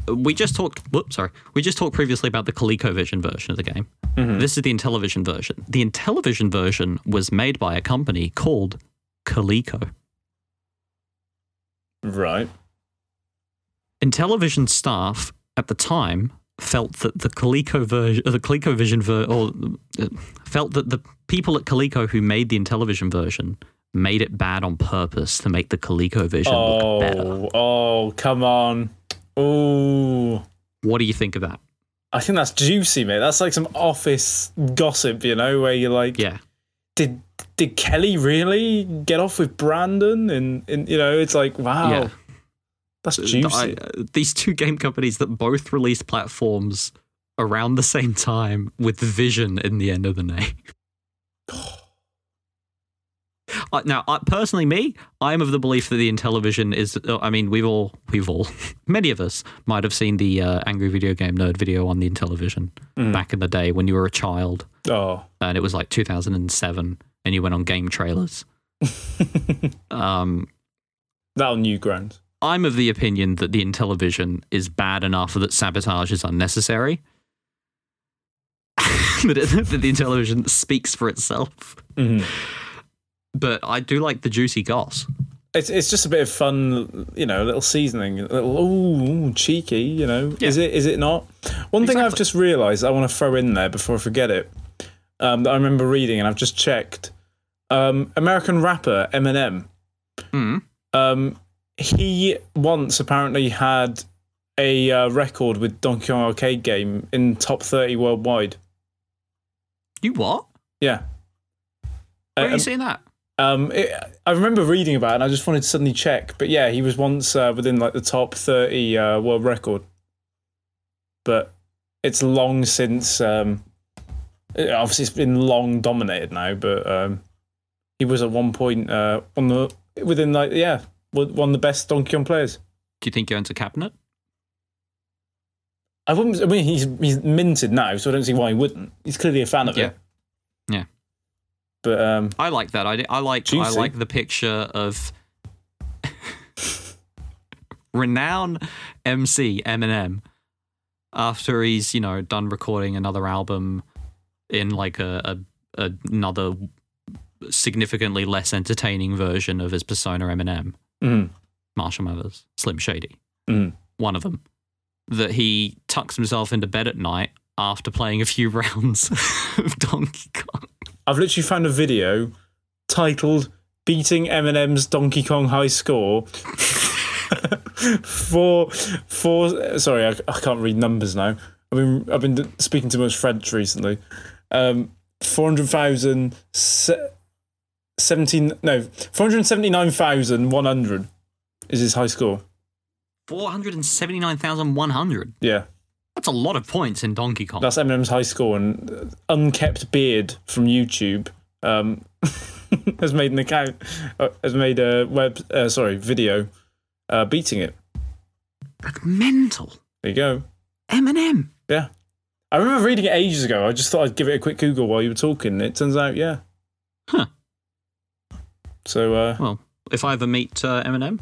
Speaker 2: we just talked. Whoops, sorry. We just talked previously about the ColecoVision version of the game. This is the Intellivision version. The Intellivision version was made by a company called Coleco.
Speaker 1: Right.
Speaker 2: Intellivision staff at the time felt that the Coleco version, the ColecoVision ver- or uh, felt that the people at Coleco who made the Intellivision version made it bad on purpose to make the Coleco vision look better.
Speaker 1: Oh, oh, come on. Oh,
Speaker 2: What do you think of that?
Speaker 1: I think that's juicy, mate. That's like some office gossip, you know, where you're like,
Speaker 2: Yeah,
Speaker 1: did did Kelly really get off with Brandon? And, and you know, it's like, wow,
Speaker 2: Yeah.
Speaker 1: that's
Speaker 2: Th-
Speaker 1: juicy.
Speaker 2: I- uh, these two game companies that both released platforms around the same time with Vision in the end of the name. Uh, now, I, personally, me, I'm of the belief that the Intellivision is. Uh, I mean, we've all, we've all, many of us might have seen the uh, Angry Video Game Nerd video on the Intellivision back in the day when you were a child,
Speaker 1: oh,
Speaker 2: and it was like 2007, and you went on game trailers. um,
Speaker 1: that on new ground.
Speaker 2: I'm of the opinion that the Intellivision is bad enough that sabotage is unnecessary. that, it, that the Intellivision speaks for itself.
Speaker 1: Mhm.
Speaker 2: But I do like the juicy goss.
Speaker 1: It's, it's just a bit of fun, you know, a little seasoning, a little ooh, ooh, cheeky, you know. Is it is it not? One thing I've
Speaker 2: Exactly.
Speaker 1: just realised I want to throw in there before I forget it. Um, that I remember reading and I've just checked. Um, American rapper Eminem.
Speaker 2: Mm.
Speaker 1: Um, he once apparently had a uh, record with Donkey Kong arcade game in top thirty worldwide.
Speaker 2: You what?
Speaker 1: Yeah.
Speaker 2: Where are
Speaker 1: Um,
Speaker 2: you seeing that?
Speaker 1: Um, it, I remember reading about it and I just wanted to suddenly check. But yeah, he was once uh, within like the top 30 uh, world record. But it's long since, um, it- obviously, it's been long dominated now, but um, he was at one point uh, on the, within like, yeah, wa- one of the best Donkey Kong players.
Speaker 2: Do you think he owns a cabinet?
Speaker 1: I wouldn't. I mean, he's he's minted now, so I don't see why he wouldn't. He's clearly a fan of
Speaker 2: Yeah.
Speaker 1: it.
Speaker 2: Yeah.
Speaker 1: But um,
Speaker 2: I like that. I, I like I
Speaker 1: Juicy.
Speaker 2: like the picture of renowned MC Eminem after he's you know done recording another album in like a, a another significantly less entertaining version of his persona Eminem.
Speaker 1: mm,
Speaker 2: Marshall Mathers, Slim Shady,
Speaker 1: Mm.
Speaker 2: one of them, that he tucks himself into bed at night after playing a few rounds of Donkey Kong.
Speaker 1: I've literally found a video titled "Beating Eminem's Donkey Kong High Score." for for sorry, I, I can't read numbers now. I've been I've been speaking too much French recently. Um, four hundred thousand se- seventeen no four hundred seventy nine thousand one hundred is his high score.
Speaker 2: 479,100.
Speaker 1: Yeah.
Speaker 2: That's a lot of points in Donkey Kong.
Speaker 1: That's Eminem's high score and uh, unkept beard from YouTube um, has made an account, uh, has made a web, uh, sorry, video uh, beating it.
Speaker 2: That's mental.
Speaker 1: There you go.
Speaker 2: Eminem.
Speaker 1: Yeah. I remember reading it ages ago. I just thought I'd give it a quick Google while you were talking. It turns out, yeah.
Speaker 2: Huh.
Speaker 1: So, uh,
Speaker 2: Well, if I ever meet uh, Eminem,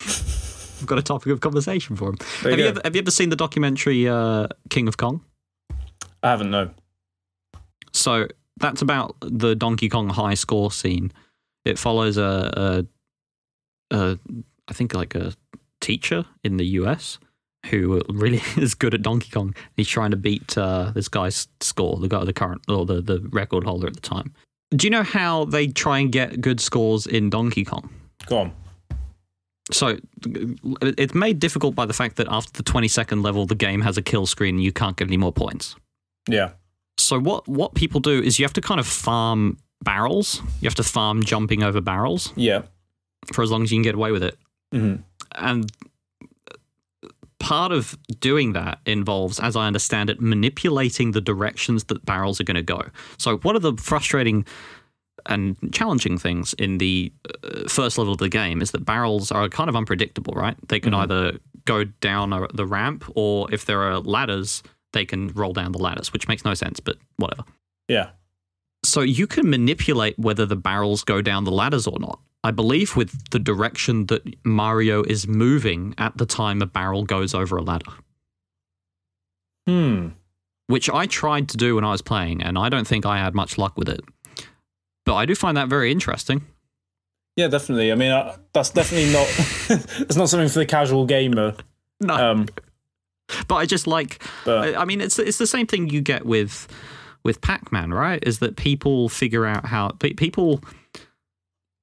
Speaker 2: I've got a topic of conversation for him.
Speaker 1: There you
Speaker 2: Have you,
Speaker 1: go.
Speaker 2: ever, have you ever seen the documentary uh, King of Kong?
Speaker 1: I haven't, no.
Speaker 2: So that's about the Donkey Kong high score scene. It follows a, a, a I think like a teacher in the US who really is good at Donkey Kong. He's trying to beat uh, this guy's score, the guy, the current or the, the record holder at the time. Do you know how they try and get good scores in Donkey Kong?
Speaker 1: Go on.
Speaker 2: So it's made difficult by the fact that after the 20 second level, the game has a kill screen and you can't get any more points.
Speaker 1: Yeah.
Speaker 2: So what what people do is you have to kind of farm barrels. You have to farm jumping over barrels
Speaker 1: Yeah.
Speaker 2: for as long as you can get away with it.
Speaker 1: Mhm.
Speaker 2: And part of doing that involves, as I understand it, manipulating the directions that barrels are going to go. So one of the frustrating and challenging things in the uh, first level of the game is that barrels are kind of unpredictable, right? They can either go down a, the ramp or if there are ladders, they can roll down the ladders, which makes no sense, but whatever.
Speaker 1: Yeah.
Speaker 2: So you can manipulate whether the barrels go down the ladders or not. I believe with the direction that Mario is moving at the time a barrel goes over a ladder,
Speaker 1: Hmm.
Speaker 2: which I tried to do when I was playing, and I don't think I had much luck with it. But I do find that very interesting.
Speaker 1: Yeah, definitely. I mean, uh, that's definitely not, it's not something for the casual gamer.
Speaker 2: No,
Speaker 1: Um,
Speaker 2: but I just like.
Speaker 1: but
Speaker 2: I I mean, it's it's the same thing you get with with Pac Man, right? Is that people figure out how pe- people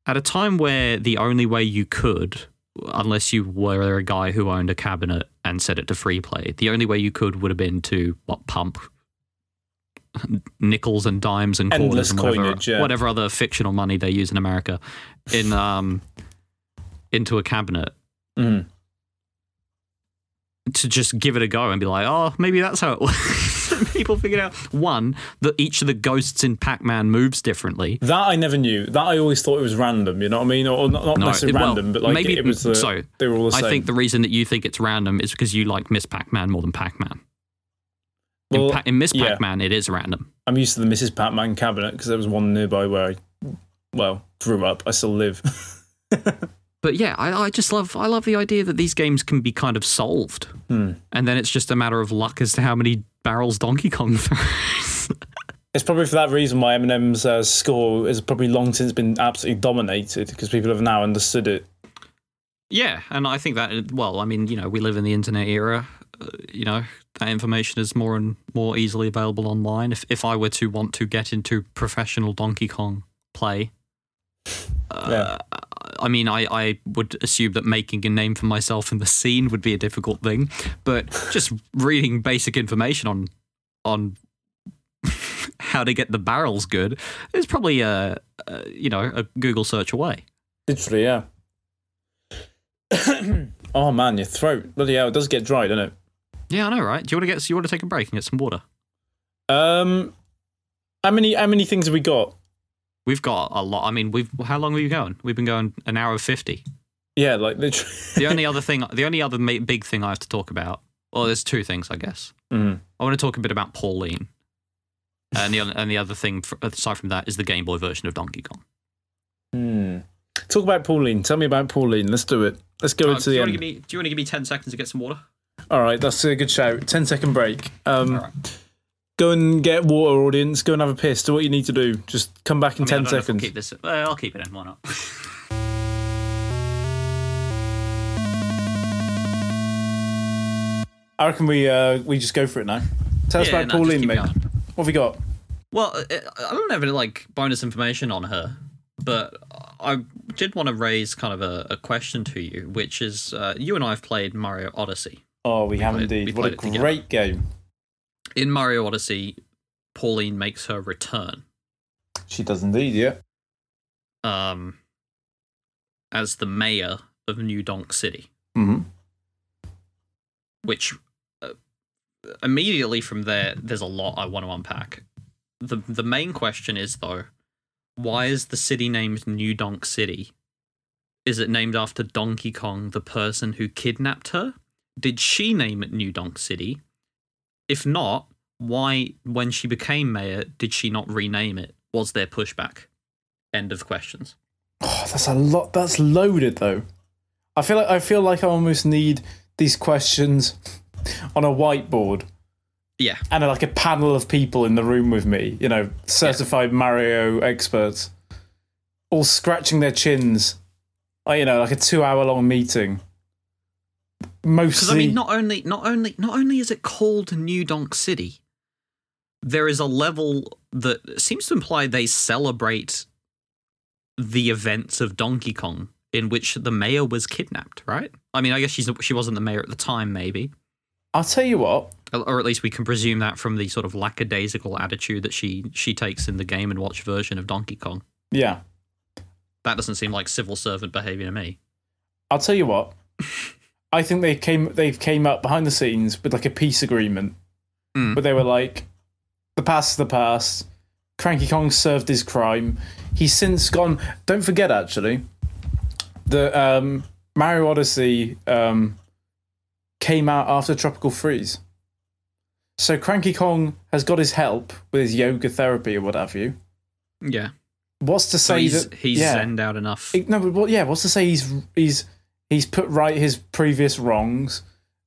Speaker 2: at a time where the only way you could, unless you were a guy who owned a cabinet and set it to free play, the only way you could would have been to what pump nickels and dimes and quarters
Speaker 1: Endless
Speaker 2: and whatever,
Speaker 1: coinage, yeah.
Speaker 2: whatever other fictional money they use in America in um into a cabinet
Speaker 1: mhm.
Speaker 2: to just give it a go and be like, oh, maybe that's how it works. And People figured out one that each of the ghosts in Pac-Man moves differently.
Speaker 1: That I never knew. That I always thought it was random. You know what I mean? Or, or not, not
Speaker 2: No,
Speaker 1: necessarily
Speaker 2: it- well,
Speaker 1: random, but like
Speaker 2: maybe-
Speaker 1: it was. The,
Speaker 2: so,
Speaker 1: they were all the
Speaker 2: I
Speaker 1: same.
Speaker 2: think the reason that you think it's random is because you like Miss Pac-Man more than Pac-Man.
Speaker 1: Well,
Speaker 2: in, pa- in Miss
Speaker 1: yeah.
Speaker 2: Pac-Man, it is random.
Speaker 1: I'm used to the Mrs. Pac-Man cabinet because there was one nearby where I, well, grew up. I still live.
Speaker 2: But yeah, I, I just love I love the idea that these games can be kind of solved,
Speaker 1: Hmm.
Speaker 2: and then it's just a matter of luck as to how many barrels Donkey Kong throws.
Speaker 1: it's probably for that reason why Eminem's uh, score has probably long since been absolutely dominated because people have now understood it.
Speaker 2: Yeah, and I think that uh, well, I mean, you know, we live in the internet era. Uh, you know, that information is more and more easily available online. If if I were to want to get into professional Donkey Kong play, Uh,
Speaker 1: yeah.
Speaker 2: I mean, I I would assume that making a name for myself in the scene would be a difficult thing, but just reading basic information on on how to get the barrels good is probably a, a you know a Google search away.
Speaker 1: Literally, yeah. oh man, your throat. Bloody hell, it does get dry, doesn't it?
Speaker 2: Yeah, I know, right? Do you want to get? You want to take a break and get some water?
Speaker 1: Um, how many how many things have we got?
Speaker 2: We've got a lot. I mean, we've how long were you going? We've been going an hour and fifty.
Speaker 3: Yeah, like literally.
Speaker 2: The only other thing, the only other ma- big thing I have to talk about, well, there's two things, I guess.
Speaker 1: Hmm.
Speaker 3: Mm.
Speaker 2: I want to talk a bit about Pauline, and the other- and the other thing fr- aside from that is the Game Boy version of Donkey Kong.
Speaker 3: Hmm. Talk about Pauline. Tell me about Pauline. Let's do it. Let's go into the end.
Speaker 2: me? Oh, Uh, Do you want to give me ten seconds to get some water?
Speaker 3: All right, that's a good shout. 10 second break. Um,
Speaker 2: All right.
Speaker 3: Go and get water, audience. Go and have a piss. Do what you need to do. Just come back in 10 seconds.
Speaker 2: Keep this. Uh, I'll keep it in. Why not?
Speaker 1: I reckon we uh, we just go for it now. Tell us
Speaker 2: Yeah,
Speaker 1: about
Speaker 2: no, just
Speaker 1: Pauline,
Speaker 2: keep
Speaker 1: mate.
Speaker 2: going.
Speaker 1: What have we got?
Speaker 2: Well, uh, I don't have any like bonus information on her, but I did want to raise kind of a, a question to you, which is uh, you and I have played Mario Odyssey.
Speaker 1: Oh, we, have
Speaker 2: played- we
Speaker 1: indeed. What
Speaker 2: played
Speaker 1: a
Speaker 2: it together.
Speaker 1: great game.
Speaker 2: In Mario Odyssey, Pauline makes her return
Speaker 1: She does indeed, yeah.
Speaker 2: um, as the mayor of New Donk City,
Speaker 1: Mm-hmm.
Speaker 2: which uh, immediately from there, there's a lot I want to unpack. the The main question is though, why is the city named New Donk City? Is it named after Donkey Kong, the person who kidnapped her? Did she name it New Donk City? If not, why, when she became mayor, did she not rename it? Was there pushback? End of questions.
Speaker 1: Oh, that's a lot. That's loaded, though. I feel like I feel like I almost need these questions on a whiteboard
Speaker 2: Yeah.
Speaker 1: and like a panel of people in the room with me. You know, certified Mario experts, all scratching their chins. Like, you know, like a two-hour-long meeting.
Speaker 2: Because
Speaker 1: Mostly,
Speaker 2: I mean, not only, not only, not only is it called New Donk City, there is a level that seems to imply they celebrate the events of Donkey Kong, in which the mayor was kidnapped. Right? I mean, I guess she's she wasn't the mayor at the time, maybe,
Speaker 1: I'll tell you what.
Speaker 2: or at least we can presume that from the sort of lackadaisical attitude that she she takes in the Game and Watch version of Donkey Kong.
Speaker 1: Yeah,
Speaker 2: That doesn't seem like civil servant behavior to me.
Speaker 1: I'll tell you what. I think they came they came up behind the scenes with like a peace agreement.
Speaker 2: Mm.
Speaker 1: But they were like the past is the past. Cranky Kong served his crime. He's since gone don't forget actually that um Mario Odyssey um came out after Tropical Freeze. So Cranky Kong has got his help with his yoga therapy or what have you.
Speaker 2: Yeah,
Speaker 1: What's to
Speaker 2: so
Speaker 1: say
Speaker 2: he's
Speaker 1: that
Speaker 2: he's
Speaker 1: yeah.
Speaker 2: zenned out enough.
Speaker 1: It- No, but what, yeah, what's to say he's he's he's put right his previous wrongs.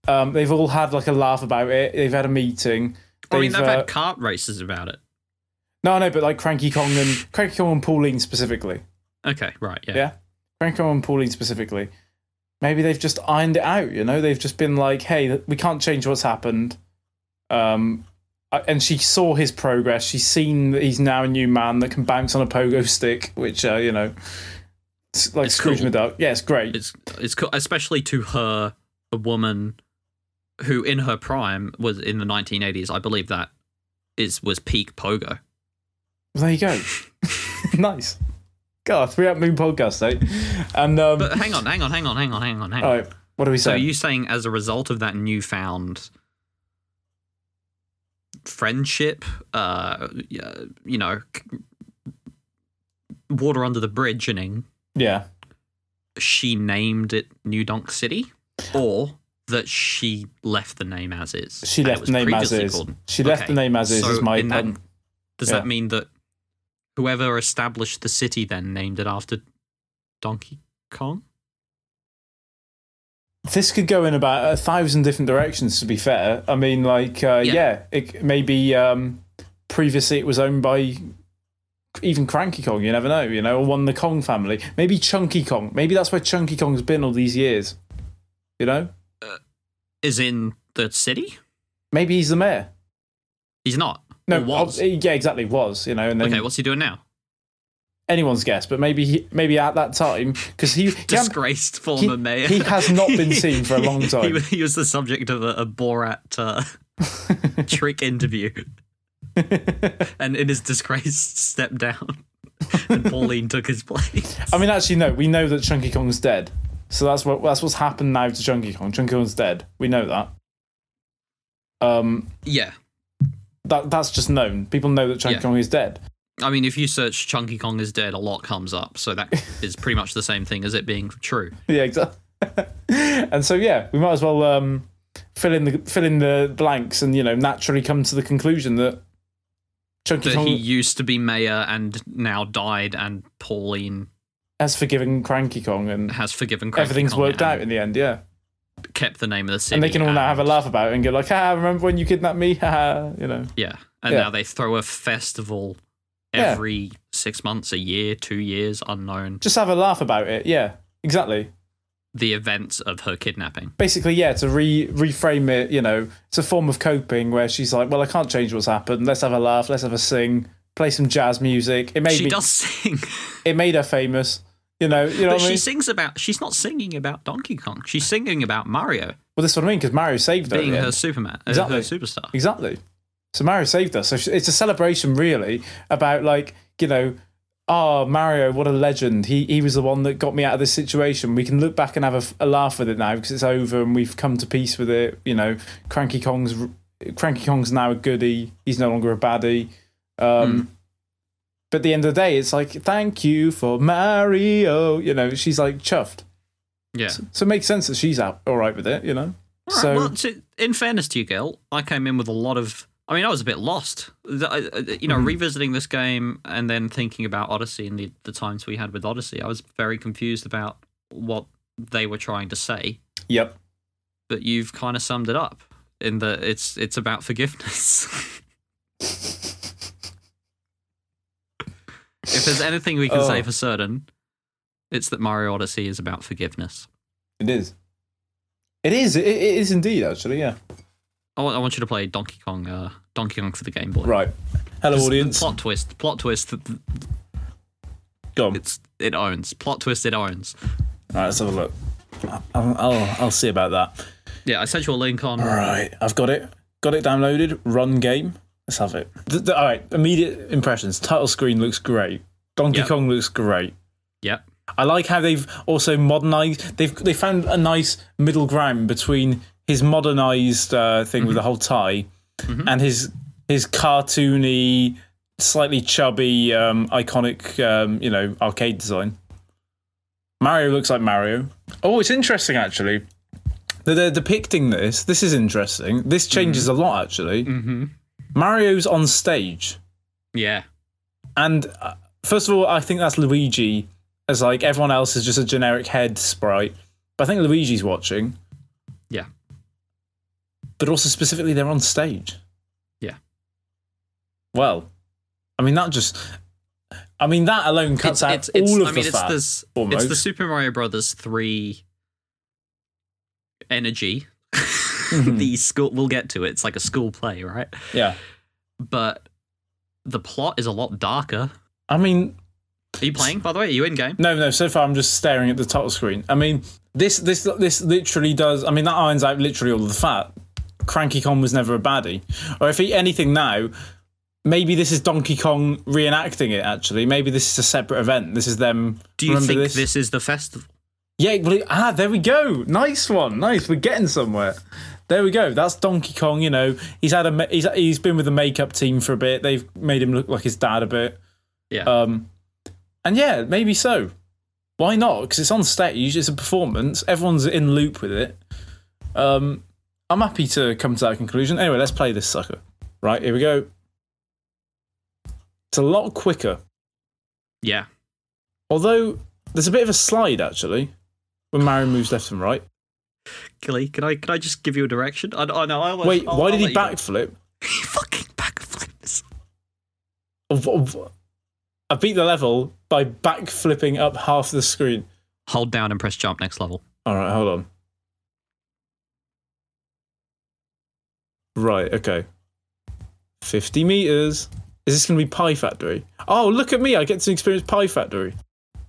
Speaker 1: Um, they've all had like a laugh about it. They've had a meeting.
Speaker 2: I mean,
Speaker 1: They've,
Speaker 2: they've
Speaker 1: uh,
Speaker 2: had kart races about it.
Speaker 1: no, no, but like Cranky Kong and Cranky Kong and Pauline specifically.
Speaker 2: Okay, right, yeah.
Speaker 1: Yeah. Cranky Kong and Pauline specifically. Maybe they've just ironed it out. You know, they've just been like, "Hey, we can't change what's happened." Um, I- and she saw his progress. She's seen that he's now a new man that can bounce on a pogo stick, which uh, you know, it's like
Speaker 2: It's
Speaker 1: Scrooge
Speaker 2: cool.
Speaker 1: McDuck. Yeah, it's great.
Speaker 2: It's it's co- especially to her, a woman who in her prime was in the 1980s, I believe that is was peak pogo.
Speaker 1: Well, there you go. nice. God, three up moon podcast, eh? And um,
Speaker 2: But hang on, hang on, hang on, hang on, hang on, hang on.
Speaker 1: all right, what are we
Speaker 2: so are
Speaker 1: saying?
Speaker 2: you saying as a result of that newfound friendship, uh, yeah, you know, c- water under the bridge, inning,
Speaker 1: yeah,
Speaker 2: she named it New Donk City, or that she left the name as is.
Speaker 1: she
Speaker 2: and it
Speaker 1: left
Speaker 2: was
Speaker 1: the name as
Speaker 2: previously
Speaker 1: is.
Speaker 2: called-
Speaker 1: She left
Speaker 2: Okay,
Speaker 1: the name as is.
Speaker 2: so
Speaker 1: is my
Speaker 2: in that-
Speaker 1: pun.
Speaker 2: Does
Speaker 1: yeah.
Speaker 2: that mean that whoever established the city then named it after Donkey Kong?
Speaker 1: This could go in about a thousand different directions. To be fair, I mean, like, uh, yeah.
Speaker 2: Yeah.
Speaker 1: it maybe um, previously it was owned by even Cranky Kong. You never know, you know, or one of the Kong family. Maybe Chunky Kong. Maybe that's where Chunky Kong's been all these years. You know,
Speaker 2: Is in the city?
Speaker 1: maybe he's the mayor.
Speaker 2: He's not.
Speaker 1: No,
Speaker 2: Or was.
Speaker 1: oh, yeah, exactly, was you know, and then
Speaker 2: okay, what's he doing now?
Speaker 1: anyone's guess, but maybe he, maybe at that time because he, he, hadn't-
Speaker 2: Disgraced
Speaker 1: he,
Speaker 2: former mayor.
Speaker 1: he has not been seen for a long
Speaker 2: He,
Speaker 1: time.
Speaker 2: was- he was the subject of a, a Borat uh, trick interview, and in his disgrace, stepped down, and Pauline took his place.
Speaker 1: I mean, actually, no, we know that Chunky Kong's dead, so that's what that's what's happened now to Chunky Kong. Chunky Kong's dead. We know that. Um,
Speaker 2: Yeah,
Speaker 1: that that's just known. People know that Chunky
Speaker 2: Yeah.
Speaker 1: Kong is dead.
Speaker 2: I mean, if you search Chunky Kong is dead, a lot comes up. So that is pretty much the same thing as it being true.
Speaker 4: Yeah, exactly. and so yeah, we might as well um, fill in the fill in the blanks, and you know, naturally come to the conclusion that Chunky
Speaker 2: That
Speaker 4: Kong
Speaker 2: he used to be mayor and now died, and Pauline
Speaker 4: has forgiven Cranky Kong, and
Speaker 2: has forgiven Cranky
Speaker 4: everything's
Speaker 2: Kong
Speaker 4: worked
Speaker 2: and
Speaker 4: out in the end. Yeah,
Speaker 2: Kept the name of the city.
Speaker 4: and they can all now have a
Speaker 2: and-
Speaker 4: laugh about it and go like, "Ah, remember when you kidnapped me? Ha ha," you know.
Speaker 2: Yeah. And
Speaker 4: Yeah.
Speaker 2: now they throw a festival
Speaker 4: Yeah.
Speaker 2: every six months, a year, two years, unknown.
Speaker 4: Just have a laugh about it. Yeah, exactly.
Speaker 2: The events of her kidnapping.
Speaker 4: basically, yeah, to re reframe it, you know, it's a form of coping where she's like, "Well, I can't change what's happened. Let's have a laugh. Let's have a sing. Play some jazz music." It made
Speaker 2: She
Speaker 4: me,
Speaker 2: does sing.
Speaker 4: it made her famous. You know, you know
Speaker 2: But
Speaker 4: what I
Speaker 2: she
Speaker 4: mean.
Speaker 2: sings about. She's not singing about Donkey Kong. She's singing about Mario
Speaker 4: Well, that's what I mean because Mario saved her. at
Speaker 2: being
Speaker 4: the
Speaker 2: her
Speaker 4: end.
Speaker 2: Superman, uh,
Speaker 4: Oh, Exactly.
Speaker 2: her superstar.
Speaker 4: Exactly. So Mario saved us. So sh- it's a celebration, really, about like you know, oh Mario, what a legend. He he was the one that got me out of this situation. We can look back and have a f- a, laugh with it now because it's over and we've come to peace with it. You know, Cranky Kong's r- Cranky Kong's now a goodie. He's no longer a baddie. Um, But at the end of the day, it's like thank you for Mario. You know, she's like chuffed.
Speaker 2: Yeah.
Speaker 4: So it makes sense that she's out all right with it. You know.
Speaker 2: All right,
Speaker 4: so
Speaker 2: well, to, in fairness to you, Gil, I came in with a lot of. I mean, I was a bit lost. The- I- I- You know,
Speaker 4: Mm-hmm.
Speaker 2: revisiting this game and then thinking about Odyssey and the, the times we had with Odyssey, I was very confused about what they were trying to say.
Speaker 4: yep.
Speaker 2: But you've kind of summed it up in that it's it's about forgiveness. if there's anything we can
Speaker 4: Oh.
Speaker 2: say for certain, it's that Mario Odyssey is about forgiveness.
Speaker 4: It is. It is. It, it is indeed, actually, yeah.
Speaker 2: I want, I want you to play Donkey Kong, uh, Donkey Kong for the Game Boy.
Speaker 4: Right.
Speaker 1: Hello,
Speaker 2: Just the
Speaker 1: audience.
Speaker 2: Plot twist. Plot twist. that th-
Speaker 1: Gone.
Speaker 2: It's it owns. Plot twist. It owns.
Speaker 1: All right, let's have a look. I'll, I'll, I'll see about that.
Speaker 2: Yeah, I sent you a link on.
Speaker 1: All right, I've got it. Got it downloaded. Run game. Let's have it. Th- th- all right, immediate impressions. Title screen looks great. Donkey
Speaker 2: Yep.
Speaker 1: Kong looks great.
Speaker 2: Yep.
Speaker 1: I like how they've also modernized. They've they found a nice middle ground between his modernized uh, thing with the whole tie and his his cartoony, slightly chubby, um, iconic, um, you know, arcade design. Mario looks like Mario. Oh, it's interesting actually that they're depicting this. This is interesting. This changes a lot actually.
Speaker 2: Mm-hmm.
Speaker 1: Mario's on stage.
Speaker 2: Yeah.
Speaker 1: And uh, first of all, I think that's Luigi, as like everyone else is just a generic head sprite. But I think Luigi's watching.
Speaker 2: Yeah.
Speaker 1: But also specifically, they're on stage.
Speaker 2: Yeah.
Speaker 1: Well, I mean that just, I mean that alone cuts out all of
Speaker 2: I mean,
Speaker 1: the
Speaker 2: it's
Speaker 1: fat.
Speaker 2: this. It's the
Speaker 1: almost.
Speaker 2: Super Mario Brothers three energy.
Speaker 1: Mm-hmm.
Speaker 2: the school. We'll get to it. It's like a school play, right?
Speaker 1: yeah.
Speaker 2: But the plot is a lot darker.
Speaker 1: I mean,
Speaker 2: Are you playing? By the way, are you in game?
Speaker 1: no, no. So far, I'm just staring at the title screen. I mean, this, this, this literally does. I mean, that irons out literally all of the fat. Cranky Kong was never a baddie, or if he, anything now, maybe this is Donkey Kong reenacting it. Actually, maybe this is a separate event. This is them.
Speaker 2: Do you
Speaker 1: remember
Speaker 2: think
Speaker 1: this?
Speaker 2: this? is the festival?
Speaker 1: Yeah. Well, it- ah, there we go.
Speaker 4: Nice one. Nice. We're getting somewhere.
Speaker 1: There we go. That's Donkey Kong. You know, he's had a ma- he's he's been with the makeup team for a bit. They've made him look like his dad a bit.
Speaker 2: Yeah.
Speaker 1: Um, and yeah, maybe so. Why not? Because it's on stage. It's a performance. Everyone's in loop with it. Um, I'm happy to come to that conclusion. Anyway, let's play this sucker. Right here we go. It's a lot quicker.
Speaker 2: yeah.
Speaker 1: Although there's a bit of a slide actually when Mario moves left and right.
Speaker 2: Gilly, can I can I just give you a direction? I, I know. I always,
Speaker 1: Wait,
Speaker 2: I'll-
Speaker 1: why
Speaker 2: I'll
Speaker 1: did
Speaker 2: let
Speaker 1: he
Speaker 2: you go.
Speaker 1: backflip?
Speaker 2: He fucking backflips.
Speaker 1: Of- of- I beat the level by backflipping up half the screen.
Speaker 2: Hold down and press jump next level.
Speaker 1: All right, hold on. Right, okay. 50 meters. Is this going to be Pie Factory? Oh, look at me. I get to experience Pie Factory.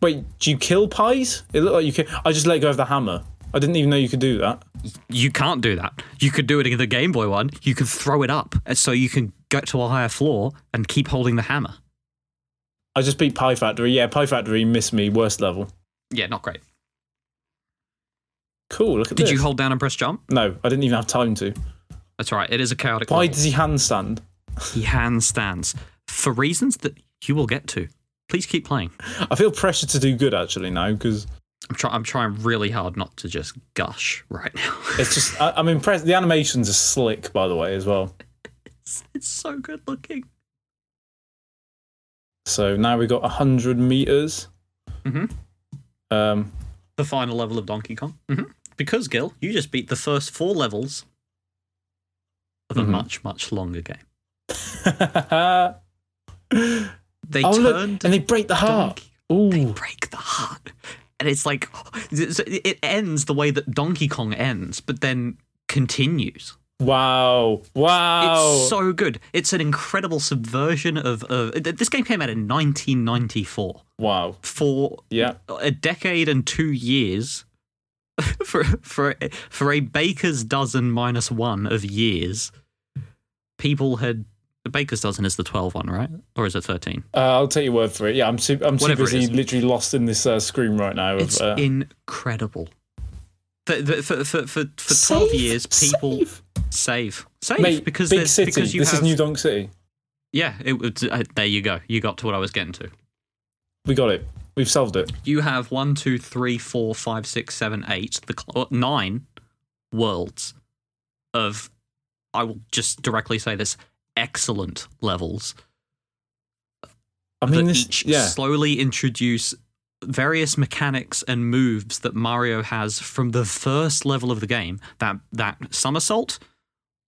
Speaker 1: Wait, do you kill pies? It looked like you can. I just let go of the hammer. I didn't even know you could do that.
Speaker 2: You can't do that. You could do it in the Game Boy one. You can throw it up, and so you can get to a higher floor and keep holding the hammer.
Speaker 1: I just beat Pie Factory. Yeah, Pie Factory missed me. Worst level.
Speaker 2: Yeah, not great.
Speaker 1: Cool, look at
Speaker 2: Did
Speaker 1: this.
Speaker 2: you hold down and press jump?
Speaker 1: no, I didn't even have time to.
Speaker 2: That's all right. It is a chaotic.
Speaker 1: Why
Speaker 2: level.
Speaker 1: does he handstand?
Speaker 2: He handstands for reasons that you will get to. Please keep playing.
Speaker 1: I feel pressure to do good actually now because
Speaker 2: I'm trying. I'm trying really hard not to just gush right now.
Speaker 1: it's just I, I'm impressed. The animations are slick, by the way, as well.
Speaker 2: it's, it's so good looking.
Speaker 1: So now we've got 100 meters.
Speaker 2: Mhm.
Speaker 1: Um,
Speaker 2: The final level of Donkey Kong. hmm Because Gil, you just beat the first four levels of a
Speaker 1: Mhm.
Speaker 2: much much longer game.
Speaker 1: oh,
Speaker 2: They
Speaker 1: look, and
Speaker 2: turned
Speaker 1: ah. they break the heart.
Speaker 2: Donkey- they
Speaker 1: Ooh.
Speaker 2: break the heart. And it's like it ends the way that Donkey Kong ends, but then continues.
Speaker 1: Wow. Wow.
Speaker 2: It's so good. It's an incredible subversion of, of th- this game came out in 1994
Speaker 1: wow.
Speaker 2: for
Speaker 1: Yeah.
Speaker 2: a decade and 2 years for for for a baker's dozen minus 1 of years. People had a baker's dozen is the 12 one, right? Or is it 13?
Speaker 1: Uh, I'll take your word for it. Yeah, I'm too, I'm too
Speaker 2: Whatever it
Speaker 1: busy
Speaker 2: is.
Speaker 1: literally lost in this uh, screen right now. Of,
Speaker 2: It's
Speaker 1: uh,
Speaker 2: incredible. For, for, for, for, for 12
Speaker 1: Save,
Speaker 2: years, people
Speaker 1: save.
Speaker 2: save. Save.
Speaker 1: Mate,
Speaker 2: because
Speaker 1: big
Speaker 2: there's-
Speaker 1: city.
Speaker 2: Because you
Speaker 1: this
Speaker 2: have,
Speaker 1: is New Donk City.
Speaker 2: Yeah, it, was- uh, there you go. You got to what I was getting to.
Speaker 1: We got it. We've solved it.
Speaker 2: You have one, two, three, four, five, six, seven, eight, the cl- uh, nine worlds of, I will just directly say this, excellent levels.
Speaker 1: I mean,
Speaker 2: that
Speaker 1: this.
Speaker 2: each
Speaker 1: yeah.
Speaker 2: slowly introduce various mechanics and moves that Mario has from the first level of the game. That that somersault,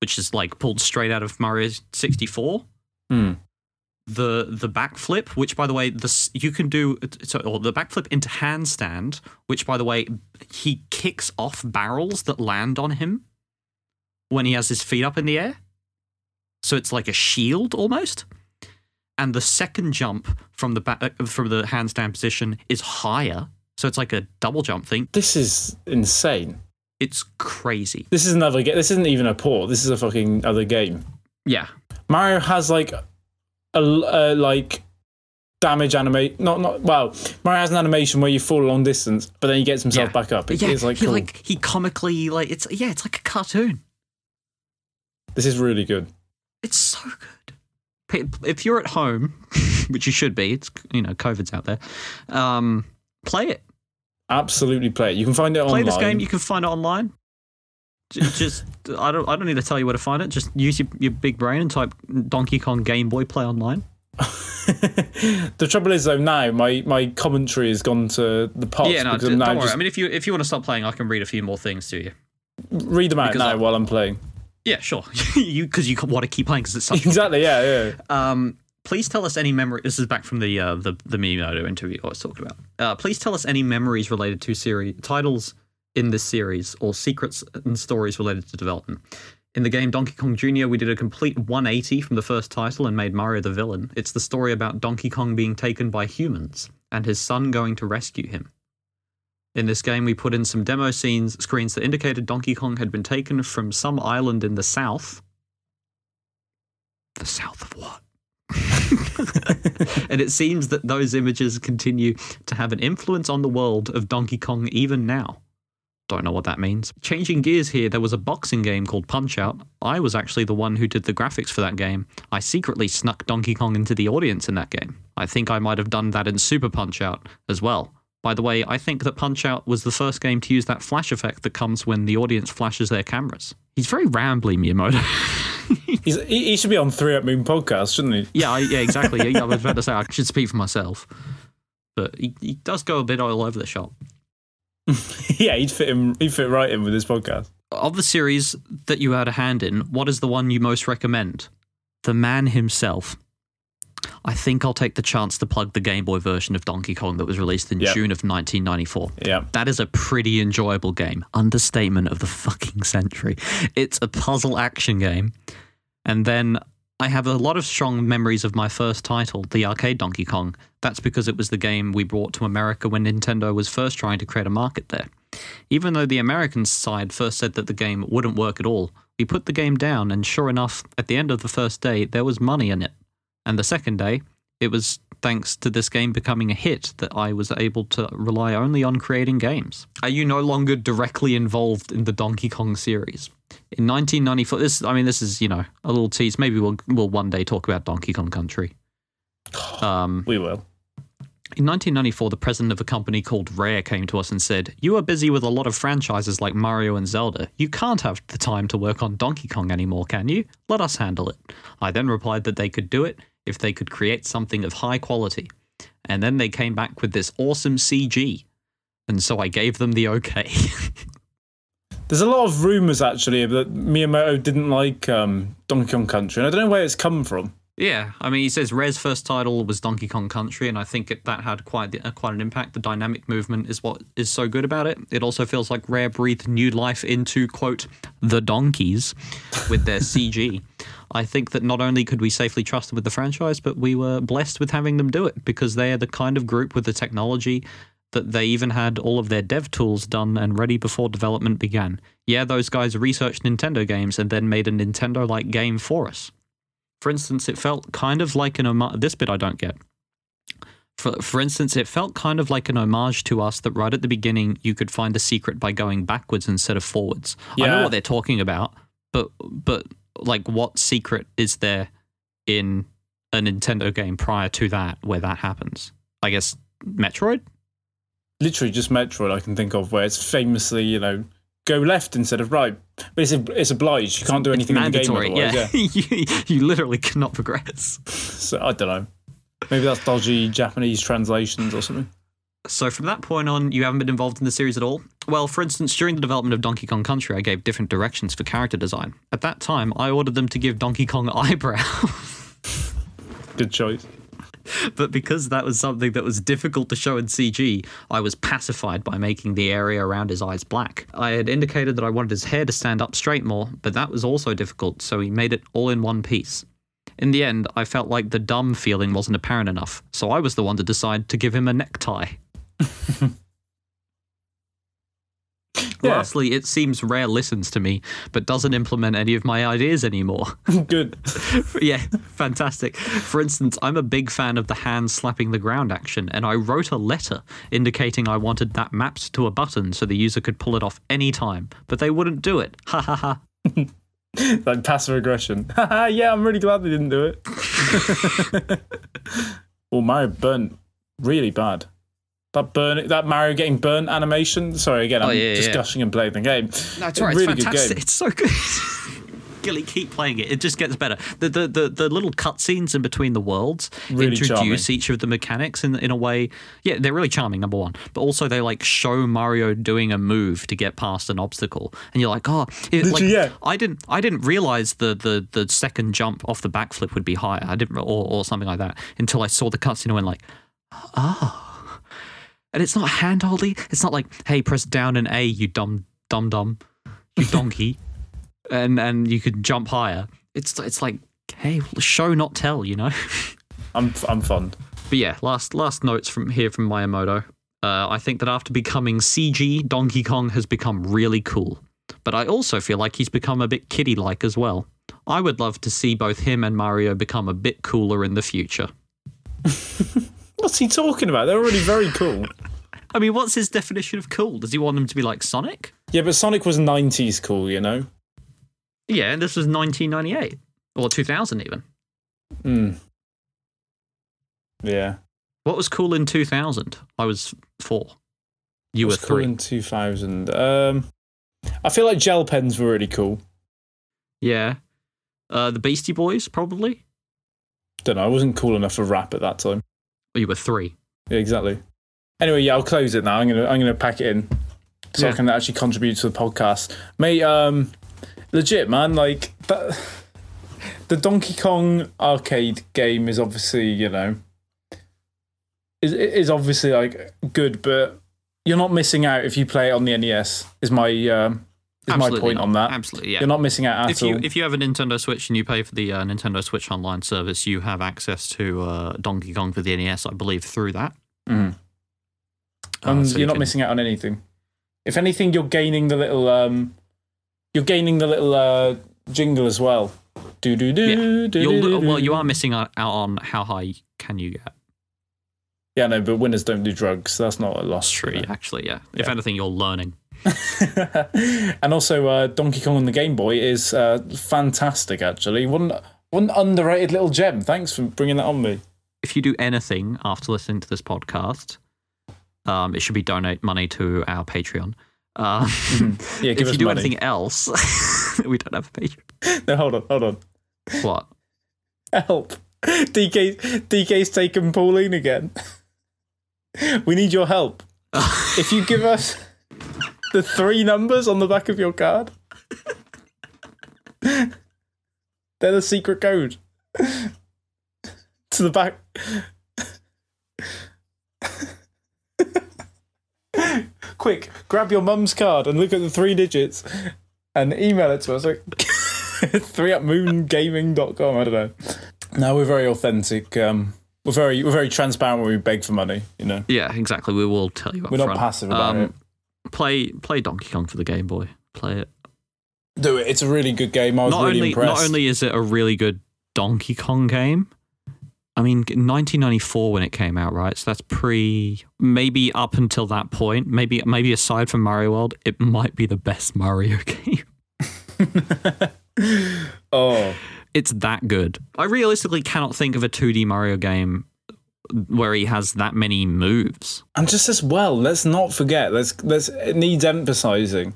Speaker 2: which is like pulled straight out of Mario sixty four.
Speaker 1: Hmm.
Speaker 2: The the backflip, which by the way, this you can do, uh, so, or the backflip into handstand, which by the way, he kicks off barrels that land on him when he has his feet up in the air. So it's like a shield almost and the second jump from the back, uh, from the handstand position is higher. So it's like a double jump thing.
Speaker 1: This is insane.
Speaker 2: It's crazy.
Speaker 1: This is another game. This isn't even a port. This is a fucking other game.
Speaker 2: Yeah.
Speaker 1: Mario has like a uh, like damage animate not not well Mario has an animation where you fall a long distance but then he gets himself
Speaker 2: Yeah.
Speaker 1: back up it,
Speaker 2: yeah,
Speaker 1: it's like
Speaker 2: he
Speaker 1: cool
Speaker 2: like he comically like it's yeah, it's like a cartoon.
Speaker 1: this is really good
Speaker 2: It's so good. P- If you're at home, which you should be, it's you know COVID's out there. Um, play it.
Speaker 1: absolutely play it you can find it
Speaker 2: Play
Speaker 1: online
Speaker 2: this game. You can find it online. J- Just I don't I don't need to tell you where to find it. Just use your, your big brain and type Donkey Kong Game Boy Play online.
Speaker 1: the trouble is though now my my commentary has gone to the pots
Speaker 2: yeah, no,
Speaker 1: because
Speaker 2: d-
Speaker 1: I'm
Speaker 2: don't
Speaker 1: now
Speaker 2: worry.
Speaker 1: just
Speaker 2: I mean, if you if you want to stop playing, I can read a few more things to you.
Speaker 1: read them out
Speaker 2: because
Speaker 1: now
Speaker 2: I-
Speaker 1: while I'm playing
Speaker 2: Yeah, sure. you because you want to keep playing because it's such.
Speaker 1: exactly yeah yeah
Speaker 2: um, please tell us any memory. This is back from the uh, the the Miyamoto interview I was talking about. Uh, please tell us any memories related to series titles in this series or secrets and stories related to development. In the game Donkey Kong Jr., we did a complete 180 from the first title and made Mario the villain. It's the story about Donkey Kong being taken by humans and his son going to rescue him. In this game, we put in some demo scenes, screens that indicated Donkey Kong had been taken from some island in the south. The south of what? and it seems that those images continue to have an influence on the world of Donkey Kong even now. Don't know what that means. Changing gears here, there was a boxing game called Punch Out. I was actually the one who did the graphics for that game. I secretly snuck Donkey Kong into the audience in that game. I think I might have done that in Super Punch Out as well. By the way, I think that Punch Out was the first game to use that flash effect that comes when the audience flashes their cameras. He's very rambly, Miyamoto.
Speaker 1: He's, he, he should be on Three Up Moon podcast shouldn't he
Speaker 2: Yeah, I, yeah, exactly. Yeah, yeah, I was about to say I should speak for myself, but he, he does go a bit all over the shop.
Speaker 1: yeah he'd fit him he'd fit right in with this podcast
Speaker 2: Of the series that you had a hand in, what is the one you most recommend? The man himself. I think I'll take the chance to plug the Game Boy version of Donkey Kong that was released in
Speaker 1: Yep.
Speaker 2: June of 1994.
Speaker 1: yeah
Speaker 2: That is a pretty enjoyable game. Understatement of the fucking century. It's a puzzle action game. And then I have a lot of strong memories of my first title, the arcade Donkey Kong. That's because it was the game we brought to America when Nintendo was first trying to create a market there. Even though the American side first said that the game wouldn't work at all, we put the game down, and sure enough, at the end of the first day, there was money in it. And the second day, it was thanks to this game becoming a hit that I was able to rely only on creating games. Are you no longer directly involved in the Donkey Kong series? In 1994, this I mean, this is you know a little tease. Maybe we'll we'll one day talk about Donkey Kong Country Um,
Speaker 1: We will.
Speaker 2: in 1994, the president of a company called Rare came to us and said, You are busy with a lot of franchises like Mario and Zelda. You can't have the time to work on Donkey Kong anymore, can you? Let us handle it. I then replied that they could do it if they could create something of high quality. And then they came back with this awesome CG. And so I gave them the okay.
Speaker 1: There's a lot of rumors actually that Miyamoto didn't like um, Donkey Kong Country, and I don't know where it's come from.
Speaker 2: Yeah, I mean, he says Rare's first title was Donkey Kong Country, and I think it, that had quite the, uh, quite an impact. The dynamic movement is what is so good about it. It also feels like Rare breathed new life into quote the donkeys with their CG. I think that not only could we safely trust them with the franchise, but we were blessed with having them do it because they are the kind of group with the technology that they even had all of their dev tools done and ready before development began. Yeah, those guys researched Nintendo games and then made a Nintendo-like game for us. For instance, it felt kind of like an homage. This bit I don't get. For, for instance, it felt kind of like an homage to us that right at the beginning you could find the secret by going backwards instead of forwards. I know
Speaker 1: Yeah.
Speaker 2: what they're talking about, but but like what secret is there in a Nintendo game prior to that where that happens? I guess Metroid.
Speaker 1: Literally, just Metroid I can think of where it's famously, you know, go left instead of right, but it's it's obliged. You can't do anything in the game
Speaker 2: Mandatory,
Speaker 1: otherwise. Yeah.
Speaker 2: you, you literally cannot progress.
Speaker 1: So I don't know. Maybe that's dodgy Japanese translations or something.
Speaker 2: So from that point on, you haven't been involved in the series at all? Well, for instance, during the development of Donkey Kong Country, I gave different directions for character design. At that time, I ordered them to give Donkey Kong eyebrows,
Speaker 1: Good choice.
Speaker 2: but because that was something that was difficult to show in CG, I was pacified by making the area around his eyes black. I had indicated that I wanted his hair to stand up straight more, but that was also difficult, so he made it all in one piece. In the end, I felt like the dumb feeling wasn't apparent enough, so I was the one to decide to give him a necktie.
Speaker 1: Yeah.
Speaker 2: Lastly, it seems Rare listens to me, but doesn't implement any of my ideas anymore.
Speaker 1: Good.
Speaker 2: yeah, fantastic. For instance, I'm a big fan of the hand slapping the ground action, and I wrote a letter indicating I wanted that mapped to a button so the user could pull it off any time, but they wouldn't do it. Ha ha ha.
Speaker 1: like passive aggression. Haha, yeah, I'm really glad they didn't do it. well, Mario burnt really bad. That burn, that Mario getting burnt animation. Sorry, again, I'm
Speaker 2: Oh, yeah,
Speaker 1: just
Speaker 2: yeah.
Speaker 1: gushing and playing the game.
Speaker 2: That's right.
Speaker 1: Really good
Speaker 2: it's fantastic.
Speaker 1: game.
Speaker 2: It's so good. Gilly, keep playing it. It just gets better. The the the, the little cutscenes in between the worlds
Speaker 1: Really
Speaker 2: introduce
Speaker 1: charming.
Speaker 2: each of the mechanics in in a way. Yeah, they're really charming. Number one, but also they like show Mario doing a move to get past an obstacle, and you're like, oh, it, like,
Speaker 1: Literally, yeah.
Speaker 2: I didn't I didn't realize the, the the second jump off the backflip would be higher. I didn't or or something like that until I saw the cutscene and went like, oh. And it's not handholdy. It's not like, hey, press down and A, you dumb dumb dumb, you donkey, and and you could jump higher. It's it's like, hey, show not tell, you know.
Speaker 1: I'm, I'm fond.
Speaker 2: But yeah, last last notes from here from Miyamoto. Uh, I think that after becoming CG, Donkey Kong has become really cool. But I also feel like he's become a bit kiddie like as well. I would love to see both him and Mario become a bit cooler in the future.
Speaker 1: What's he talking about? They're already very cool.
Speaker 2: I mean, what's his definition of cool? Does he want them to be like Sonic?
Speaker 1: yeah, but Sonic was 90s cool, you know.
Speaker 2: Yeah, and this was 1998 or 2000 even.
Speaker 1: Hmm. Yeah,
Speaker 2: What was cool in 2000? I was four. You
Speaker 1: was
Speaker 2: were three.
Speaker 1: cool in 2000. Um, I feel like gel pens were really cool.
Speaker 2: Yeah. Uh, the Beastie Boys, probably.
Speaker 1: Don't know. I wasn't cool enough for rap at that time.
Speaker 2: Or you were three.
Speaker 1: Yeah, exactly. Anyway, yeah, I'll close it now. I'm gonna I'm gonna pack it in so
Speaker 2: Yeah.
Speaker 1: I can actually contribute to the podcast, mate. Um, legit, man. Like that, the Donkey Kong arcade game is obviously you know is is obviously like good, but you're not missing out if you play it on the NES. Is my um, is my point
Speaker 2: not.
Speaker 1: on that?
Speaker 2: Absolutely, yeah.
Speaker 1: You're not missing out at
Speaker 2: if
Speaker 1: all.
Speaker 2: you if you have a Nintendo Switch and you pay for the uh, Nintendo Switch Online service, you have access to uh, Donkey Kong for the NES, I believe, through that. Uh,
Speaker 1: Mm-hmm. Um,
Speaker 2: so you
Speaker 1: you're not
Speaker 2: can-
Speaker 1: missing out on anything. If anything, you're gaining the little um, you're gaining the little uh, jingle as well. Do do
Speaker 2: Yeah.
Speaker 1: do do. do,
Speaker 2: You'll,
Speaker 1: do,
Speaker 2: well, you
Speaker 1: do.
Speaker 2: are missing out out on how high can you get.
Speaker 1: Yeah, no, but winners don't do drugs. So that's not a loss.
Speaker 2: True,
Speaker 1: you
Speaker 2: actually, yeah. If anything, you're learning.
Speaker 1: know. and also, uh, Donkey Kong on the Game Boy is uh, fantastic. Actually, one one underrated little gem. Thanks for bringing that on me.
Speaker 2: if you do anything after listening to this podcast, um, it should be donate money to our Patreon.
Speaker 1: Yeah,
Speaker 2: Uh, if
Speaker 1: Mm-hmm. give
Speaker 2: you
Speaker 1: us
Speaker 2: do
Speaker 1: money.
Speaker 2: anything else, we don't have a Patreon.
Speaker 1: No, hold on, hold on.
Speaker 2: What?
Speaker 1: Help. DK, DK's taken Pauline again. We need your help. if you give us the three numbers on the back of your card, they're the secret code to the back. Quick, grab your mum's card and look at the three digits and email it to us. Like, three at moongaming.com. I don't know. No, we're very authentic. Um, we're very we're very transparent when we beg for money. You know,
Speaker 2: Yeah, exactly. We will tell you. Up
Speaker 1: we're not
Speaker 2: front.
Speaker 1: passive about
Speaker 2: Um,
Speaker 1: it.
Speaker 2: Play play Donkey Kong for the Game Boy. Play it.
Speaker 1: Do it. It's a really good game. I was
Speaker 2: not
Speaker 1: really
Speaker 2: only
Speaker 1: impressed.
Speaker 2: not only is it a really good Donkey Kong game. I mean, 1994 when it came out, right? So that's pre, maybe up until that point, maybe maybe aside from Mario World, it might be the best Mario game.
Speaker 1: oh,
Speaker 2: It's that good. I realistically cannot think of a 2D Mario game where he has that many moves.
Speaker 1: and just as well. Let's not forget. Let's let's it needs emphasizing.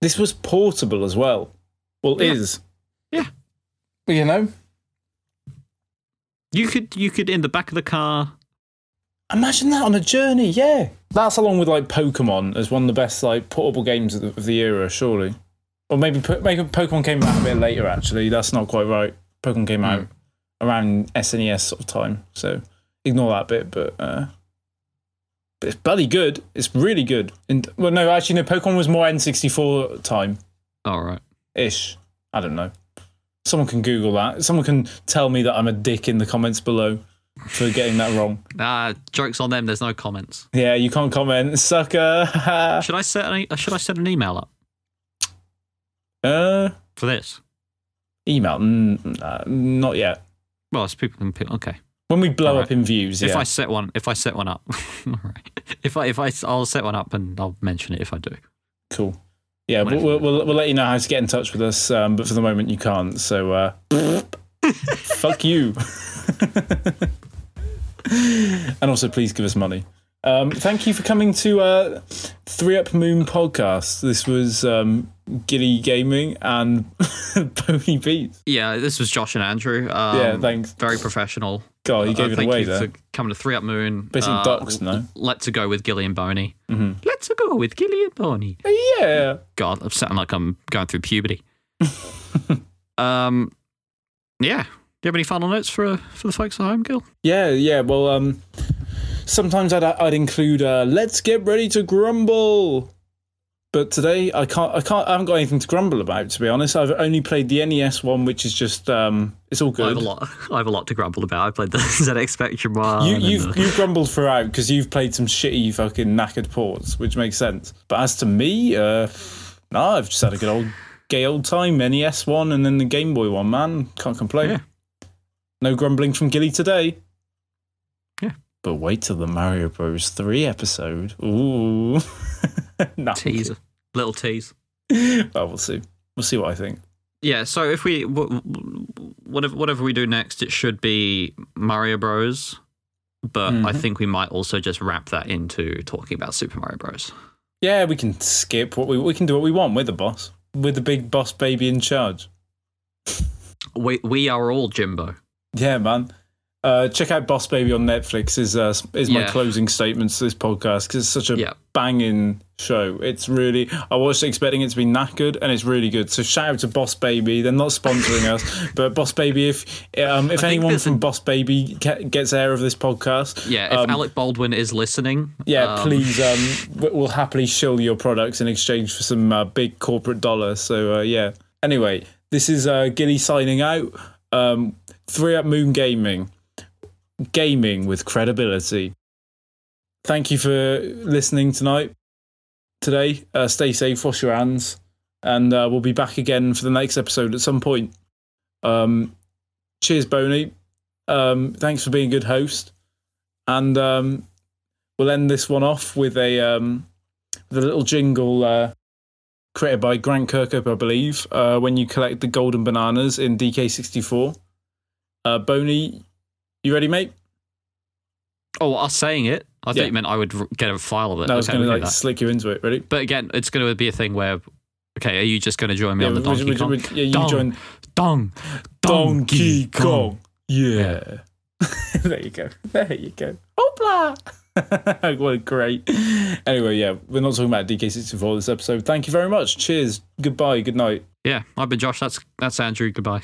Speaker 1: This was portable as well. Well,
Speaker 2: Yeah.
Speaker 1: is
Speaker 2: Yeah.
Speaker 1: you know.
Speaker 2: You could you could in the back of the car.
Speaker 1: Imagine that on a journey. Yeah, that's along with like Pokemon as one of the best like portable games of the, of the era, surely. Or maybe po- maybe Pokemon came out a bit later. Actually, that's not quite right. Pokemon came out around SNES sort of time, so ignore that bit. But uh, but it's bloody good. It's really good. And well, no, actually, no. Pokemon was more N64 time
Speaker 2: All right.
Speaker 1: ish. I don't know. Someone can Google that. Someone can tell me that I'm a dick in the comments below for getting that wrong.
Speaker 2: Ah, jokes on them. There's no comments.
Speaker 1: Yeah, you can't comment, sucker.
Speaker 2: Should I set an, e, should I set an email up
Speaker 1: uh,
Speaker 2: for this?
Speaker 1: email? Mm, uh, not yet.
Speaker 2: Well, it's people can people. Okay.
Speaker 1: When we blow
Speaker 2: Alright.
Speaker 1: up in views, yeah.
Speaker 2: If I set one, if I set one up, all right. If I if I I'll set one up and I'll mention it if I do.
Speaker 1: cool. Yeah,
Speaker 2: Whatever.
Speaker 1: we'll, we'll, we'll, we'll let you know how to get in touch with us, um, but for the moment you can't. So, uh, fuck you. and also, please give us money. Um, thank you for coming to uh, Three Up Moon podcast. This was um, Gilly Gaming and Pony Beats.
Speaker 2: Yeah, this was Josh and Andrew. Um,
Speaker 1: Yeah, thanks.
Speaker 2: Very professional.
Speaker 1: God, you gave
Speaker 2: Uh,
Speaker 1: it
Speaker 2: thank
Speaker 1: away
Speaker 2: you
Speaker 1: there.
Speaker 2: for coming to Three Up Moon.
Speaker 1: Basically,
Speaker 2: Uh,
Speaker 1: docs, no?
Speaker 2: Let's a go with Gilly and Boney. Let's a go with Gilly and Boney.
Speaker 1: Yeah.
Speaker 2: God, I'm sounding like I'm going through puberty. um, yeah. Do you have any final notes for uh, for the folks at home, Gil?
Speaker 1: Yeah, yeah. Well, um, sometimes I'd I'd include uh, "Let's get ready to grumble," but today I can't I can't I haven't got anything to grumble about. To be honest, I've only played the NES one, which is just um, it's all
Speaker 2: I have
Speaker 1: good.
Speaker 2: a lot. I have a lot to grumble about. I played the ZX Spectrum one.
Speaker 1: You,
Speaker 2: and
Speaker 1: you've
Speaker 2: the-
Speaker 1: you've grumbled throughout because you've played some shitty fucking knackered ports, which makes sense. But as to me, uh, nah, I've just had a good old gay old time. NES one and then the Game Boy one. Man, can't complain.
Speaker 2: Yeah.
Speaker 1: No grumbling from Gilly today.
Speaker 2: Yeah.
Speaker 1: But wait till the Mario Bros. three episode. Ooh. nah,
Speaker 2: teaser, little tease.
Speaker 1: Well, we'll see. We'll see what I think.
Speaker 2: Yeah, so if we w- w- whatever whatever we do next, it should be Mario Bros. But I think we might also just wrap that into talking about Super Mario Bros.
Speaker 1: Yeah, we can skip what we we can do what we want with the boss. With the big boss baby in charge.
Speaker 2: We we are all Jimbo.
Speaker 1: Yeah, man. Uh, check out Boss Baby on Netflix. Is uh, is my
Speaker 2: Yeah.
Speaker 1: closing statement to this podcast because it's such a
Speaker 2: Yeah.
Speaker 1: banging show. It's really I was expecting it to be knackered, and it's really good. So shout out to Boss Baby. They're not sponsoring us, but Boss Baby, if um, if anyone
Speaker 2: there's
Speaker 1: from Boss Baby ge- gets air of this podcast,
Speaker 2: Yeah, if
Speaker 1: um,
Speaker 2: Alec Baldwin is listening,
Speaker 1: yeah,
Speaker 2: um,
Speaker 1: please, um, we- we'll happily shill your products in exchange for some uh, big corporate dollar. So, uh, yeah. Anyway, this is uh, Gilly signing out. Um, three Up Moon Gaming. Gaming with credibility. Thank you for listening tonight, today. Uh, stay safe, wash your hands, and uh, we'll be back again for the next episode at some point. Um, cheers, Boney. Um, thanks for being a good host. And um, we'll end this one off with a um, the little jingle uh, created by Grant Kirkhope, I believe. Uh, when you collect the golden bananas in DK64, uh, Boney, You ready, mate?
Speaker 2: Oh, us saying it. I
Speaker 1: Yeah.
Speaker 2: thought you meant I would r- get a file of it.
Speaker 1: No, I was
Speaker 2: Okay,
Speaker 1: going
Speaker 2: we
Speaker 1: to
Speaker 2: do
Speaker 1: like
Speaker 2: that.
Speaker 1: slick you into it. Ready?
Speaker 2: But again, it's going to be a thing where, okay, are you just going to join me on the
Speaker 1: would- would-
Speaker 2: Donkey
Speaker 1: would-
Speaker 2: Kong?
Speaker 1: would- yeah, you
Speaker 2: Dong.
Speaker 1: join
Speaker 2: Dong,
Speaker 1: Donkey Kong. Yeah.
Speaker 5: there you go. There you go.
Speaker 1: Hopla! what a great. Anyway, yeah, we're not talking about DK64 this episode. Thank you very much. Cheers. Goodbye. Good night.
Speaker 2: Yeah, I've been Josh. That's that's Andrew. Goodbye.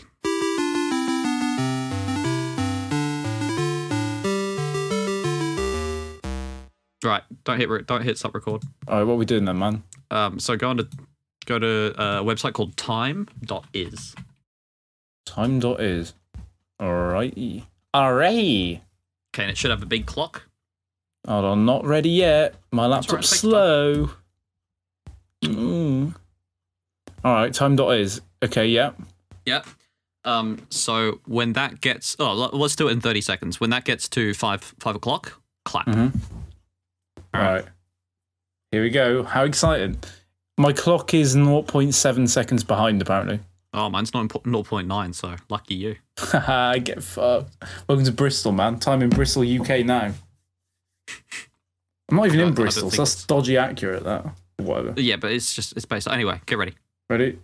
Speaker 2: Right, don't hit re- don't hit stop record.
Speaker 1: All right, what are we doing then, man?
Speaker 2: Um, so go on to go to uh, a website called time.is.
Speaker 1: Time dot is. All right. All right.
Speaker 2: Okay, and it should have a big clock.
Speaker 1: Hold on, not ready yet. My
Speaker 2: That's all right,
Speaker 1: laptop's
Speaker 2: take
Speaker 1: slow. Mm. All right, time dot is. Okay, yeah.
Speaker 2: Yep. Um, so when that gets oh let- let's do it in thirty seconds. When that gets to five five o'clock, clap.
Speaker 1: Mm. All
Speaker 2: right.
Speaker 1: right. Here we go. How exciting. My clock is 0.7 seconds behind, apparently.
Speaker 2: Oh, mine's not zero point nine, so lucky you.
Speaker 5: Haha, Get fucked. Welcome to Bristol, man. Time in Bristol, UK now. I'm not even
Speaker 2: I
Speaker 5: in
Speaker 2: don't- I don't
Speaker 5: Bristol, so
Speaker 2: think
Speaker 5: that's dodgy accurate, that. Whatever.
Speaker 2: Yeah, but it's just it's based. Anyway, get ready.
Speaker 5: Ready?